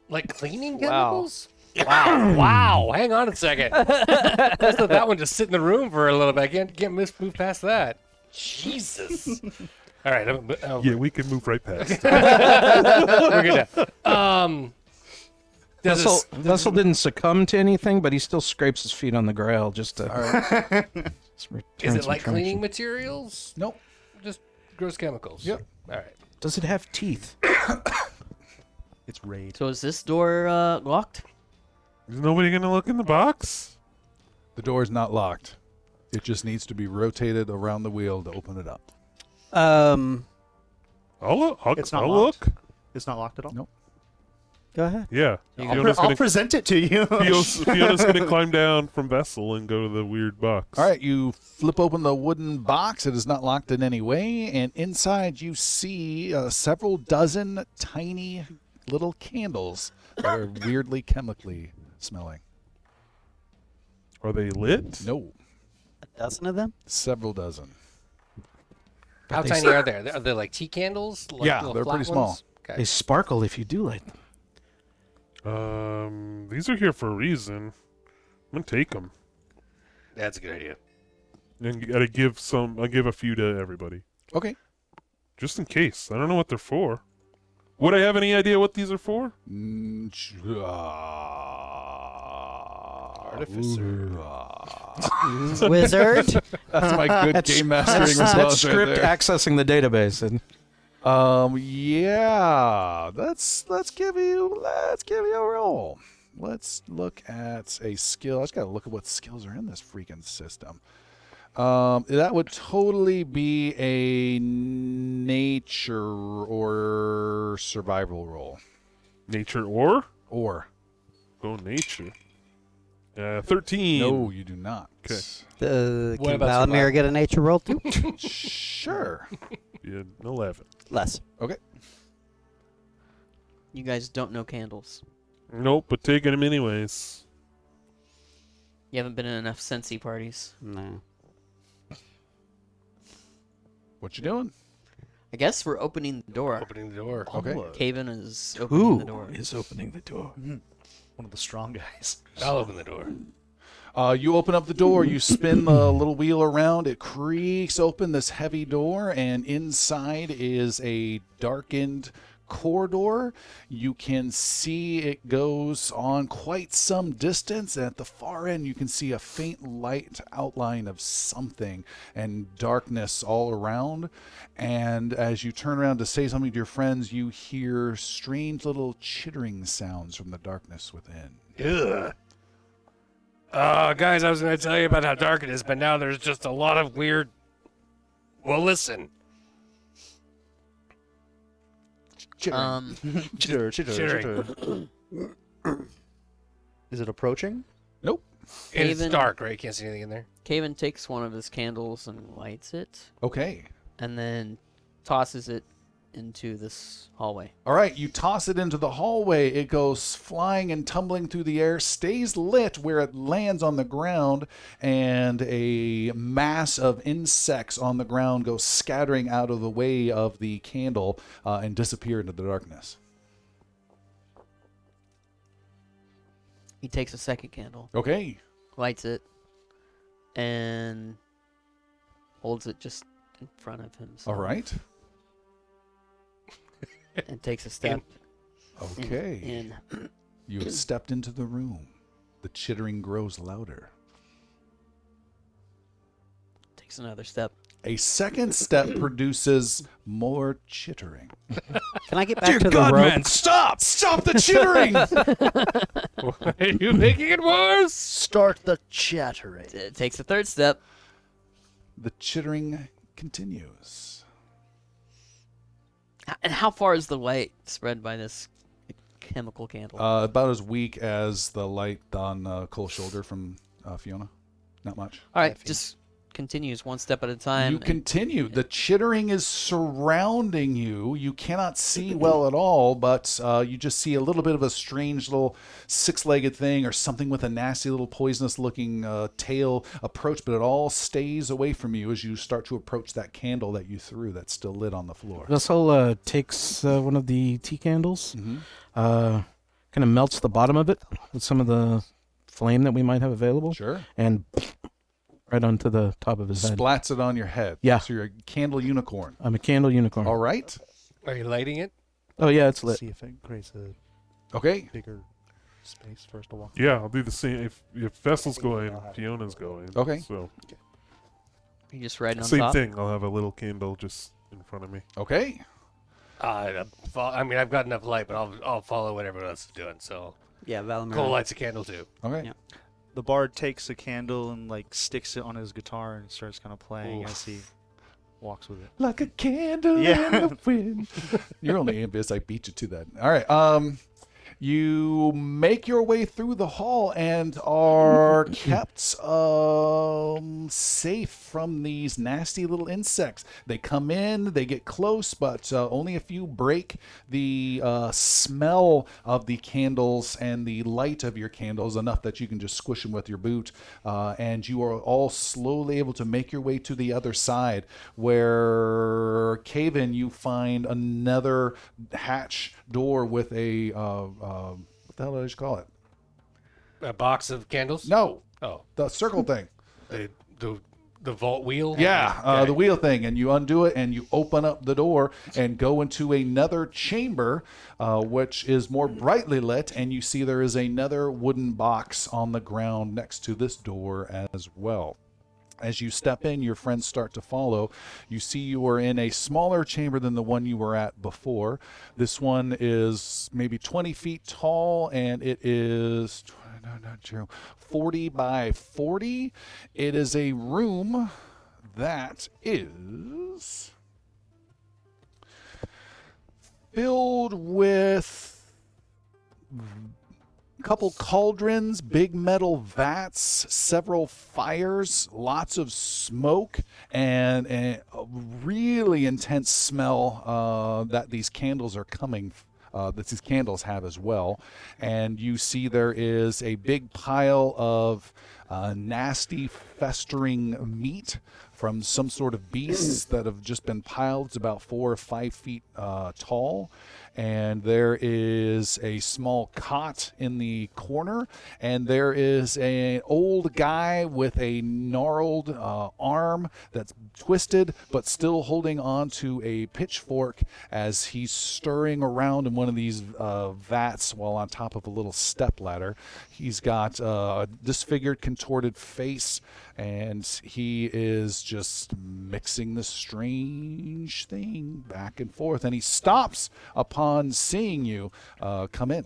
Like cleaning chemicals? Wow. wow. Hang on a second. Let's let that one just sit in the room for a little bit. I can't, can't miss, move past that. Jesus. All right. I'm, I'm,
Yeah, we can move right past.
we're good now. Um, does
Vessel,
this-
Vessel didn't succumb to anything, but he still scrapes his feet on the grail just to. Just return
is it
some
like
traction.
cleaning materials?
Nope.
Just gross chemicals.
Yep.
All right.
Does it have teeth?
It's raid.
So is this door uh, locked?
Is nobody gonna look in the box?
The door is not locked. It just needs to be rotated around the wheel to open it up.
Um,
I'll look. I'll,
It's not
I'll
locked.
look.
It's not locked at all.
Nope.
Go ahead.
Yeah.
I'll,
Fiona's,
pre- I'll
gonna,
present it to you.
Fiona's- Fiona's gonna climb down from Vessel and go to the weird box.
All right, you flip open the wooden box. It is not locked in any way. And inside, you see uh, several dozen tiny little candles that are weirdly chemically smelling.
Are they lit?
No,
a dozen of them.
several dozen.
How tiny are they? Are they like tea candles? Like
Yeah,
little
they're
flat
pretty small.
ones? Okay.
They sparkle if you do light them.
Um, these are here for a reason. I'm gonna take them
That's a good idea.
and I give some. I give a few to everybody
Okay.
just in case. I don't know what they're for. Would I have any idea what these are for?
Mm, ch- ah. Ooh, ah.
Wizard.
That's my good game mastering response.
That's
right
script
there.
accessing the database. And
Um, yeah, let's let's give you let's give you a roll. Let's look at a skill. I just gotta look at what skills are in this freaking system. Um, that would totally be a nature or survival roll.
Nature or
Or
go nature. Uh, thirteen.
no, you do not.
Okay.
Uh,
What
can
about
Valamir get a nature roll too?
Sure.
Yeah, eleven.
Less.
You guys don't know candles.
Nope, but taking them anyways.
You haven't been in enough Sensi parties.
No.
What you doing?
I guess we're opening the door.
Opening the door.
Okay.
Caven is opening
who
the door.
is opening the door?
One of the strong guys.
I'll open the door.
Uh, you open up the door, you spin the little wheel around, it creaks open this heavy door, and inside is a darkened corridor. You can see it goes on quite some distance. At the far end, you can see a faint light outline of something and darkness all around. And as you turn around to say something to your friends, you hear strange little chittering sounds from the darkness within.
Ugh. Uh, guys, I was going to tell you about how dark it is, but now there's just a lot of weird. Well, listen.
Chittering.
Um,
Chitter, chitter,
Chittering.
chitter. Is it approaching?
nope.
It's
Haven-
dark, right? You can't see anything in there.
Caven takes one of his candles and lights it,
Okay.
and then tosses it into this hallway.
All right, you toss it into the hallway. It goes flying and tumbling through the air, stays lit where it lands on the ground, and a mass of insects on the ground go scattering out of the way of the candle uh, and disappear into the darkness.
He takes a second candle,
Okay.
lights it, and holds it just in front of him. so-
All right.
And takes a step. in-
Okay.
In.
You have stepped into the room. The chittering grows louder.
Takes another step.
A second step produces more chittering.
Can I get back to the
God,
rope?
man, stop!
Stop the chittering!
Why are you making it worse?
Start the chattering.
T- takes a third step.
the chittering continues.
H- And how far is the light spread by this chemical candle?
Uh, about as weak as the light on uh, Cole's shoulder from uh, Fiona. Not much.
All right, just continues one step at a time.
you
and-
continue. The chittering is surrounding you. You cannot see well at all, but uh, you just see a little bit of a strange little six legged thing or something with a nasty little poisonous looking uh, tail approach, but it all stays away from you as you start to approach that candle that you threw that's still lit on the floor.
Vesola takes uh, one of the tea candles,
Mm-hmm.
uh, kind of melts the bottom of it with some of the flame that we might have available.
Sure.
And right onto the top of his head.
Splats it on your head.
Yeah.
So you're a candle unicorn.
I'm a candle unicorn.
All right.
Are you lighting it?
Oh, yeah, it's lit.
See if it creates a
Okay.
bigger space for us to walk.
Yeah, I'll do the same. If if Vessel's going, Fiona's going.
Okay.
So
you just riding on
same
top.
thing. I'll have a little candle just in front of me.
Okay.
Uh, I mean, I've got enough light, but I'll, I'll follow what everyone else is doing. So Mm.
Yeah, Valimir.
Cole lights a candle too.
Okay.
Yeah.
The bard takes a candle and like sticks it on his guitar and starts kind of playing
Oof.
as he walks with it.
Like a candle
Yeah.
in the wind. You're only ambitious. I beat you to that. All right. Um, you make your way through the hall and are kept um safe from these nasty little insects. They come in, they get close, but uh, only a few break the uh, smell of the candles and the light of your candles enough that you can just squish them with your boot. Uh, and you are all slowly able to make your way to the other side, where Caven you find another hatch door with a uh, uh, what the hell did I just call it?
A box of candles.
No,
Oh,
the circle thing.
the the, the vault wheel.
Yeah, uh,
Okay.
the wheel thing, and you undo it, and you open up the door and go into another chamber, uh, which is more brightly lit, and you see there is another wooden box on the ground next to this door as well. As you step in, your friends start to follow. You see you are in a smaller chamber than the one you were at before. This one is maybe 20 feet tall, and it is no, not true, 40 by 40. It is a room that is filled with couple cauldrons, big metal vats, several fires, lots of smoke, and, and a really intense smell uh, that these candles are coming. Uh, that these candles have as well. And you see there is a big pile of uh, nasty, festering meat from some sort of beasts that have just been piled. It's about four or five feet uh, tall. And there is a small cot in the corner. And there is an old guy with a gnarled uh, arm that's twisted, but still holding on to a pitchfork as he's stirring around in one of these uh, vats while on top of a little step ladder. He's got uh, a disfigured, contorted face, and he is just mixing this strange thing back and forth. And he stops upon seeing you uh, come in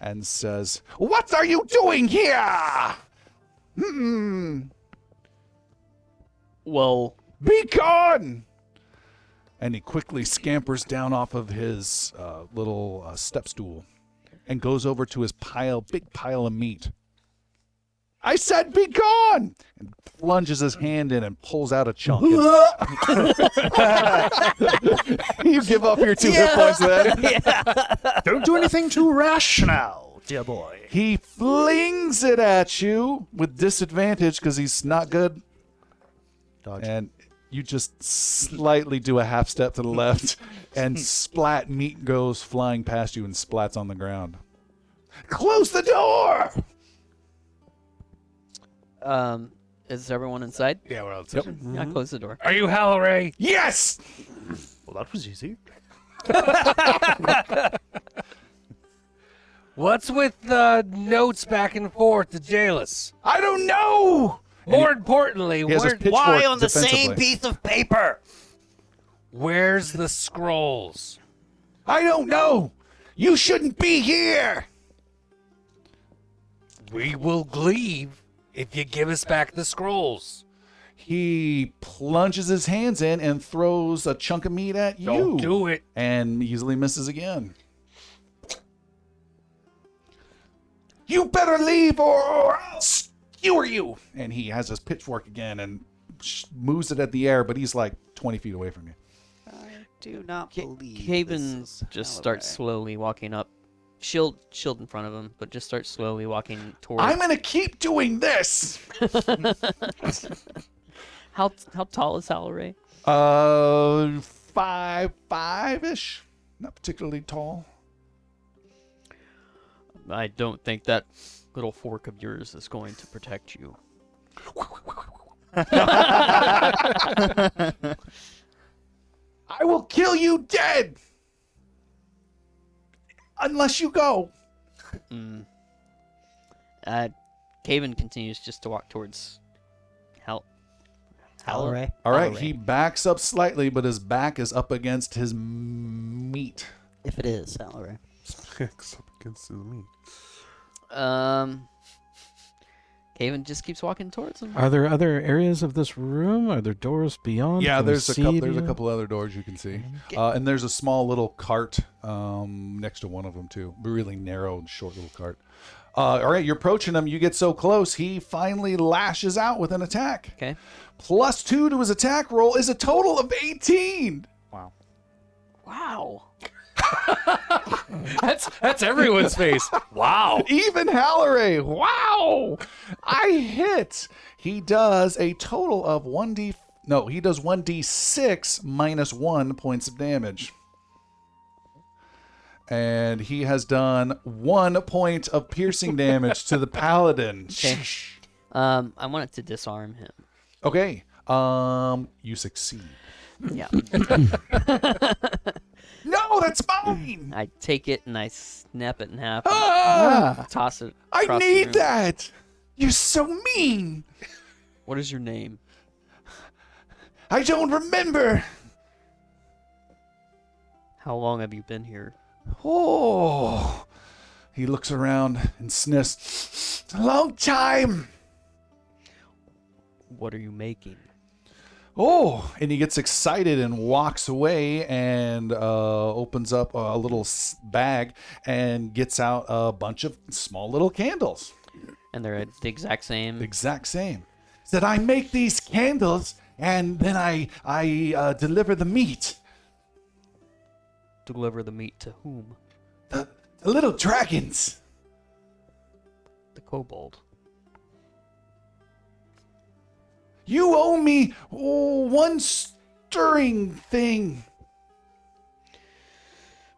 and says, What are you doing here? Hmm.
Well,
Be gone! And he quickly scampers down off of his uh, little uh, step stool and goes over to his pile, big pile of meat. I said, be gone! And plunges his hand in and pulls out a chunk. you give up your two hit points then.
Don't do anything too rash now, dear boy.
He flings it at you with disadvantage because he's not good.
Dodge.
And you just slightly do a half step to the left, and splat meat goes flying past you and splats on the ground. Close the door!
um, Is everyone inside?
Yeah, we're outside.
Yeah, close the door.
Are you Halloray? Yes.
Well, that was easy.
What's with the notes back and forth to Jailus?
I don't know.
More importantly,
He has his
where,
pitchfork
Why on the same
defensively.
piece of paper?
where's the scrolls?
I don't know. You shouldn't be here.
We will leave if you give us back the scrolls.
He plunges his hands in and throws a chunk of meat at you.
Don't do it.
And easily misses again. You better leave or, or I'll skewer you. And he has his pitchfork again and sh- moves it at the air, but he's like 20 feet away from you.
Do not believe.
Caven just starts slowly walking up. Shield, shield in front of him, but just starts slowly walking towards.
I'm going to keep doing this.
How how tall is Halloray?
Uh, five, five ish. Not particularly tall.
I don't think that little fork of yours is going to protect you.
I will kill you dead. Unless you go.
Uh, Caven continues just to walk towards Hal. Halloray.
All right, he backs up slightly, but his back is up against his m- meat.
If it is salary.
Backs up against his meat.
Um, Caven just keeps walking towards him.
Are there other areas of this room? Are there doors beyond?
Yeah,
Can we
there's a
see
couple. There's a
beyond?
couple other doors you can see, uh, and there's a small little cart um, next to one of them too. Really narrow and short little cart. Uh, all right, you're approaching him. You get so close, he finally lashes out with an attack.
Okay.
Plus two to his attack roll is a total of 18.
Wow.
That's that's everyone's face. Wow.
Even Halleray. Wow. I hit. He does a total of 1d. No, he does 1d6 minus 1 points of damage. And he has done one point of piercing damage to the paladin.
Okay. Um, I wanted to disarm him.
Okay. Um, you succeed.
Yeah.
No, that's mine.
I take it and I snap it in half. and
Ah,
Toss it.
I
across the room.
need that. You're so mean.
What is your name?
I don't remember.
How long have you been here?
Oh. He looks around and sniffs. Long time.
What are you making?
Oh, and he gets excited and walks away and uh, opens up a little s- bag and gets out a bunch of small little candles.
And they're the exact same.
The exact same. Said I make these candles and then I I uh, deliver the meat.
Deliver the meat to whom?
The, the little dragons.
The kobold.
You owe me oh, one stirring thing.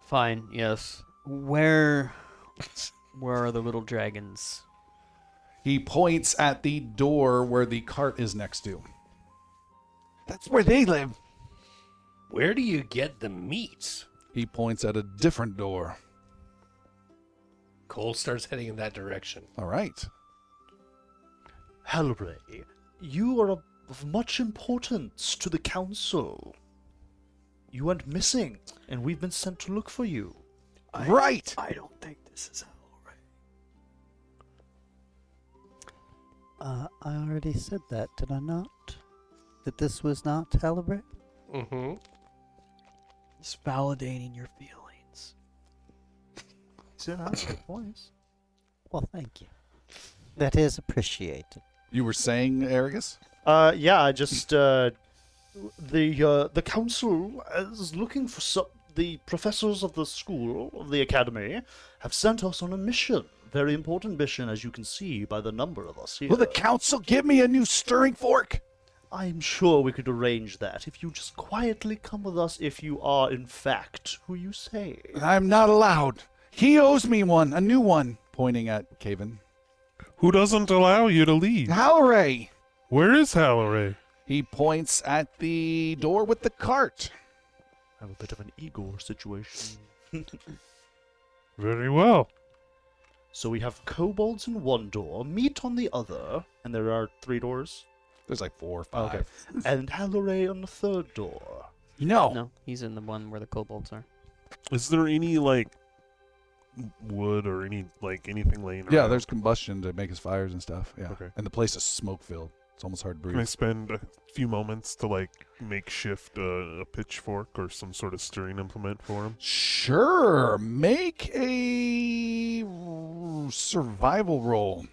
Fine. Yes. Where? Where are the little dragons?
He points at the door where the cart is next to. That's where they live.
Where do you get the meat?
He points at a different door.
Cole starts heading in that direction.
All right.
Hallery, you are of much importance to the council. You went missing, and we've been sent to look for you.
right.
I don't think this is Halloray.
Uh, I already said that, did I not? That this was not Halibut?
Mm-hmm.
It's validating your feelings.
Said Hallery twice.
Well, thank you. That is appreciated.
You were saying, Aragus?
Uh, yeah, I just uh, the uh, the council is looking for some. The professors of the school of the academy have sent us on a mission, very important mission, as you can see by the number of us here.
Will the council give me a new stirring fork?
I'm sure we could arrange that if you just quietly come with us. If you are in fact who you say.
I'm not allowed. He owes me one, a new one. Pointing at Caven.
Who doesn't allow you to leave?
Halray!
Where is Halloray?
He points at the door with the cart.
I have a bit of an Igor situation.
Very well.
So we have kobolds in one door, meat on the other, and there are three doors.
There's like four or five.
Okay. and Halloray on the third door.
No.
No, he's in the one where the kobolds are.
Is there any like wood or any like anything laying
Yeah,
around?
there's combustion to make his fires and stuff. Yeah.
Okay.
And the place is smoke filled. It's almost hard to
Can I
breathe.
spend a few moments to like makeshift uh, a pitchfork or some sort of steering implement for him?
Sure. Make a r- survival roll.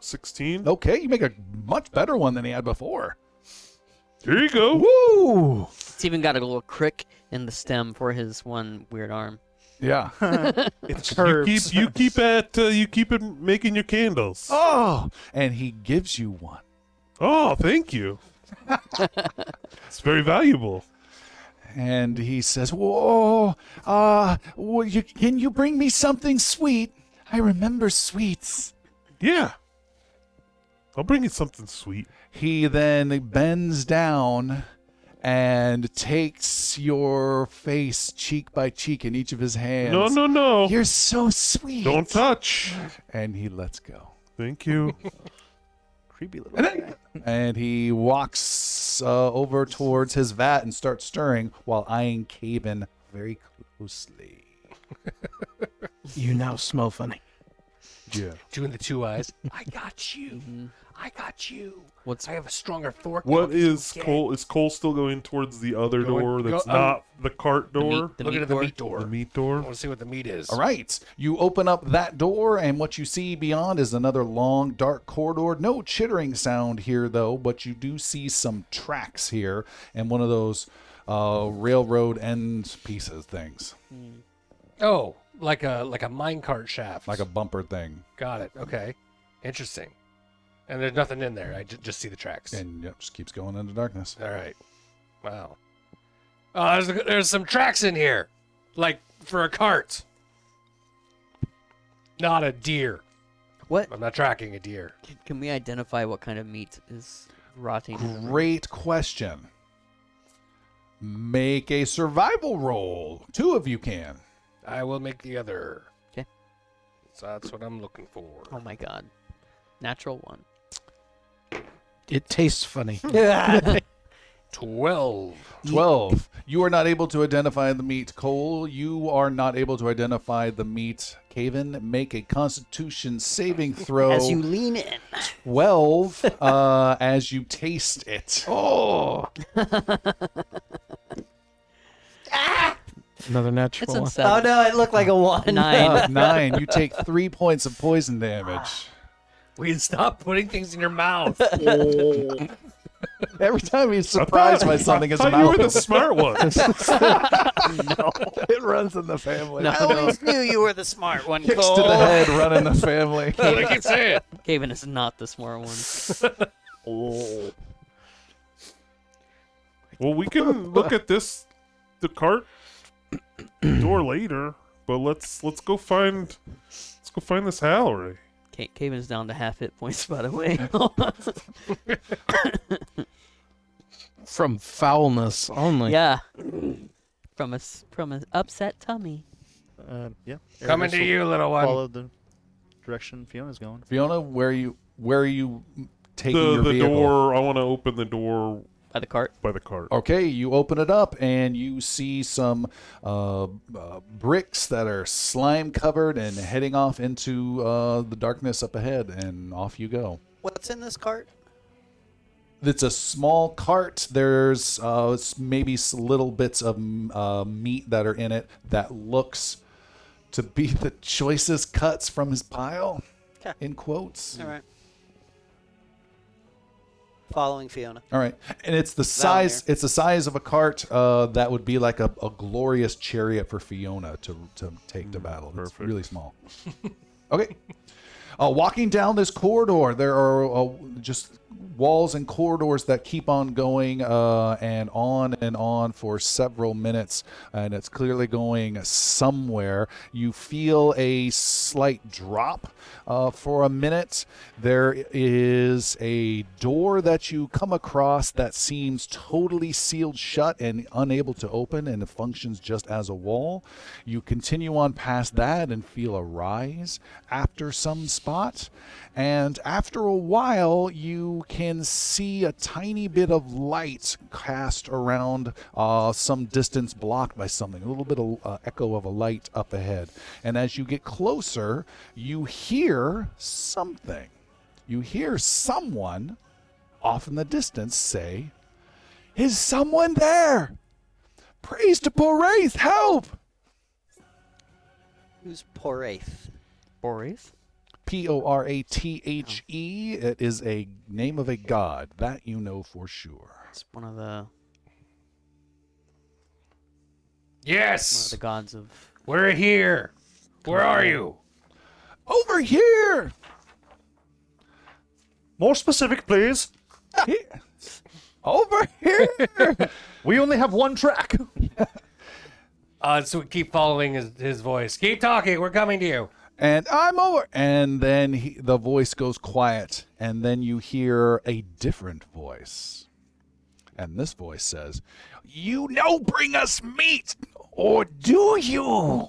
Sixteen.
Okay, you make a much better one than he had before.
There you go.
Woo!
It's even got a little crick in the stem for his one weird arm.
Yeah.
It's
You
curved.
keep you keep at uh, you keep it making your candles. Oh,
Oh, and he gives you one.
thank you. it's very valuable.
and he says, "Whoa, uh, will you, can you bring me something sweet? I remember sweets."
Yeah. I'll bring you something sweet.
He then bends down and takes your face cheek by cheek in each of his hands.
No, no, no.
You're so sweet.
Don't touch.
and he lets go.
Thank you.
Creepy little
And, then, and he walks uh, over towards his vat and starts stirring while eyeing Caven very closely.
You now smell funny.
Yeah.
Doing the two eyes. I got you. I got you.
What's-
I have a stronger fork.
What
than you
is
get.
Cole? Is Cole still going towards the other
Going-
door that's
go- um,
not the cart
meat-
door?
the
Look
meat
at the
door?
meat door.
The meat
I
door.
want to see what the meat is.
All right. You open up that door, and what you see beyond is another long, dark corridor. No chittering sound here, though, but you do see some tracks here and one of those uh, railroad end pieces things,
Oh, like a like a minecart shaft.
like a bumper thing.
Got it. Okay. Interesting. And there's nothing in there. I j- just see the tracks.
And yep, just keeps going into darkness.
All right. Wow. Uh, there's, there's some tracks in here, like for a cart. Not a deer.
What?
I'm not tracking a deer.
Can- Can we identify what kind of meat is rotting? in the room?
Great question. Make a survival roll. Two of you can.
I will make the other.
'Kay.
So that's what I'm looking for.
Oh my god. Natural one.
It tastes funny.
Twelve.
12. You are not able to identify the meat. Cole, you are not able to identify the meat. Caven, make a constitution saving throw.
As you lean in,
12 uh, as you taste it. Oh!
Another
It's
natural one.
oh
unsettling.
no, it looked like a one.
Nine.
Uh, Nine. You take three points of poison damage.
We can stop putting things in your mouth.
Every time he's surprised by something, his
I thought you
mouth
were the smart one.
it runs in the family.
I always knew you were the smart one,
Kicks to the
Cole.
head, run in the family.
That's what I keep saying.
Caven is not the smart one.
Oh.
Well, we can look at this, the cart door later. But let's let's go find let's go find this Hallery.
Ca- Caven's down to half hit points, by the way.
From foulness only.
yeah. From a s- from an upset tummy.
Um, yeah.
Coming
Erebus
to
will
you, little one.
Follow the direction Fiona's going.
Fiona, where are you, where are you taking
The
your
the
vehicle?
door. I want to open the door
By the cart.
by the cart.
Okay, you open it up and you see some uh, uh, bricks that are slime covered and heading off into uh, the darkness up ahead, and off you go.
What's in this cart?
It's a small cart. There's uh, s- maybe s- little bits of mm, uh, meat that are in it that looks to be the choicest cuts from his pile.
Okay.
In quotes.
All right. Following Fiona.
All right, and it's the size. It's the size of a cart uh, that would be like a, a glorious chariot for Fiona to to take to battle. It's
perfect.
really small. okay, uh, walking down this corridor, there are uh, just walls and corridors that keep on going uh, and on and on for several minutes, and it's clearly going somewhere. You feel a slight drop uh, for a minute. There is a door that you come across that seems totally sealed shut and unable to open, and it functions just as a wall. You continue on past that and feel a rise after some spot. And after a while, you can see a tiny bit of light cast around uh, some distance blocked by something, a little bit of uh, echo of a light up ahead. And as you get closer, you hear something. You hear someone off in the distance say, Is someone there? Praise to Boraith, help!
Who's Poraith? Poraith?
P O R A T H E. It is a name of a god. That you know for sure.
It's one of the one of
Yes,
the gods of
we're here. Where are you?
Over here!
More specific, please.
Over here!
We only have one track.
Uh, so we keep following his, his voice. Keep talking. We're coming to you.
and I'm over. And then he, the voice goes quiet, and then you hear a different voice. And this voice says, You know, bring us meat, or do you?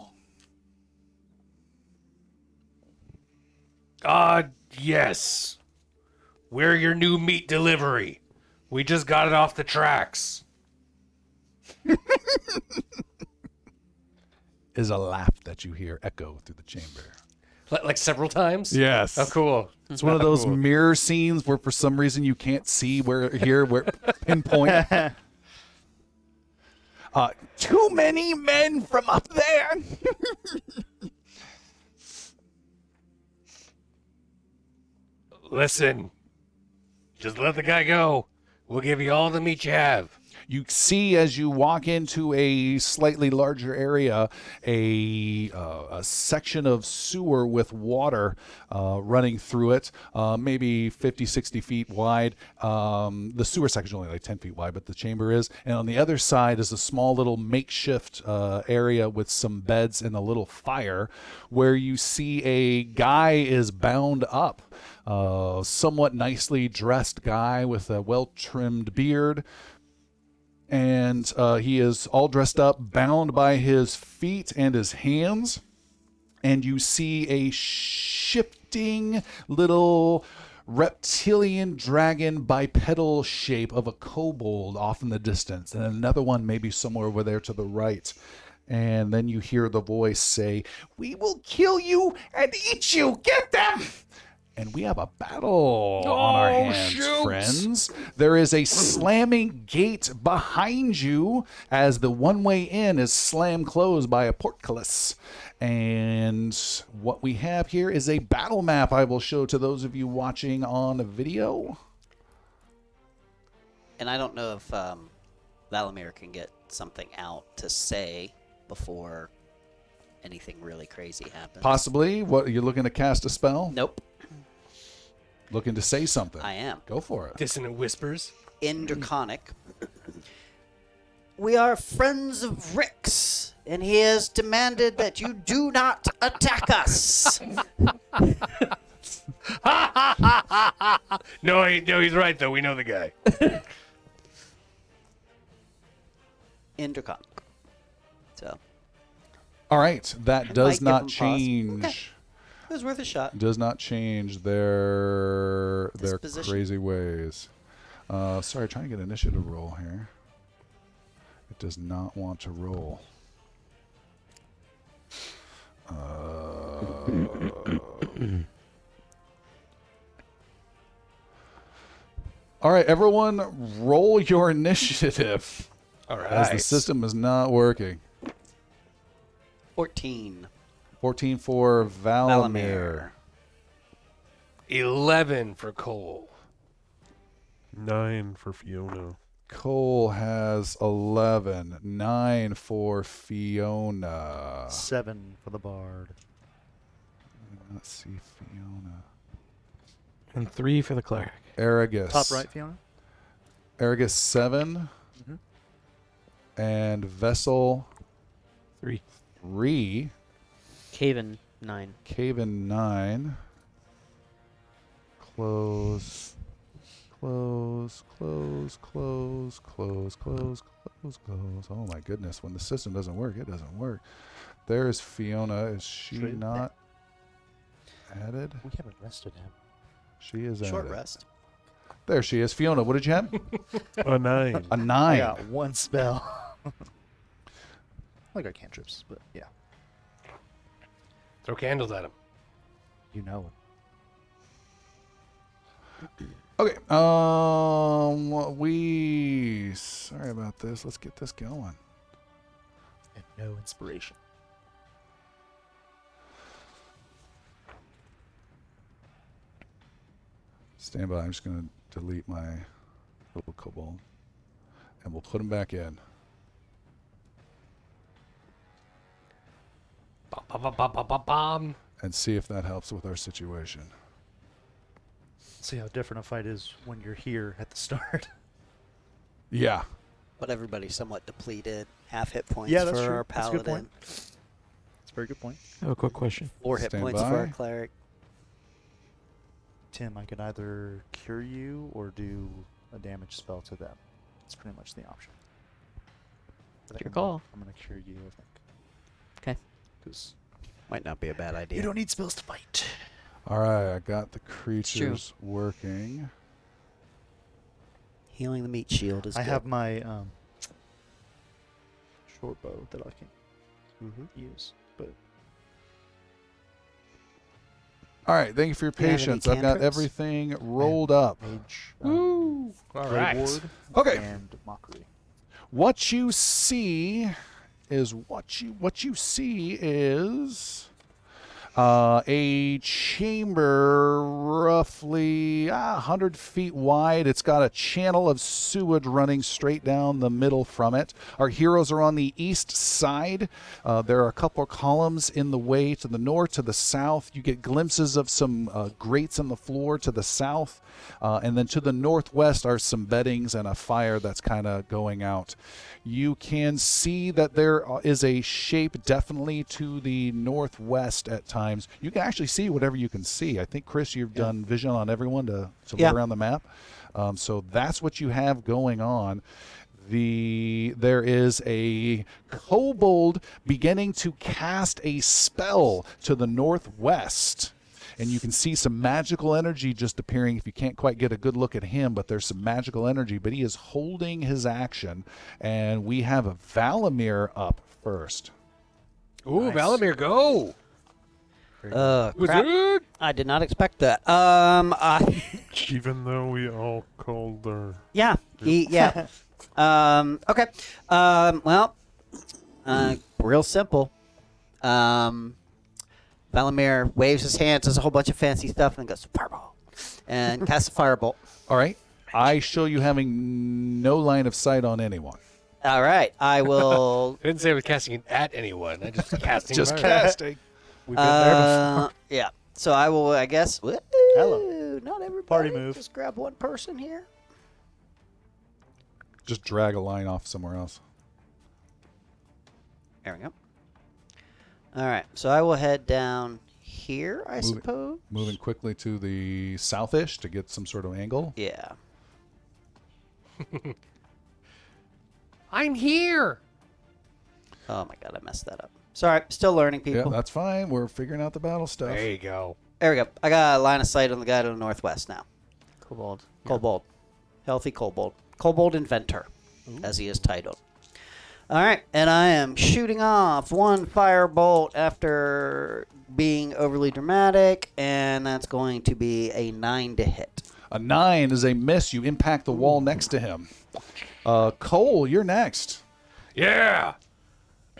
Uh, yes. We're your new meat delivery. We just got it off the tracks.
Is a laugh that you hear echo through the chamber.
Like, like several times?
Yes.
Oh, cool.
It's one of those mirror scenes where for some reason you can't see where here where pinpoint. Uh, too many men from up there.
Listen, just let the guy go. We'll give you all the meat you have.
You see as you walk into a slightly larger area, a uh, a section of sewer with water uh, running through it, uh, maybe 50, 60 feet wide. Um, the sewer section is only like 10 feet wide, but the chamber is. And on the other side is a small little makeshift uh, area with some beds and a little fire where you see a guy is bound up. Uh, somewhat nicely dressed guy with a well trimmed beard, and uh, he is all dressed up, bound by his feet and his hands. And you see a shifting little reptilian dragon bipedal shape of a kobold off in the distance, and another one maybe somewhere over there to the right. And then you hear the voice say, We will kill you and eat you! Get them! and we have a battle on our hands, friends. There is a slamming gate behind you as the one way in is slammed closed by a portcullis. And what we have here is a battle map I will show to those of you watching on video.
And I don't know if um, Valamir can get something out to say before anything really crazy happens.
Possibly, what you're looking to cast a spell,
nope,
looking to say something.
I am.
Go for it.
Dissonant whispers.
in Draconic. We are friends of Rick's, and he has demanded that you do not attack us.
No, he, no, he's right though. We know the guy.
In Draconic. So,
All right, that
might
does
give
not
them pause.
change.
Okay. it was worth a shot.
does not change their their
Disposition.
crazy ways. Uh, sorry, trying to get initiative roll here. It does not want to roll. Uh, all right, everyone, roll your initiative.
All right.
As the system is not working.
14.
14 for Valamir.
Valamir.
11 for Cole.
Nine for Fiona.
Cole has 11, 9 for Fiona.
Seven for the bard.
Let's see, Fiona.
and three for the cleric.
Aragus.
Top right, Fiona.
Aragus 7
Mm-hmm.
and Vessel
Three.
three,
Caven nine.
Caven nine. Close, close, close, close, close, close, close, close. Oh my goodness! When the system doesn't work, it doesn't work. There's Fiona. Is she
Should we-
not added?
We haven't rested him.
She is
Short
added.
rest.
There she is. Fiona, what did you have?
A nine.
A
I
nine.
got one spell. I got cantrips, but yeah,
Throw candles at him.
You know
Okay. Um, we. Sorry about this. Let's get this going.
him. And no inspiration.
Stand by. I'm just going to delete my little cobalt, and we'll put them back in.
Bum, bum, bum, bum, bum, bum, bum.
and see if that helps with our situation.
see how different a fight is when you're here at the start.
Yeah.
But everybody's somewhat depleted. Half hit points
Yeah, that's
for
true.
our
That's a
paladin.
good point. That's a very good point.
I have a quick question.
Four hit
Stand
points for our
by.
cleric.
Tim, I could either cure you or do a damage spell to them. It's pretty much the option. I think
Your
I'm gonna-
call.
I'm gonna cure you, I think.
'Kay.
Because
Might not be a bad idea.
you don't need spells to fight.
All right, I got the
true.
creatures working.
Healing the meat shield is
I
good.
have my um, short bow that I can
Mhm.
use, but
All right, thank you for your
Do you have any
patience. I've got
cantrips?
everything rolled up.
mage. Um,
All
Grey
right.
Ward
Okay,
And mockery.
what you see is what you what you see is uh, a chamber roughly ah, 100 feet wide. It's got a channel of sewage running straight down the middle from it. Our heroes are on the east side. Uh, there are a couple of columns in the way to the north, to the south. You get glimpses of some uh, grates in the floor to the south. Uh, and then to the northwest are some beddings and a fire that's kind of going out. You can see that there uh, is a shape definitely to the northwest at times. You can actually see whatever you can see. I think, Chris, you've done vision on everyone to, to
Yeah.
look around the map. Um, so that's what you have going on. The there is a kobold beginning to cast a spell to the northwest and you can see some magical energy just appearing if you can't quite get a good look at him but there's some magical energy but he is holding his action and we have a valamir up first
Ooh, Valamir, go.
Uh,
Was
crap.
it?
I did not expect that. Um, I
Even though we all called her.
yeah, he, yeah. um, okay. Um, well, uh, real simple. Um, Valamir waves his hands, does a whole bunch of fancy stuff, and goes fireball, and casts a firebolt.
all right i show you having no line of sight on anyone
All right, I will.
I didn't say I was casting it at anyone. I just casting.
just
right.
casting
We've been
uh, yeah. So I will. I guess. Woo,
Hello.
Not everybody.
Party move.
Just grab one person here.
just drag a line off somewhere else
There we go. All right, so I will head down here, I
Move it.
suppose.
moving quickly to the southish to get some sort of angle
Yeah.
I'm here.
Oh my god, I messed that up. Sorry, still learning,
yeah
people.
that's fine we're figuring out the battle stuff
There you go.
there we go. I got a line of sight on the guy to the northwest now.
Kobold.
Kobold, healthy kobold, kobold inventor, as he is titled. All right, and I am shooting off one firebolt after being overly dramatic, and that's going to be a nine to hit.
A nine is a miss. You impact the wall next to him. Uh, Cole, you're next.
Yeah.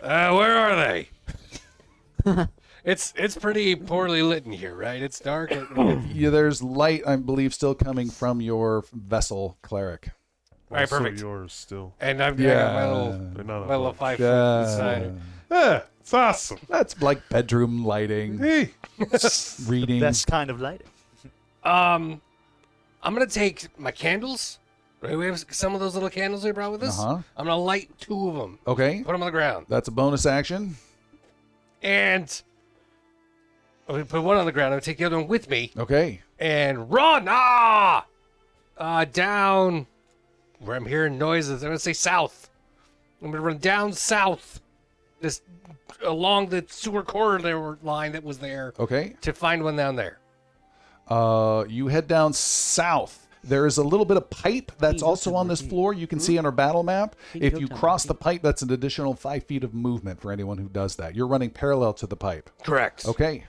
Uh, where are they? it's it's pretty poorly lit in here, right? It's dark. All
Yeah, there's light, I believe, still coming from your vessel cleric.
right,
Also
perfect.
yours still.
And I've got my little
They're not
my
a
little
bunch.
five foot
Yeah.
side.
Yeah, it's awesome.
That's like bedroom lighting,
Hey,
reading.
Best kind of lighting.
Um, I'm gonna take my candles. Right, we have some of those little candles we brought with us.
Uh-huh.
I'm gonna light two of them.
Okay.
Put them on the ground.
That's a bonus action.
And I'm gonna put one on the ground. I'm gonna take the other one with me
Okay.
and run. Ah, uh, down where I'm hearing noises. I'm gonna say south. I'm gonna run down south, this along the sewer corridor line that was there
Okay.
to find one down there.
Uh, you head down south. There is a little bit of pipe that's also on this floor. You can
Hmm?
see on our battle map. If you cross the pipe, that's an additional five feet of movement for anyone who does that. You're running parallel to the pipe.
Correct.
Okay.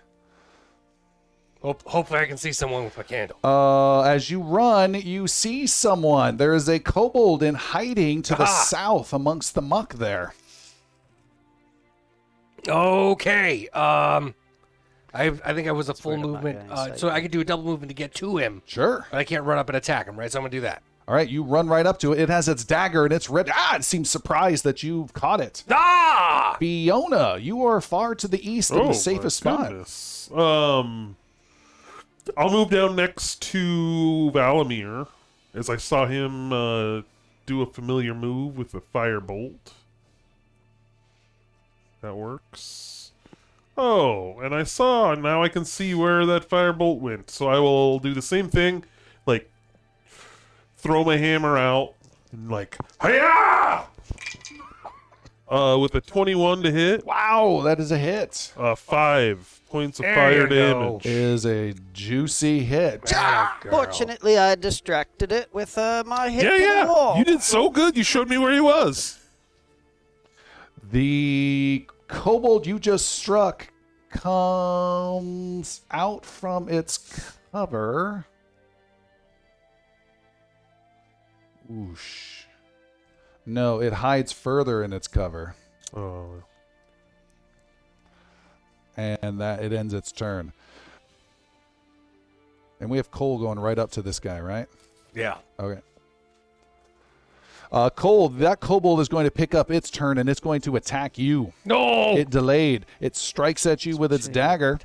Hope, hopefully, I can see someone with a candle.
Uh, as you run, you see someone. There is a kobold in hiding to the
Ah.
south amongst the muck there.
Okay. Um, I I think I was a full movement,
getting
uh, so I could do a double movement to get to him,
Sure.
but I can't run up and attack him, right? So I'm gonna do that.
All right, you run right up to it. It has its dagger and it's red. Ah, it seems surprised that you've caught it.
Ah!
Fiona, you are far to the east
Oh
in the safest spot.
spot. Um, I'll move down next to Valamir, as I saw him uh, do a familiar move with a firebolt. That works. Oh, and I saw. Now I can see where that firebolt went. So I will do the same thing, like throw my hammer out and like, hiya! Uh, with a twenty-one to hit.
Wow, that is a hit.
Uh, five points of
There
fire
you go.
damage.
Is a juicy hit.
Ah, girl.
Fortunately, I distracted it with uh, my hit
Yeah,
to the wall.
yeah. You did so good. You showed me where he was.
The kobold you just struck comes out from its cover. Whoosh. No, it hides further in its cover,
Oh,
and that it ends its turn. And we have Cole going right up to this guy, right?
Yeah.
Okay. Uh, Cole, that kobold is going to pick up its turn and it's going to attack you.
No.
It delayed. It strikes at you with its dagger.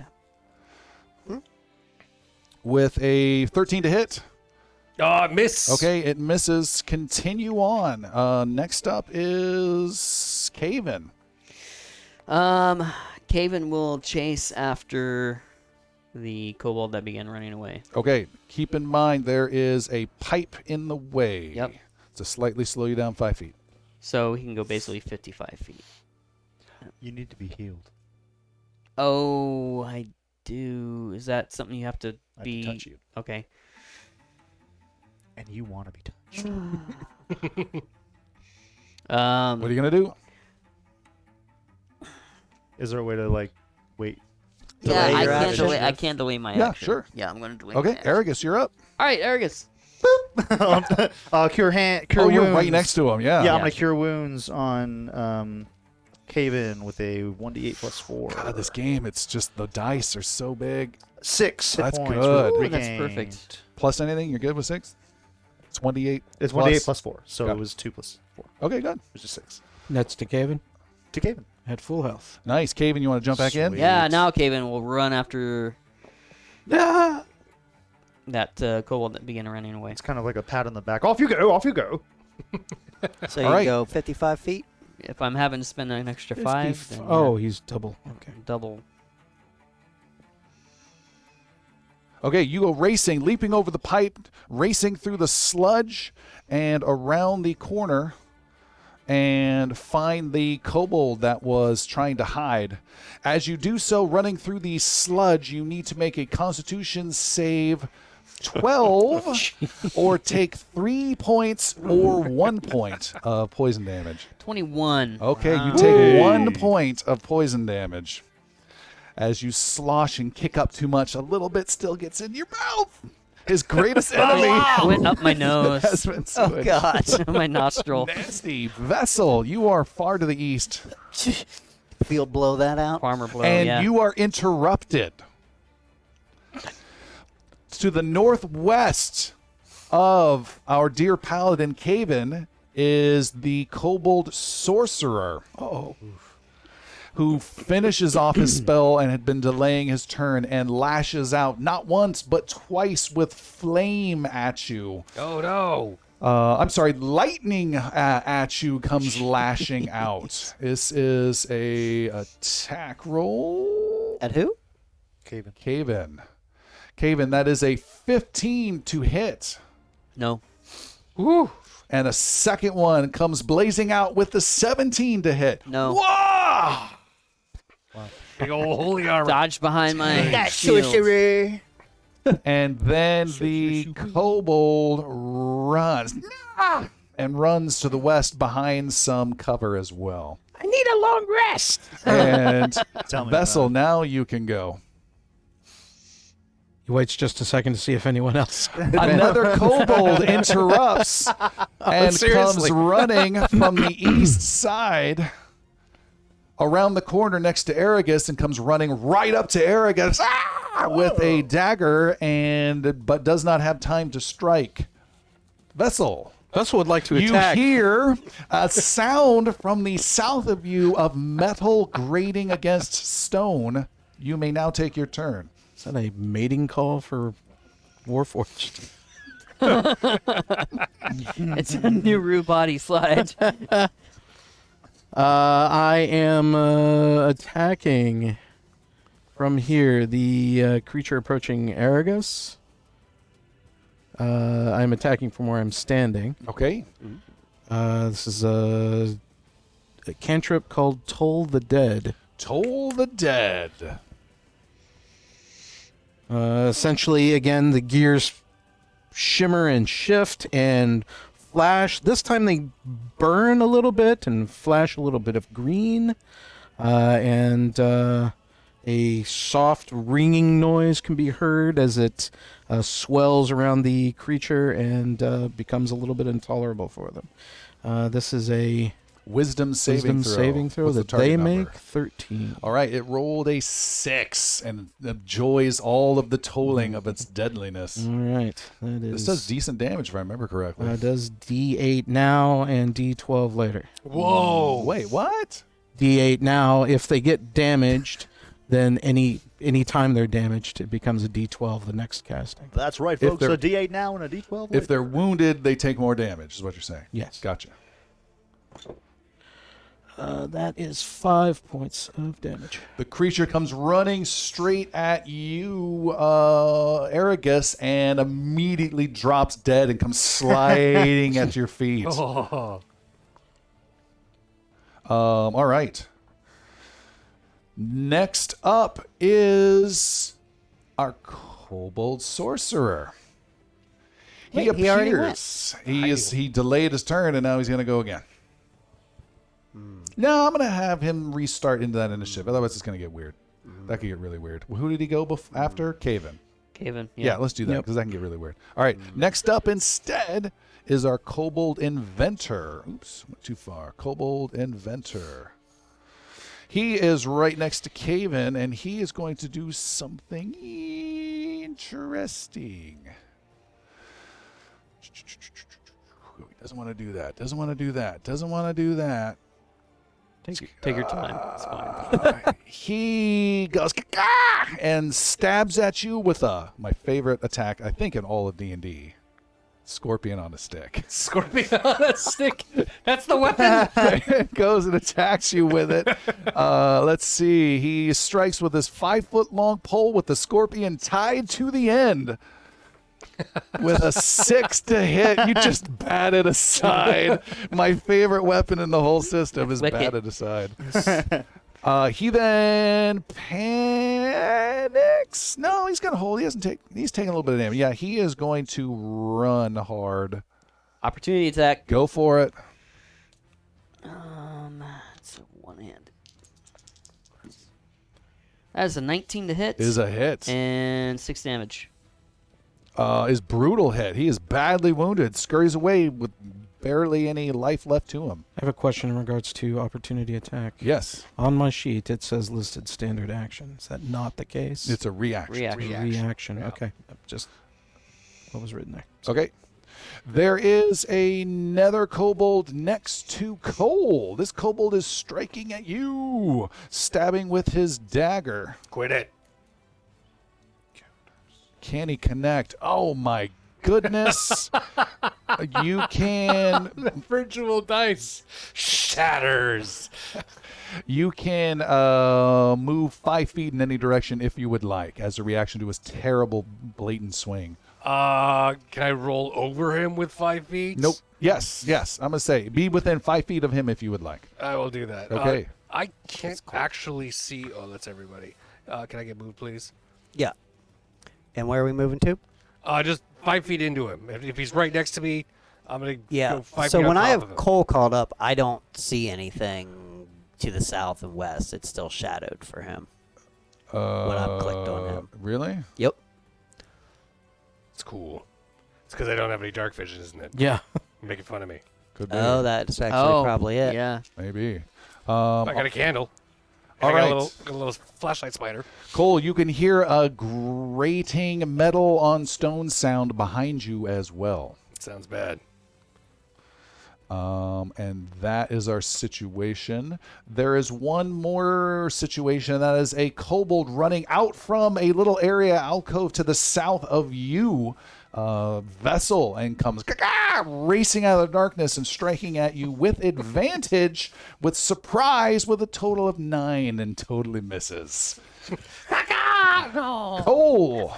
With a 13 to hit.
Ah, miss.
Okay, it misses. Continue on. Uh, next up is Caven.
Um, Caven will chase after the kobold that began running away.
Okay, keep in mind there is a pipe in the way.
Yep.
To slightly slow you down five feet.
So he can go basically 55 feet.
You need to be healed.
Oh, I do. Is that something you have to
I
be?
can touch you,
Okay.
and you want to be touched.
Um,
What are you going to do?
Is there a way to like wait?
Yeah,
yeah, I
Delay I your
can't
can't action.
delay.
delay-
I can't delay my
Yeah,
action.
action. sure.
Yeah, I'm gonna delay.
Okay, Aragus, you're up.
All right, Aragus.
uh, cure hand. Cure
oh, you're right
wounds.
next to him. Yeah.
Yeah, I'm gonna cure wounds on um, Caven with a one d eight plus four.
God, this game, it's just the dice are so big.
Six hit
That's
points.
good.
Ooh,
were
that's
regained.
perfect.
Plus anything? You're good with six? 28.
It's one d eight plus four, so
Got
it
it.
was two plus four,
Okay, good.
which is six.
That's to Caven
To Caven.
at full health.
Nice. Caven, you want to jump back in?
Yeah, now Caven will run after
Ah!
that uh, kobold that began running away.
It's kind of like a pat on the back. Off you go. Off you go.
So
All
you can
right.
go 55 feet.
If I'm having to spend an extra five, then yeah,
Oh, he's double. Okay.
double.
Okay, you go racing, leaping over the pipe, racing through the sludge, and around the corner, and find the kobold that was trying to hide. As you do so, running through the sludge, you need to make a Constitution save.
Oh,
12 or take three points or one point of poison damage.
Twenty-one.
Okay, you
Wow.
take one point of poison damage as you slosh and kick up too much. A little bit still gets in your mouth. His greatest enemy
went up my nose,
has been
Oh,
switched.
God.
my nostril.
Nasty vessel, you are far to the east,
Field blow that out.
Farmer blow.
and
yeah.
you are interrupted. To the northwest of our dear paladin Caven is the kobold sorcerer.
Oh,
who finishes off his spell and had been delaying his turn and lashes out not once but twice with flame at you.
Oh no.
Uh, I'm sorry, lightning uh, at you comes lashing out. This is a attack roll.
At who?
Caven.
Caven. Caven, that is a 15 to hit.
No.
Woo. And a second one comes blazing out with the 17 to hit.
No.
Whoa!
Big old holy armor.
Dodge behind my shield.
and then the kobold runs and runs to the west behind some cover as well.
I need a long rest.
And
Tell me
Vessel, now you can go.
He waits just a second to see if anyone else.
Another kobold interrupts
Oh,
and comes
seriously.
running from the east side around the corner next to Aragus and comes running right up to Aragus ah, with
Oh.
a dagger and but does not have time to strike. Vessel.
Vessel would like to
You
attack.
hear a sound from the south of you of metal grating against stone. You may now take your turn.
Is that a mating call for Warforged?
It's a new Rue body slide.
Uh, I am uh, attacking from here the uh, creature approaching Aragos. Uh, I'm attacking from where I'm standing.
Okay.
Uh, this is a, a cantrip called Toll the Dead.
Toll the dead.
Uh, essentially, again, the gears shimmer and shift and flash. This time they burn a little bit and flash a little bit of green. Uh, and uh, a soft ringing noise can be heard as it uh, swells around the creature and uh, becomes a little bit intolerable for them. Uh, this is a
Wisdom saving
wisdom
throw.
saving throw
What's the
that they
target number?
make 13.
All right, it rolled a six and enjoys all of the tolling of its deadliness.
All right. That Mm, is,
This does decent damage if I remember correctly.
uh, does D8 now and D12 later.
Whoa.
Oh, Wait, what?
D8 now. If they get damaged, then any any time they're damaged, it becomes a D12 the next casting.
That's right,
If
folks.
they're-
A D8 now and a D12.
If they're wounded, they take more damage, is what you're saying.
Yes.
Gotcha.
Uh, that is five points of damage.
The creature comes running straight at you, uh, Aragus, and immediately drops dead and comes sliding at your feet.
Oh.
Um, all right. Next up is our kobold sorcerer. He
Wait, he already went.
appears. He, is. He delayed his turn, and now he's going to go again. No, I'm going to have him restart into that initiative. Otherwise, it's going to get weird. That could get really weird. Who did he go bef- after? Caven.
Caven.
Yeah, let's do that because that can get really weird. All right, next up instead is our Kobold Inventor. Oops, went too far. Kobold Inventor. He is right next to Caven, and he is going to do something interesting. He doesn't want to do that. Doesn't want to do that. Doesn't want to do that.
Take, your- take your time. It's fine.
Uh, he goes "Gah!" and stabs at you with a my favorite attack I think in all of D&D. Scorpion on a stick.
Scorpion on a stick. That's the weapon.
goes and attacks you with it. Uh, let's see. He strikes with this five foot long pole with the scorpion tied to the end. With a six to hit, you just bat it aside. My favorite weapon in the whole system is
Wicked.
bat it aside. Uh, he then panics. No, he's gonna hold. He hasn't take. He's taking a little bit of damage. Yeah, he is going to run hard.
Opportunity attack.
Go for it.
Um, it's a one hand. That is a 19 to hit.
Is a hit.
and six damage.
uh, is brutal hit. He is badly wounded, scurries away with barely any life left to him.
I have a question in regards to opportunity attack.
Yes,
On my sheet, it says listed standard action. Is that not the case?
it's a reaction.
Reaction.
reaction. Okay. Just what was written there.
Okay. There is another kobold next to Cole. This kobold is striking at you, stabbing with his dagger.
Quit it.
Can he connect? Oh my goodness. you can
Virtual dice shatters.
you can uh, move five feet in any direction if you would like as a reaction to his terrible blatant swing.
Uh, can I roll over him with five feet?
Nope. Yes, yes. I'm gonna say be within five feet of him if you would like.
I will do that. Uh,
Okay.
I can't actually see. Oh, that's everybody. Uh, can I get moved, please?
Yeah. And where are we moving to?
Uh, just five feet into him. If, if he's right next to me, I'm gonna
Yeah.
go five
so
feet on
when
top
I have
of him.
Cole called up, I don't see anything to the south and west. It's still shadowed for him.
Uh,
When I've clicked on him.
Really?
Yep.
it's cool. It's because I don't have any dark vision, isn't it?
Yeah.
You're making fun of me.
Could be.
Oh, that's actually
Oh,
probably it.
Yeah.
Maybe. Um,
I got a candle.
all
I got
right.
a little, got a little flashlight spider.
Cole, you can hear a grating metal on stone sound behind you as well.
sounds bad.
Um, and that is our situation. There is one more situation. and That is a kobold running out from a little area alcove to the south of you, uh, vessel, and comes "Kaka!" racing out of the darkness and striking at you with advantage, with surprise, with a total of nine, and totally misses. Cole,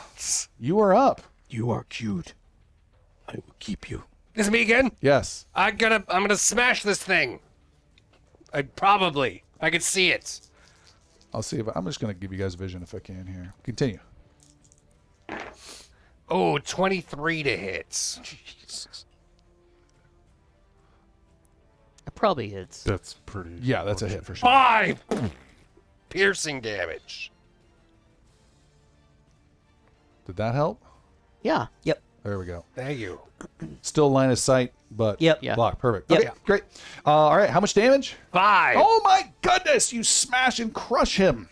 you are up.
You are cute. I will keep you.
Is it me again?
Yes.
I gotta. I'm gonna smash this thing. I probably. I can see it.
I'll see if I, am just going to give you guys vision if I can here. Continue.
Oh, 23 to hit.
It probably hits.
That's pretty.
Yeah, that's a hit for sure.
Five piercing damage.
Did that help?
Yeah.
Yep.
There we go.
Thank you.
Still line of sight, but
Yep.
Yeah.
block. Perfect.
Yep.
Okay, great. Uh, all right, how much damage?
Five.
Oh my goodness! You smash and crush him.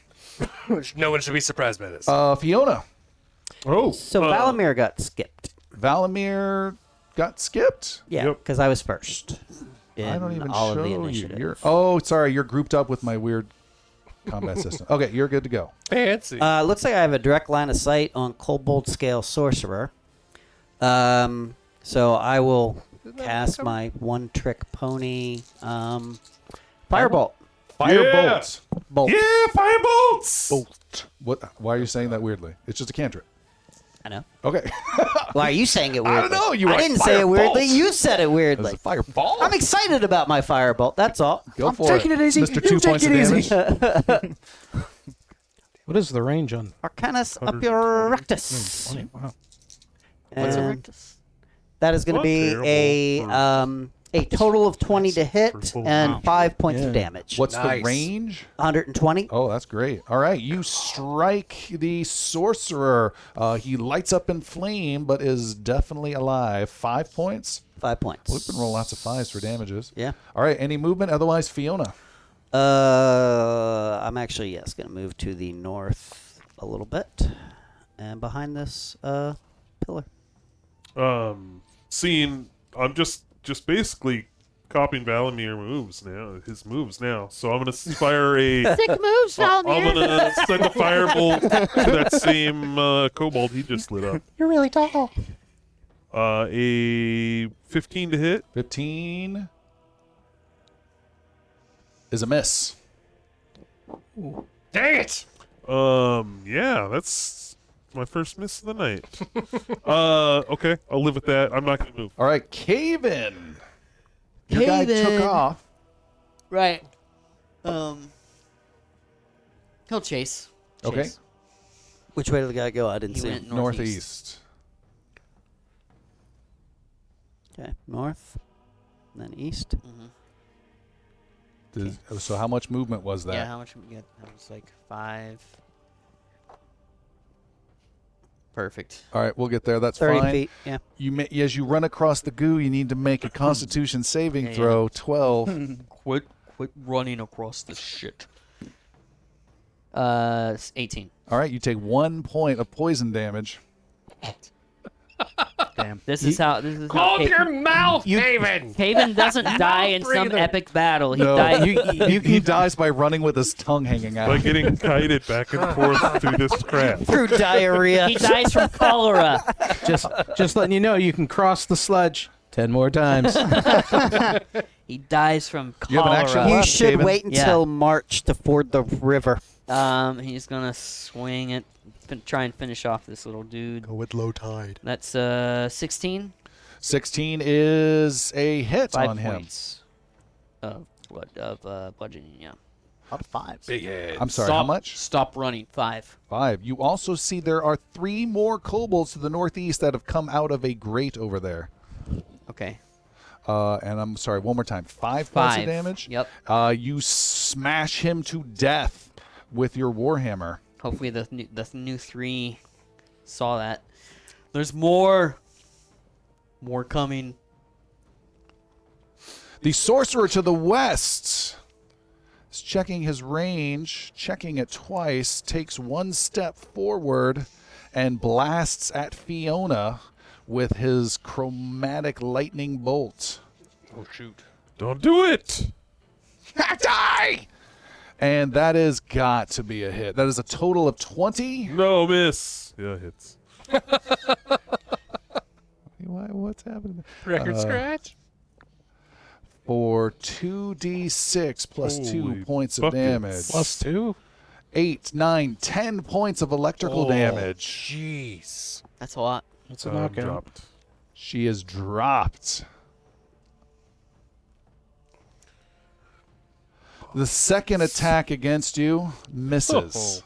Oh.
No one should be surprised by this.
Uh, Fiona,
Oh,
So Valamir got skipped.
Valamir got skipped.
Yeah, because I was first. In
I don't even
all
show
of the
you.
initiative.
You're, oh, sorry. You're grouped up with my weird combat system. Okay, you're good to go.
fancy.
Uh, looks like I have a direct line of sight on Kobold Scale Sorcerer. Um, so I will cast my one trick pony um, Firebolt.
Firebolt.
Bolt.
yeah, firebolts.
Oh.
Bolt. What? Why are you saying that weirdly? It's just a cantrip.
I know.
Okay.
Why are you saying it weirdly?
don't know, you
I
are
didn't say it weirdly.
Firebolt.
You said it
It's
weirdly.
a fireball.
I'm excited about my Firebolt. That's all.
go for taking it, easy. Mr. Two points of damage.
What is the range on?
Arcanus up your
Hmm,
rectus.
Wow.
What's a rectus? That is going to be a
Unbearable
um, a total of 20 to hit
brutal.
and 5 points of
Yeah.
damage.
What's
Nice.
the range?
120.
Oh, that's great. All right, you strike the sorcerer. Uh, he lights up in flame, but is definitely alive. Five points.
5 points.
We've been rolling lots of fives for damages.
Yeah.
All right, any movement? Otherwise, Fiona.
Uh, I'm actually yes going to move to the north a little bit, and behind this uh, pillar.
um seeing i'm just just basically copying valamir moves now his moves now so i'm gonna s- fire a
Sick moves,
am
Valmir.
gonna send a firebolt to that same uh kobold he just lit up
You're really tall.
uh a 15 to hit
15 is a miss.
Dang it.
um yeah that's my first miss of the night uh okay i'll live with that i'm not gonna move
All right, Caven. Your guy took
Caven.
off.
Right. Um. He'll chase.
Okay.
Chase.
Which way did the guy go? I didn't
He
see.
went
Him.
northeast.
Northeast.
Okay, north, and then east.
Mm-hmm.
Does- So, how much movement was that?
Yeah. How much did we get? That was like five. Perfect.
All right, we'll get there. That's
30
fine.
feet. Yeah.
You ma- as you run across the goo, you need to make a Constitution saving
yeah.
throw. Twelve.
Quit, quit running across this shit.
Uh, s- eighteen.
All right, you take one point of poison damage.
Damn.
This is how. This is
Hold
how Ca-
your mouth, Haven.
Haven doesn't die in some
breather.
epic battle. He
No,
dies.
you, you, he dies by running with his tongue hanging out.
by getting kited back and forth through this crap.
Through diarrhea.
He dies from cholera.
Just just letting you know you can cross the sludge ten more times.
He dies from
You have an
cholera.
action
You
left,
should
David.
wait
Yeah.
until March to ford the river.
Um, he's gonna swing it, fin- try and finish off this little dude.
Go with low tide.
That's uh 16.
16 is a hit
Five
on him.
points of blood of uh, bludgeoning. Yeah.
Out of five.
Big head.
I'm sorry,
stop,
how much?
Stop running. Five.
Five. You also see there are three more kobolds to the northeast that have come out of a grate over there.
Okay.
Uh, and I'm sorry, one more time. Five, points
Five.
of damage.
Yep.
Uh, you smash him to death with your warhammer.
Hopefully the new, the new three saw that. There's more. More coming.
The sorcerer to the west is checking his range, checking it twice, takes one step forward and blasts at Fiona with his chromatic lightning bolt.
Oh shoot.
Don't do it.
Die! And that has got to be a hit. That is a total of 20.
No miss. Yeah, hits.
What- What's happening?
Record
Uh,
scratch.
For 2d6 plus 2
Holy
points of
buckets.
damage.
Plus two.
Eight, nine, ten points of electrical damage.
Oh, Jeez.
That's a lot.
That's a
I'm
knockout.
dropped.
She is dropped. The second attack against you misses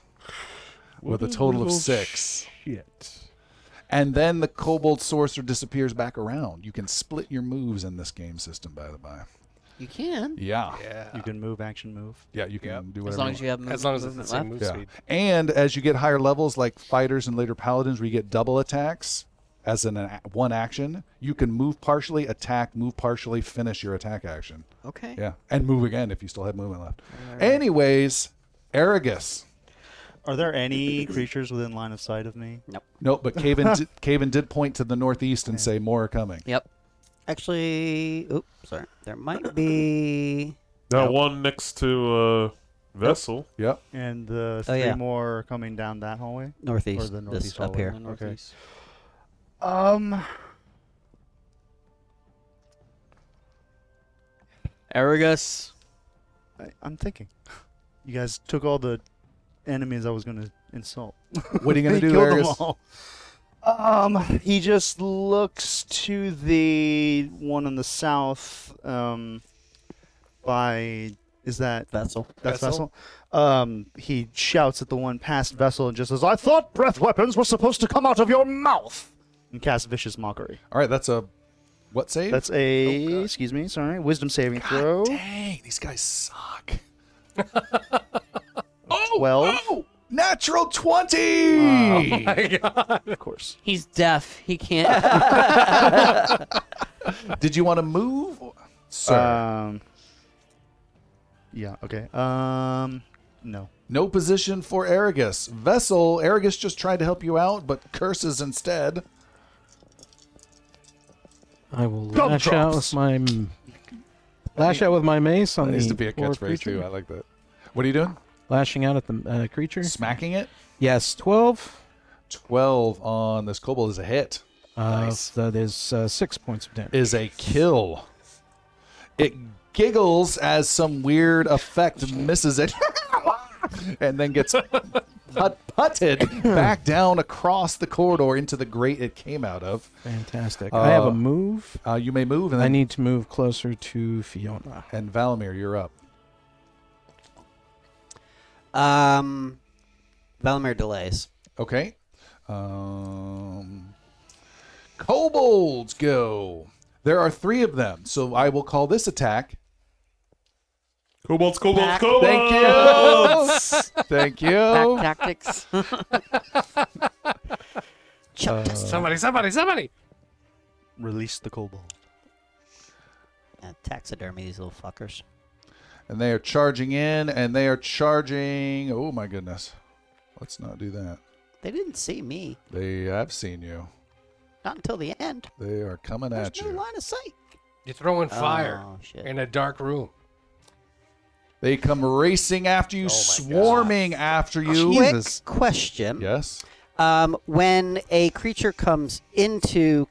with a total of
Little
six.
Shit.
And then the kobold sorcerer disappears back around. You can split your moves in this game system, by the by.
You can.
Yeah.
Yeah.
You can move, action move.
Yeah, you can do whatever.
As long
you
as you have move,
As long as it's the
movement
same
left.
move
Yeah.
speed.
And as you get higher levels, like fighters and later paladins, where you get double attacks as an a- one action, you can move partially, attack, move partially, finish your attack action.
Okay.
Yeah, and move again if you still have movement left. Anyways, Aragus.
Are there any creatures within line of sight of me?
Nope, but Caven did, Caven did point to the northeast and say more are coming.
Yep.
Actually, oops, sorry. There might be.
That one next to uh, vessel.
Yep.
And the
Oh,
three
yeah.
more are coming down that hallway?
Northeast.
Or the
this
northeast
up
hallway.
here.
The northeast.
Um,
Aragus.
I, I'm thinking. You guys took all the enemies I was going to insult.
What are you gonna
They
do,
killed them
Aragus?
all. Um, he just looks to the one in the south. Um, by is that
Vessel.
That's
Vessel?
Vessel. Um, he shouts at the one past Vessel and just says, I thought breath weapons were supposed to come out of your mouth! And cast Vicious Mockery.
All right, that's a what save? Ah,
That's
Oh,
a, excuse me, sorry, Wisdom saving throw.
Dang, these guys suck.
12,
Oh, natural twenty.
of course.
He's deaf. He can't.
Did you want to move, sir?
Um, yeah, okay. Um, no.
No position for Aragus. Vessel, Aragus just tried to help you out, but curses instead.
I will lash out with my m- lash out with my mace on
That
the
needs to be a
poor
catchphrase
creature.
too. I like that. What are you doing?
Lashing out at the uh, creature.
Smacking it.
Yes, twelve.
Twelve on this kobold is a hit.
Uh, so there's uh, six points of damage.
Is a kill. It giggles as some weird effect misses it, and then gets put- putted back down across the corridor into the grate it came out of.
Fantastic. I have
Uh,
a move.
Uh, you may move, and
I
then
need to move closer to Fiona.
and Valimir, you're up.
Um, Valimir delays.
Uh,
Okay. Um, kobolds go. There are three of them, so I will call this attack.
Kobolds, kobolds, kobolds.
Thank you. Thank you.
tactics.
uh,
Somebody, somebody, somebody.
Release the kobold.
uh,
Yeah, taxidermy, these little fuckers.
And they are charging in, and they are charging. Oh my goodness. Let's not do that.
They didn't see me.
They have seen you.
Not until the end.
They are coming at
No
you.
line of sight.
You're throwing fire
Oh, shit.
in a dark room.
They come racing after you, swarming after you.
Jesus.
Quick question.
Yes.
Um, when a creature comes into,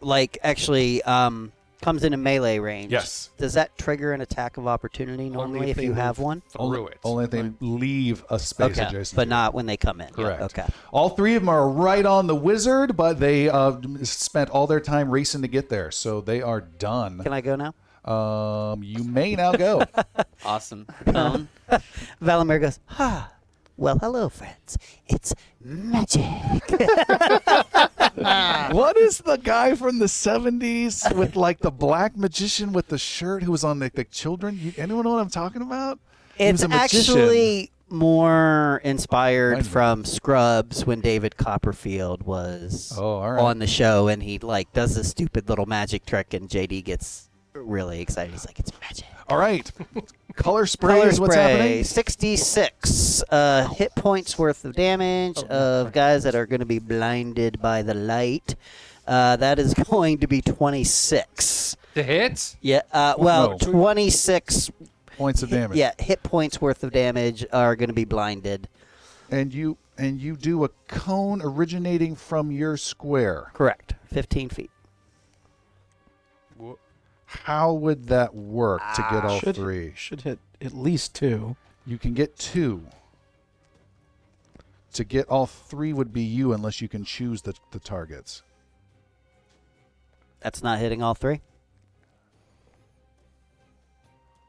like, actually um, comes into melee range,
Yes.
does that trigger an attack of opportunity normally if
they
you
move
have one?
Through
Only,
it.
only if they leave a space
Okay,
adjacent.
but
to
not when they come in.
it. Correct.
Okay.
All three of them are right on the wizard, but they uh, spent all their time racing to get there, so they are done.
Can I go now?
Um, you may now go.
Awesome.
Uh-huh.
Tone.
Um, Valimir goes, ah, well, hello, friends. It's magic.
what is the guy from the '70s with like the black magician with the shirt who was on the, the children? You, anyone know what I'm talking about? He was
It's
a magician.
actually more
Mind
inspired
me.
from Scrubs when David Copperfield was
Oh, all right.
on the show and he like does this stupid little magic trick and JD gets really excited. He's like, "It's magic."
All right. Color spray
Color
is what's
spray,
happening.
66 uh, hit points worth of
Oh,
damage of guys that are going to be blinded by the light. Uh, that is going to be 26.
The hit?
Yeah, uh, well,
No.
26
Points of
hit-
damage.
yeah, hit points worth of damage are going to be blinded.
And you and you do a cone originating from your square.
Correct. 15 feet.
How would that work to get
Ah,
all
should,
three?
Should hit at least two.
You can get two. To get all three would be you unless you can choose the, the targets.
That's not hitting all three.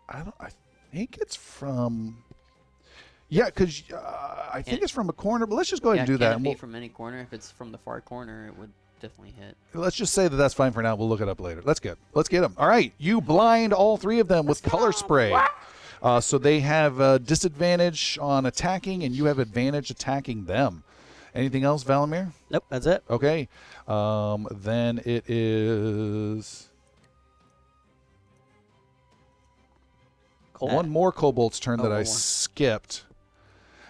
I don't. I think it's from. Yeah, because uh, I think
Can't-
it's from a corner. But let's just go ahead
yeah,
and do
can
that.
it
and
be
we'll-
from any corner? If it's from the far corner, it would definitely hit.
Let's just say that that's fine for now. We'll look it up later. Let's get let's get them. All right, you blind all three of them with color spray. Uh, so they have uh, disadvantage on attacking, and you have advantage attacking them. Anything else, Valimir?
Nope, that's it.
Okay. Um, then it is one more kobold's turn that I skipped,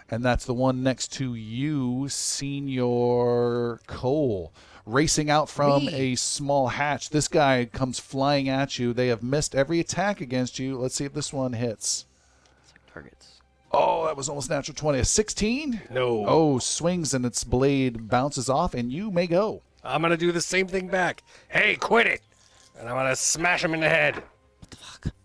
and that's the one next to you, Senior Cole, racing out from a small hatch. This guy comes flying at you. They have missed every attack against you. Let's see if this one hits.
Targets.
Oh, that was almost natural 20. A 16?
No.
Oh, swings and its blade bounces off, and you may go.
I'm gonna do the same thing back. Hey, quit it! And I'm gonna smash him in the head.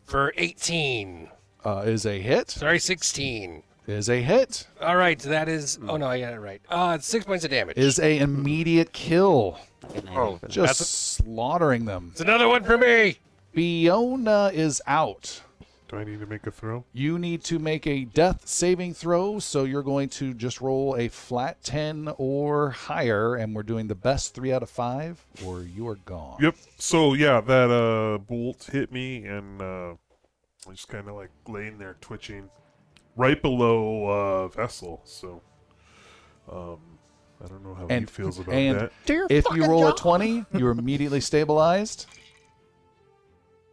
For 18.
Uh, is a hit.
Sorry, 16.
Is a hit.
All right, that is. Oh no, I got it right. Uh, it's six points of damage.
Is a immediate kill.
oh,
Just
that's a-
slaughtering them.
it's another one for me.
Fiona is out.
Do I need to make a throw?
You need to make a death saving throw, so you're going to just roll a flat 10 or higher, and we're doing the best three out of five, or you are gone.
Yep. So yeah, that uh bolt hit me and uh I just kind of like laying there twitching right below uh Vessel. So um I don't know how he
And-
feels about
and-
that.
If you roll a 20, you're immediately stabilized.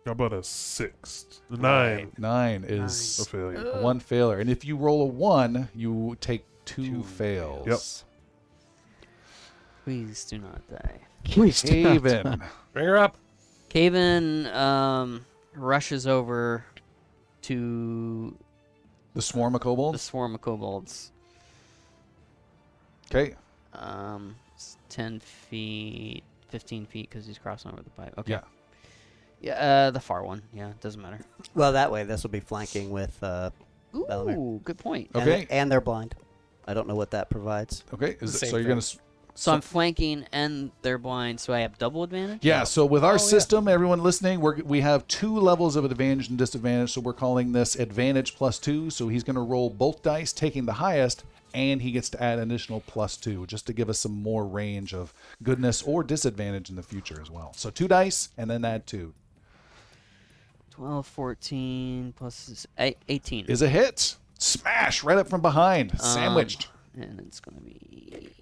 How about a 6? 9
Nine
a
is
failure.
a one failure. And if you roll a one, you take two, fails.
Yep.
Please do not die.
Haven.
Bring her up.
Caven um, rushes over to
The swarm of
the
kobolds.
swarm of kobolds.
Okay.
Um, it's 10 feet, 15 feet, because he's crossing over the pipe. Okay.
Yeah.
Yeah, uh, the far one. Yeah, doesn't matter.
Well, that way, this will be flanking with. Uh,
Ooh,
Valimir.
good point.
and-
Okay.
And, they're blind. I don't know what that provides.
Okay. Is it,
Same
so you're
thing.
gonna. s-
So I'm flanking and they're blind, so I have double advantage?
Yeah. So with our system, everyone listening, we we have two levels of advantage and disadvantage. So we're calling this advantage plus two. So he's gonna roll both dice, taking the highest, and he gets to add an additional plus two, just to give us some more range of goodness or disadvantage in the future as well. So two dice, and then add two
12, 14, plus is eight- 18.
is a hit. Smash right up from behind, sandwiched.
and it's going to be.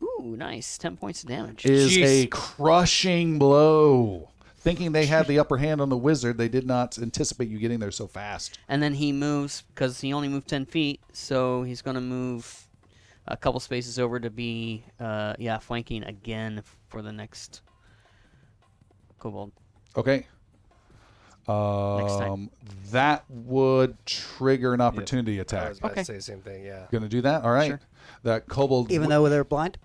Ooh, nice. 10 points of damage.
is
Jeez.
a crushing blow. Thinking they had the upper hand on the wizard, they did not anticipate you getting there so fast.
and then he moves because he only moved 10 feet so he's going to move a couple spaces over to be, uh, yeah, flanking again for the next kobold.
Okay.
time.
Um, that would trigger an opportunity attack.
I was about to say the same thing. Yeah.
Gonna do that. All right. That kobold.
Even
w-
though they're blind?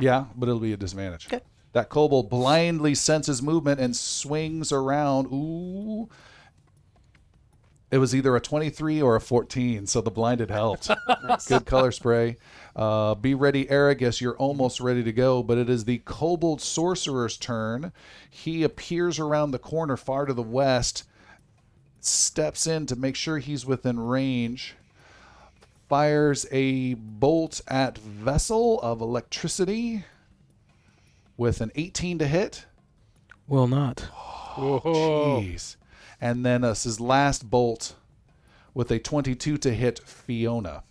Yeah, but it'll be a disadvantage. That kobold blindly senses movement and swings around. Ooh. It was either a 23 or a 14, so the blinded helped. Good color spray. Uh, be ready, Aragus. You're almost ready to go, but it is the kobold sorcerer's turn. He appears around the corner far to the west, steps in to make sure he's within range fires a bolt at vessel of electricity with an 18 to hit.
Will not.
Jeez. And then uh, his last bolt with a 22 to hit Fiona.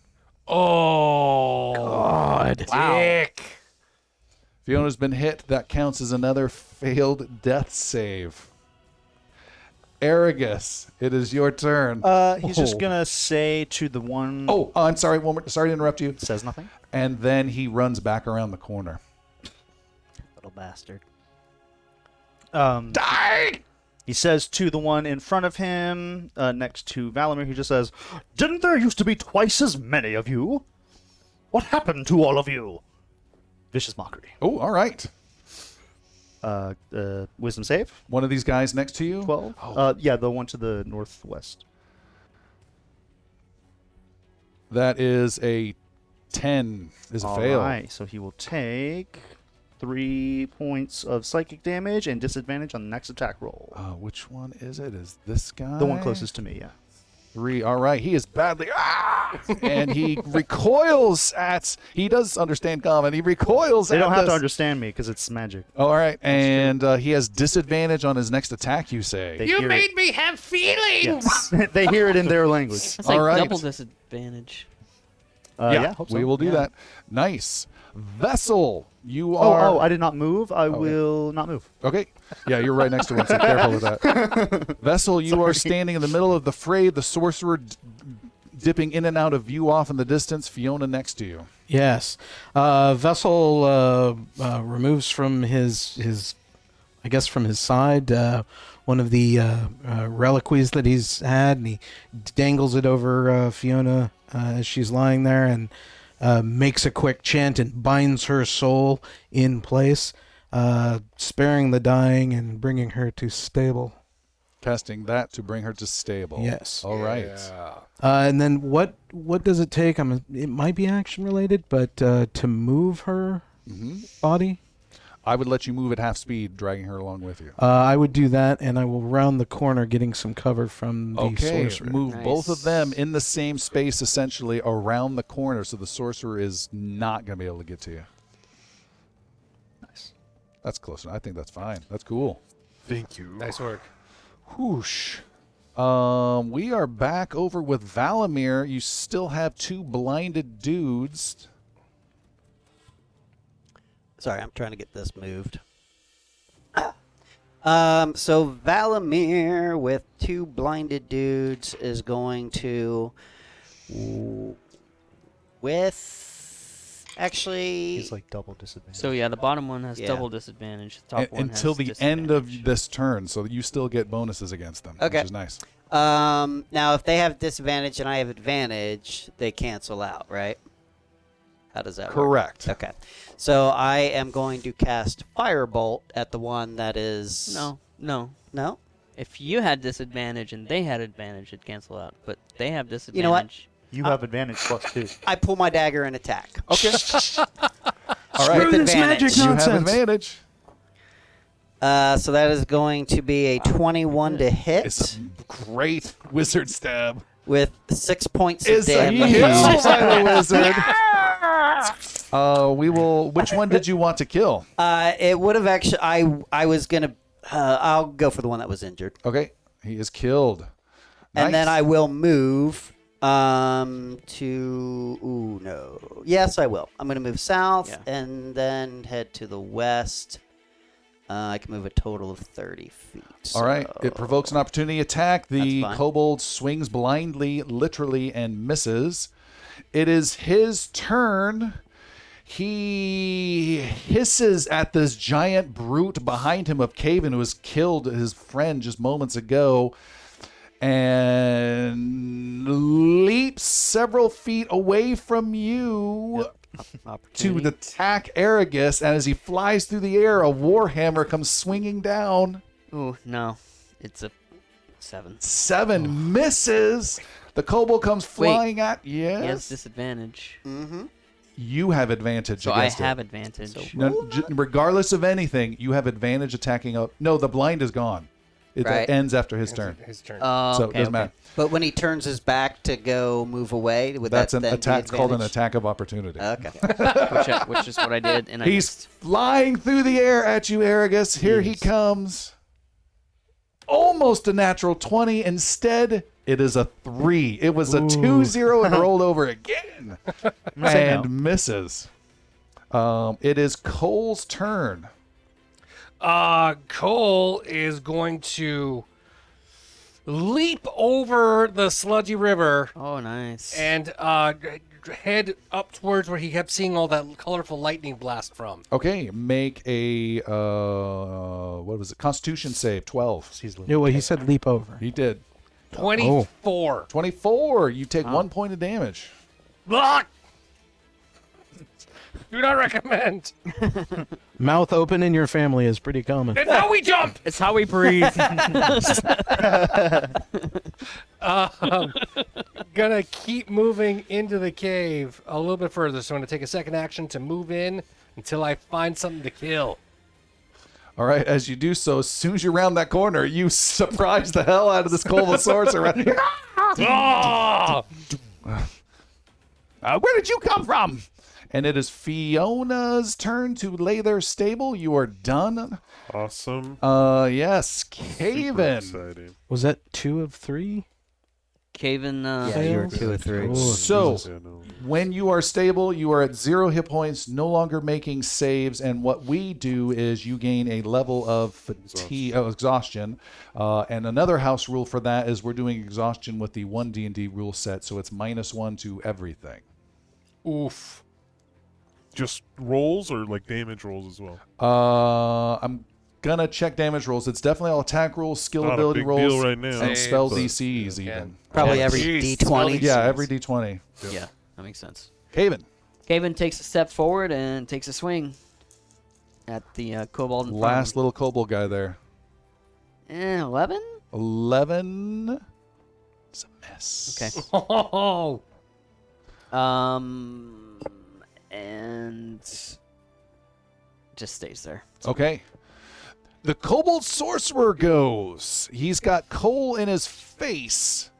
Oh.
God.
Dick.
Fiona's been hit. That counts as another failed death save. Aragus, it is your turn.
Uh, he's
Oh.
just gonna say to the one
Oh, I'm sorry. One more, sorry to interrupt you.
says nothing.
And then he runs back around the corner.
Little bastard. Um, Die! He says to the one in front of him, uh, next to Valimir, he just says, Didn't there used to be twice as many of you? What happened to all of you? Vicious mockery.
Oh, all right.
Uh, uh, wisdom save,
One of these guys next to you.
12. Uh, yeah, the one to the northwest.
That is a 10 is a
All
fail.
right, so he will take three points of psychic damage and disadvantage on the next attack roll.
Uh, which one is it? Is this guy?
The one closest to me, yeah.
Three. All right. He is badly. Ah! and he recoils at. He does understand common. He recoils
They
at.
don't have to
this-
understand me because it's magic.
All right. And uh, he has disadvantage on his next attack, you say.
They
You
hear
made me have feelings.
it. they hear it in their language.
That's
All
like
right.
double disadvantage.
Uh, yeah, hope so.
we will do
Yeah.
that. Nice. Vessel, you
Oh,
are.
oh, I did not move. I will not move.
Okay. Yeah, you're right next to one, so careful with that. Vessel, you are standing in the middle of the fray, the sorcerer d- dipping in and out of view off in the distance, Fiona next to you.
Yes. Uh, Vessel uh, uh, removes from his his, I guess from his side, uh, one of the uh, uh, reliquies that he's had, and he dangles it over uh, Fiona uh, as she's lying there, and uh, makes a quick chant and binds her soul in place, uh, sparing the dying and bringing her to stable.
Casting that to bring her to stable.
Yes.
All right.
Uh, and then what what does it take? I'm it might be action related, but uh, to move her body,
I would let you move at half speed, dragging her along with you.
uh, I would do that, and I will round the corner, getting some cover from the
Okay,
sorcerer.
move both of
Nice.
them in the same space, essentially around the corner, so the sorcerer is not going to be able to get to you. Nice. That's close. enough. I think that's fine. That's cool.
Thank you.
Nice work.
Whoosh. Um, we are back over with Valimir. You still have two blinded dudes.
Sorry, I'm trying to get this moved. Um, so Valimir with two blinded dudes is going to with actually
He's like double disadvantage.
So yeah, the bottom one has
Yeah.
double disadvantage. The top
A-
one
until
has
the end of
disadvantage.
this turn, so you still get bonuses against them,
Okay.
which is nice.
um now if they have disadvantage and I have advantage, they cancel out, right? How does that work?
Correct.
Okay. So I am going to cast Firebolt at the one that is
No, no.
No?
If you had disadvantage and they had advantage, it'd cancel out. But they have disadvantage.
know what?
Uh,
you have advantage plus two.
I pull my dagger and attack.
Okay. All
With
right.
advantage.
You have advantage.
Uh, so that is going to be a 21 to hit
It's a great wizard stab.
with six points
It's
of
a
damage.
huge by the wizard. Uh, we will. Which one did you want to kill?
Uh, it would have actually. I I was gonna. Uh, I'll go for the one that was injured,
Okay, he is killed.
and then
Nice.
I will move um to ooh no yes i will i'm gonna move south
Yeah.
and then head to the west uh, i can move a total of 30 feet
All right. It
so-
provokes an opportunity attack. The
That's fine.
kobold swings blindly, literally, and misses. It is his turn. He hisses at this giant brute behind him of Caven, who has killed his friend just moments ago, and leaps several feet away from you to attack Aragus. And as he flies through the air, a warhammer comes swinging down.
Ooh, no. It's a seven.
Seven misses. The kobold comes flying at
He has
yes.
disadvantage.
You have advantage
So I
against it.
have advantage.
No, j- regardless of anything, you have advantage attacking up. No, the blind is gone. It uh,
Right.
ends after his turn.
His turn.
Oh,
So it
okay,
doesn't
okay.
matter.
But when he turns his back to go move away, would
That's
that
an
then be
attack. It's called an
advantage?
attack of opportunity.
Okay.
which, I- which is what I did, and I
He's
missed.
flying through the air at you, Aragus. Here he comes. Almost a natural 20. Instead, it is a three. It was a two zero and rolled over again and misses. Um, it is Cole's turn.
Uh, Cole is going to leap over the sludgy river
Oh, nice.
and uh, g- g- head up towards where he kept seeing all that colorful lightning blast from.
Okay, make a uh, what was it? Constitution save twelve.
Yeah, well, he said leap over.
He did
24.
twenty-four. You take one point of damage.
Block! Do not recommend.
Mouth open in your family is pretty common.
It's how we jump!
It's how we breathe.
gonna keep moving into the cave a little bit further. So I'm gonna take a second action to move in until I find something to kill.
All right, as you do so, as soon as you round that corner, you surprise the hell out of this Colvosaurus around here.
Ah!
Uh, where did you come from? And it is Fiona's turn to lay their stable. You are done.
Awesome.
Uh, yes,
Super
Caven.
exciting.
Was that two of three?
Caven. Uh,
Yeah, you were
two or three.
So,
Yeah, no.
When you are stable, you are at zero hit points, no longer making saves, and what we do is you gain a level of fatigue, oh, exhaustion. Uh, and another house rule for that is we're doing exhaustion with the one D and D rule set, so it's minus one to everything.
Oof.
Just rolls or like damage rolls as well.
Uh, I'm gonna check damage rolls. It's definitely all attack rolls, skill
Not a
ability
big
rolls,
deal right now,
and spell
but-
DCs
Yeah.
even.
Probably
Yeah.
every
Jeez,
D20.
Yeah, every D twenty.
yeah, that makes sense.
Haven,
Caven takes a step forward and takes a swing at the uh, kobold. in front of
last little kobold guy there.
him. Eh, eleven.
Eleven. It's a miss.
Okay.
Oh,
Um, and just stays there.
Okay. The Kobold Sorcerer goes. He's got coal in his face,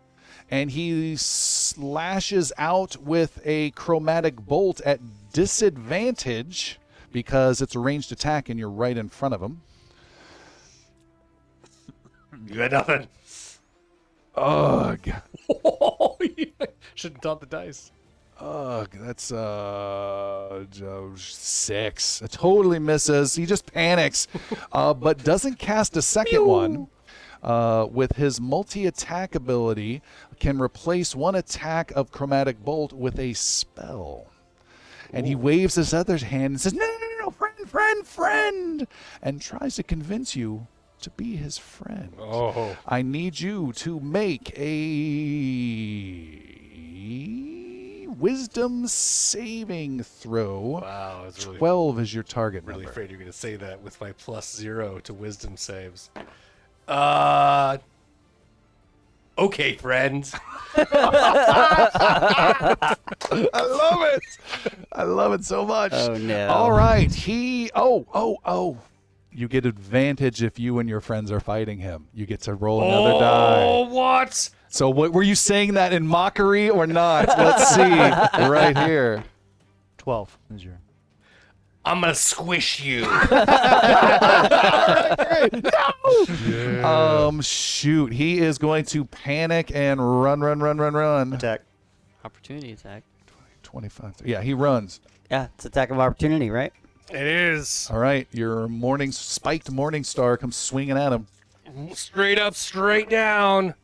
and he slashes out with a chromatic bolt at disadvantage because it's a ranged attack and you're right in front of him.
you had nothing.
Ugh.
Shouldn't dump the dice.
Ugh. That's uh, j- six. It totally misses. He just panics, uh, but doesn't cast a second one. uh, with his multi attack ability, can replace one attack of Chromatic Bolt with a spell. And he waves his other hand and says, No, no, no, no, friend, friend, friend! And tries to convince you to be his friend.
Oh.
I need you to make a wisdom saving throw.
Wow, Oh, I was really,
12 is your target
really
number.
afraid you're gonna say that with my plus zero to wisdom saves. Uh. Okay, friends.
I love it. I love it so much.
Oh, no.
All right. He oh, oh, oh. You get advantage if you and your friends are fighting him. You get to roll another
Oh,
die.
what?
So what were you saying that in mockery or not? Let's see right here.
12 is your.
I'm gonna squish you.
Um shoot, he is going to panic and run run run run run.
Attack.
Opportunity attack.
25. Yeah, he runs.
Yeah, it's attack of opportunity, right?
it is
All right, your morning spiked morning star comes swinging at him.
straight up, straight down.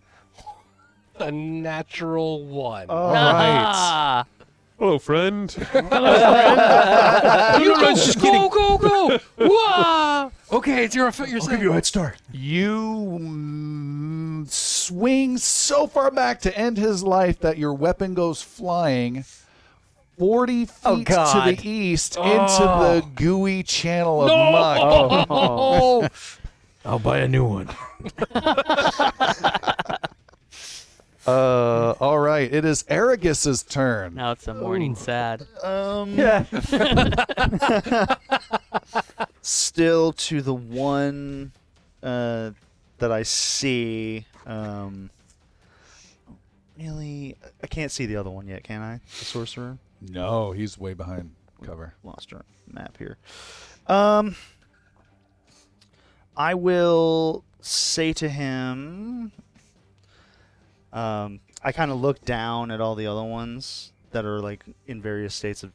A natural one.
Oh, All right.
Ah,
Hello, friend.
you just go, go, go! Wah! Okay, it's your you're
I'll give you a head start. You mm, swing so far back to end his life that your weapon goes flying 40 feet
Oh,
to
God.
the east
Oh.
into the gooey channel of mud.
No!
Oh.
I'll buy a new one.
Uh, all right, it is Aragus's turn.
Now it's a morning sad.
Um,
Yeah.
still to the one uh, that I see. Um, really, I can't see the other one yet, can I? The sorcerer
No, he's way behind cover.
lost our map here. Um, I will say to him. Um, I kind of look down at all the other ones that are like in various states of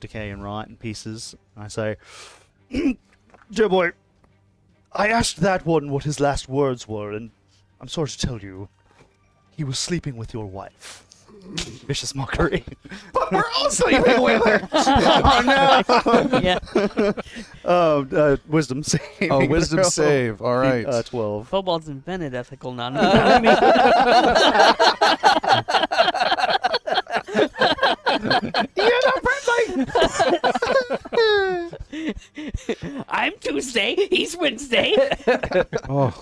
decay and rot and pieces. And I say,
Dear boy, I asked that one what his last words were, and I'm sorry to tell you, he was sleeping with your wife.
"Vicious mockery."
But we're all sleeping with her.
yeah.
Oh, uh, wisdom save.
Oh, wisdom save. All right.
Uh, twelve.
Football's invented ethical non I'm Tuesday. He's Wednesday.
Oh.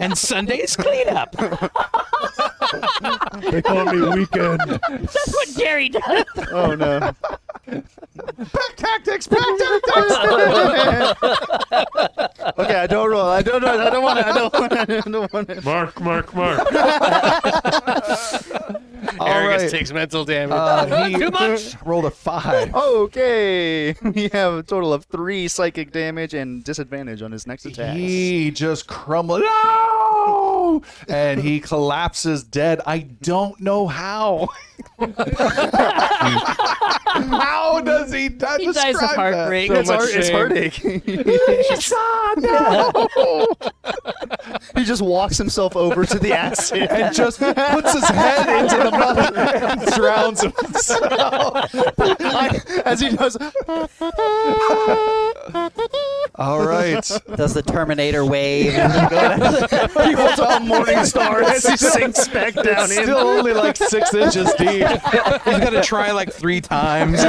and Sunday's cleanup.
they call me weekend.
That's what Jerry does.
Oh no.
Pack tactics. Pack tactics.
Okay, I don't roll. I don't. I don't want to. I don't want to. I don't want to.
Mark, Mark, Mark.
Argus
right.
takes mental damage.
Uh, he
Too much.
rolled a five.
Okay, we have a total of three psychic damage and disadvantage on his next attack.
He just crumbled. No! And he collapses dead. I don't know how. how does he? That
He dies of
describe that?
heartbreak.
it's,
much
heart, it's
shame.
heartache.
Ah, no!
he just walks himself over to the acid.
and just puts his head into the mud and drowns himself.
as he does.
All right.
Does the Terminator wave?
He holds on morning stars.
He sinks back down in.
Still only like six inches deep.
He's got to try like three times.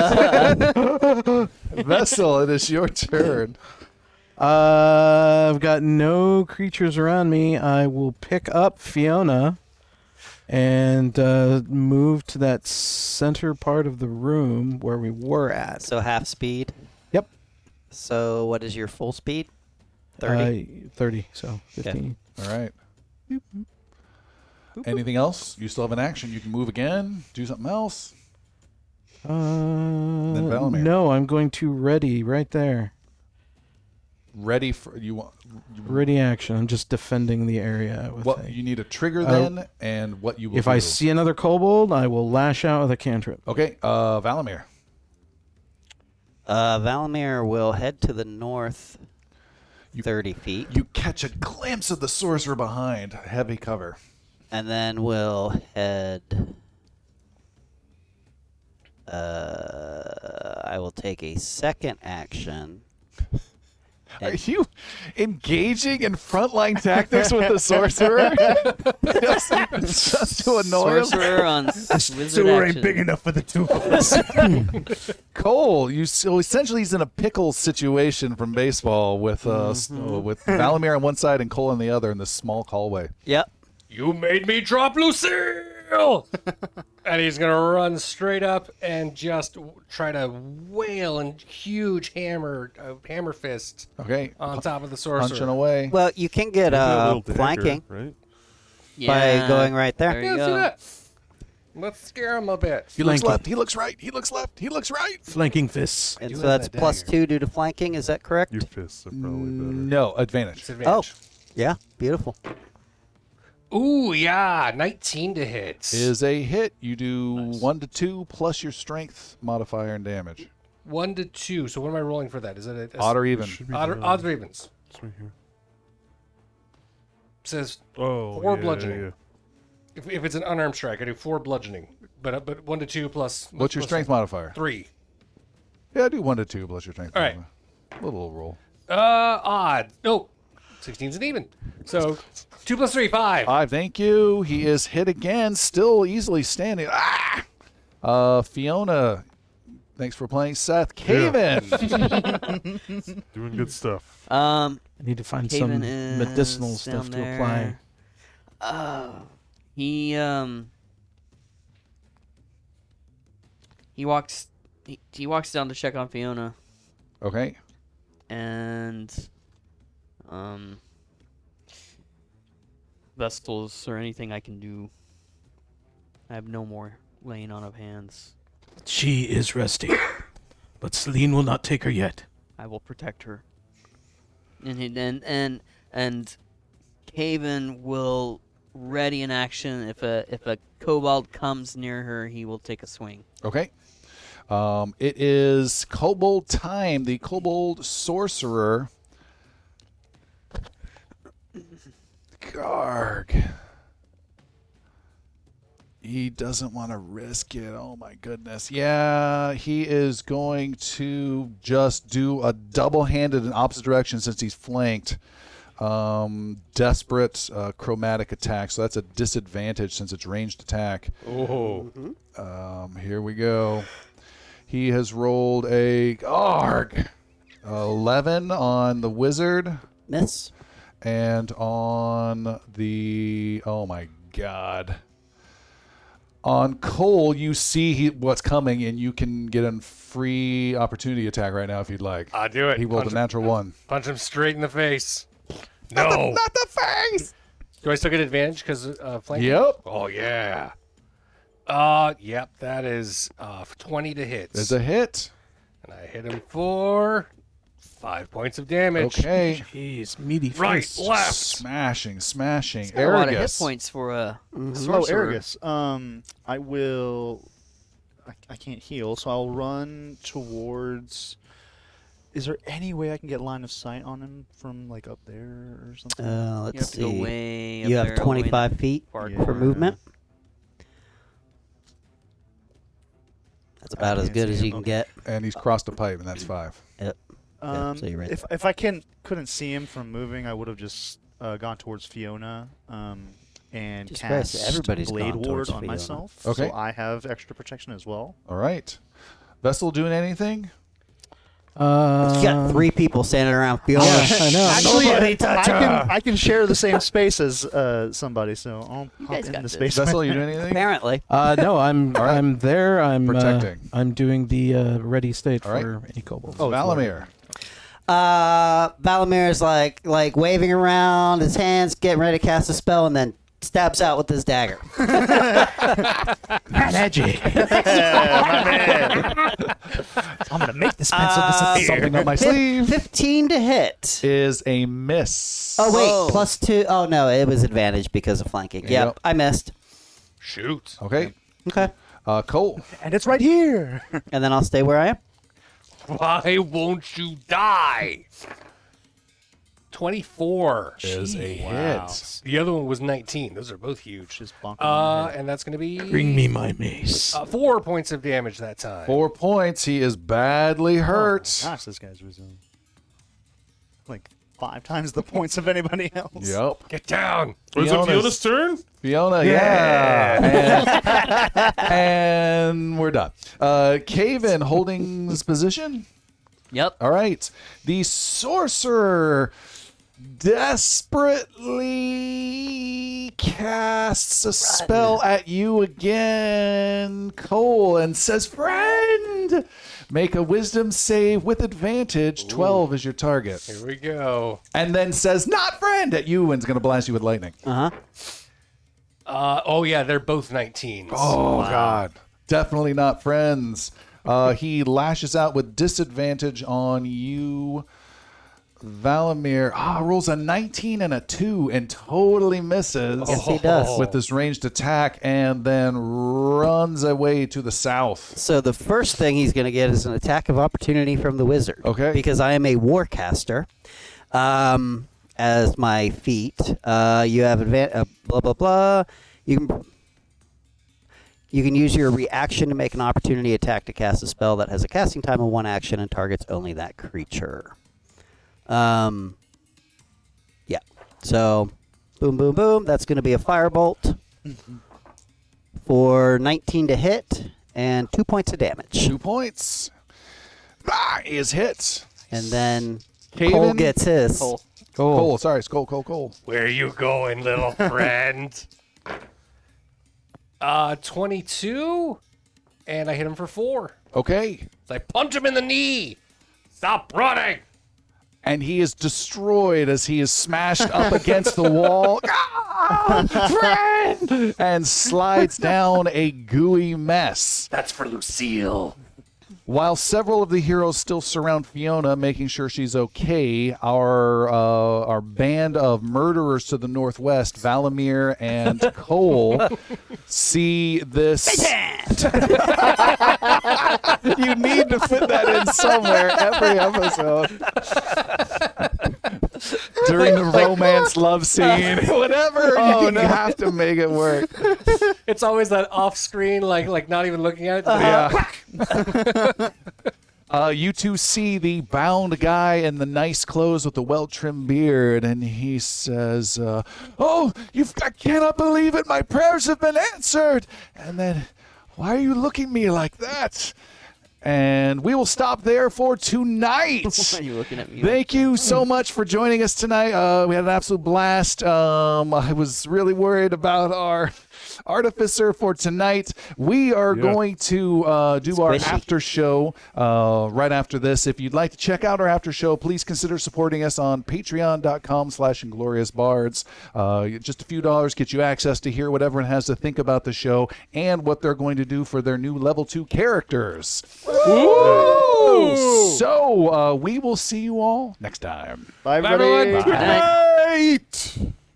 Vessel, it is your turn.
Uh, I've got no creatures around me. I will pick up Fiona and uh, move to that center part of the room where we were at.
so half speed.
Yep.
So what is your full speed?
Uh, 30, so 15.
All right. Anything else? You still have an action. You can move again, do something else.
Uh,
Valamir.
no, I'm going to ready right there.
Ready for you want
Ready action. I'm just defending the area. With
what
a-
you need a trigger
Uh,
then and what you will
if I
do.
see another kobold, I will lash out with a cantrip.
Okay, uh Valamir.
Uh, Valamir will head to the north,
You-
thirty feet,
You catch a glimpse of the sorcerer behind heavy cover.
and then will head. Uh, I will take a second action.
Are you engaging in frontline tactics with the sorcerer? just, just to
Oh,
annoy him?
Sorcerer on s- wizard
Sewer ain't
action.
big enough for the two of us.
Cole, you so essentially he's in a pickle situation from baseball with uh s- uh, with Valamir on one side and Cole on the other in this small hallway.
Yep.
You made me drop Lucille! and he's gonna run straight up and just w- try to wail and huge hammer, uh, hammer fist
Okay,
on top of the
punching
Uh, sorcerer.
away.
Well, you can get uh, flanking
right?
by going right there.
There
Yeah,
you
let's do
go.
that. Let's scare him a bit.
he looks
Flanking.
left. He looks right. He looks left. He looks right.
Flanking fists.
And
do
so
have
that's
that
plus
dagger.
two due to flanking. Is that correct?
Your fists are probably better.
No advantage.
Oh,
Disadvantage.
yeah. Beautiful.
Ooh, yeah. 19 to hit.
Is a hit. You do one to two plus your strength modifier and damage.
One to two. So what am I rolling for that? Is it a, a
Odd or even.
odd, or- odds or evens?
It's right here.
Says
Oh,
Or
yeah,
bludgeoning.
Oh, yeah.
if, if it's an unarmed strike, I do four bludgeoning. but uh, but one to two plus.
What's your
plus
strength modifier?
Three.
Yeah, do one to two plus your strength.
All right.
modifier. Little roll.
Uh, odd. No, 16's an even. So two plus three, five.
Five. Thank you. He is hit again. Still easily standing. Ah! Uh, Fiona. Thanks for playing, Seth. Caven.
Doing good stuff.
Um,
I need to find some
Caven is
medicinal
down
stuff to apply.
there. Oh, he um, he walks he, he walks down to check on Fiona,
okay.
and um, Vestals or anything I can do. I have no more laying on of hands.
She is resting, but Celine will not take her yet.
I will protect her. And he- and and and Caven will ready in action if a if a kobold comes near her, he will take a swing.
Okay. Um, it is Kobold time. The Kobold Sorcerer. Garg. He doesn't want to risk it. Oh my goodness. Yeah, he is going to just do a double handed in opposite direction since he's flanked. Um, desperate uh, chromatic attack. So that's a disadvantage since it's ranged attack.
Oh.
Um, here we go. He has rolled a arg, eleven on the wizard
Miss.
and on the oh my god. On Cole, you see he, what's coming, and you can get a free opportunity attack right now if you'd like.
I do it.
He rolled a
Punch him.
natural one.
Punch him straight in the face. No. Not the,
face.
Do I still get advantage because uh, flanking?
Yep.
Oh yeah. Uh, yep. That is uh twenty to hit.
There's a hit.
And I hit him for five points of damage.
Okay.
Jeez, meaty
Right,
fist.
left.
Smashing, smashing.
Got a lot of hit
Aragus.
points for a
Mm,
Oh,
sorcerer.
Aragus. Um, I will. I, I can't heal, so I'll run towards. Is there any way I can get line of sight on him from like up there or something?
Uh,
You
let's
have to
see.
go way up
you
there,
have
way in the
25 feet
far
Yeah.
for
corner.
movement. That's about as
can't
good
see
as
him.
you can
Okay.
get.
And he's crossed a pipe, and that's five.
Yep. yeah,
um,
so you're right
if if I can couldn't see him from moving, I would have just uh, gone towards Fiona. Um, and
Jesus Christ,
cast
everybody's
Blade
gone
Ward
towards
on
Fiona.
myself,
Okay.
so I have extra protection as well.
All right. Vessel doing anything?
You got
Uh,
three people standing around Fiona.
I know.
Actually, I can I can share the same space as uh, somebody, so I'll hop
guys
in
got
the
this.
space.
Vessel, you doing anything?
Apparently.
Uh, no, I'm
right.
I'm there. I'm uh,
Protecting.
I'm doing the uh, ready state
All right.
for any kobold.
Oh, Valamir.
Uh, Valamir is like like waving around his hands, getting ready to cast a spell, and then stabs out with his dagger.
I'm gonna make this pencil
Uh,
Something up my
fif-
sleeve
Fifteen to hit.
is a miss.
Oh wait,
Whoa.
plus two. Oh no, it was advantage because of flanking. Yep,
Yep.
I missed.
Shoot.
Okay.
Okay,
Uh, Cole.
and it's right here.
and then I'll stay where I am.
Why won't you die? Twenty-four.
Is a
Wow.
hit.
The other one was nineteen. Those are both huge.
Just bonk him on the
Uh,
head.
and that's gonna be
Bring me my mace.
uh, four points of damage that time.
Four points. He is badly hurt.
Gosh, this guy's resume. Like five times the points of anybody else.
yep.
Get down.
Oh, is it
Fiona's-
Fiona's turn?
Fiona, yeah. And, and we're done. Uh, Caven holding his position.
Yep.
All right. The sorcerer desperately casts a spell at you again, Cole, and says, Friend! Make a wisdom save with advantage. 12 is your target.
Here we go.
And then says, Not friend at you, and's going to blast you with lightning.
Uh, oh yeah, they're both 19s.
Oh, God. Definitely not friends. Uh, he lashes out with disadvantage on you, Valamir. Ah, rolls a 19 and a 2 and totally misses
Yes, he does.
with this ranged attack and then runs away to the south.
So the first thing he's going to get is an attack of opportunity from the wizard.
Okay.
Because I am a warcaster. Um, as my feat, uh, you have advan Uh, blah blah blah. You can.
You can use your reaction to make an opportunity attack to cast a spell that has a casting time of one action and targets only that creature. Um, yeah. So, boom, boom, boom. That's going to be a firebolt for 19 to hit and two points of damage.
Two points. Ah, he is hit.
And then Cole
Caven?
gets his.
Cole.
Cole.
Cole, sorry, it's Cole, Cole, Cole.
Where you going, little friend? Uh, 22, and I hit him for four.
Okay.
So I punch him in the knee. Stop running.
And he is destroyed as he is smashed up against the wall. Ah, friend! And slides down a gooey mess.
That's for Lucille.
While several of the heroes still surround Fiona, making sure she's okay, our uh, our band of murderers to the northwest, Valamir and Cole, see this. you need to fit that in somewhere every episode. During the romance love scene, whatever,
Oh,
you
no.
have to make it work.
It's always that off screen, like like not even looking at it.
Yeah. Uh, you two see the bound guy in the nice clothes with the well trimmed beard, and he says, uh, Oh, you've, I cannot believe it. My prayers have been answered. And then, why are you looking at me like that? And we will stop there for tonight.
Why are you looking at me?
Thank you so much for joining us tonight. Uh, we had an absolute blast. Um, I was really worried about our artificer for tonight. We are going to uh, do our
Squishy.
after show uh, right after this. If you'd like to check out our after show, please consider supporting us on patreon.com slash ingloriousbards. Uh, just a few dollars get you access to hear what everyone has to think about the show and what they're going to do for their new level two characters. So uh, we will see you all next time.
Bye,
everybody.
everybody.
Bye.
Right.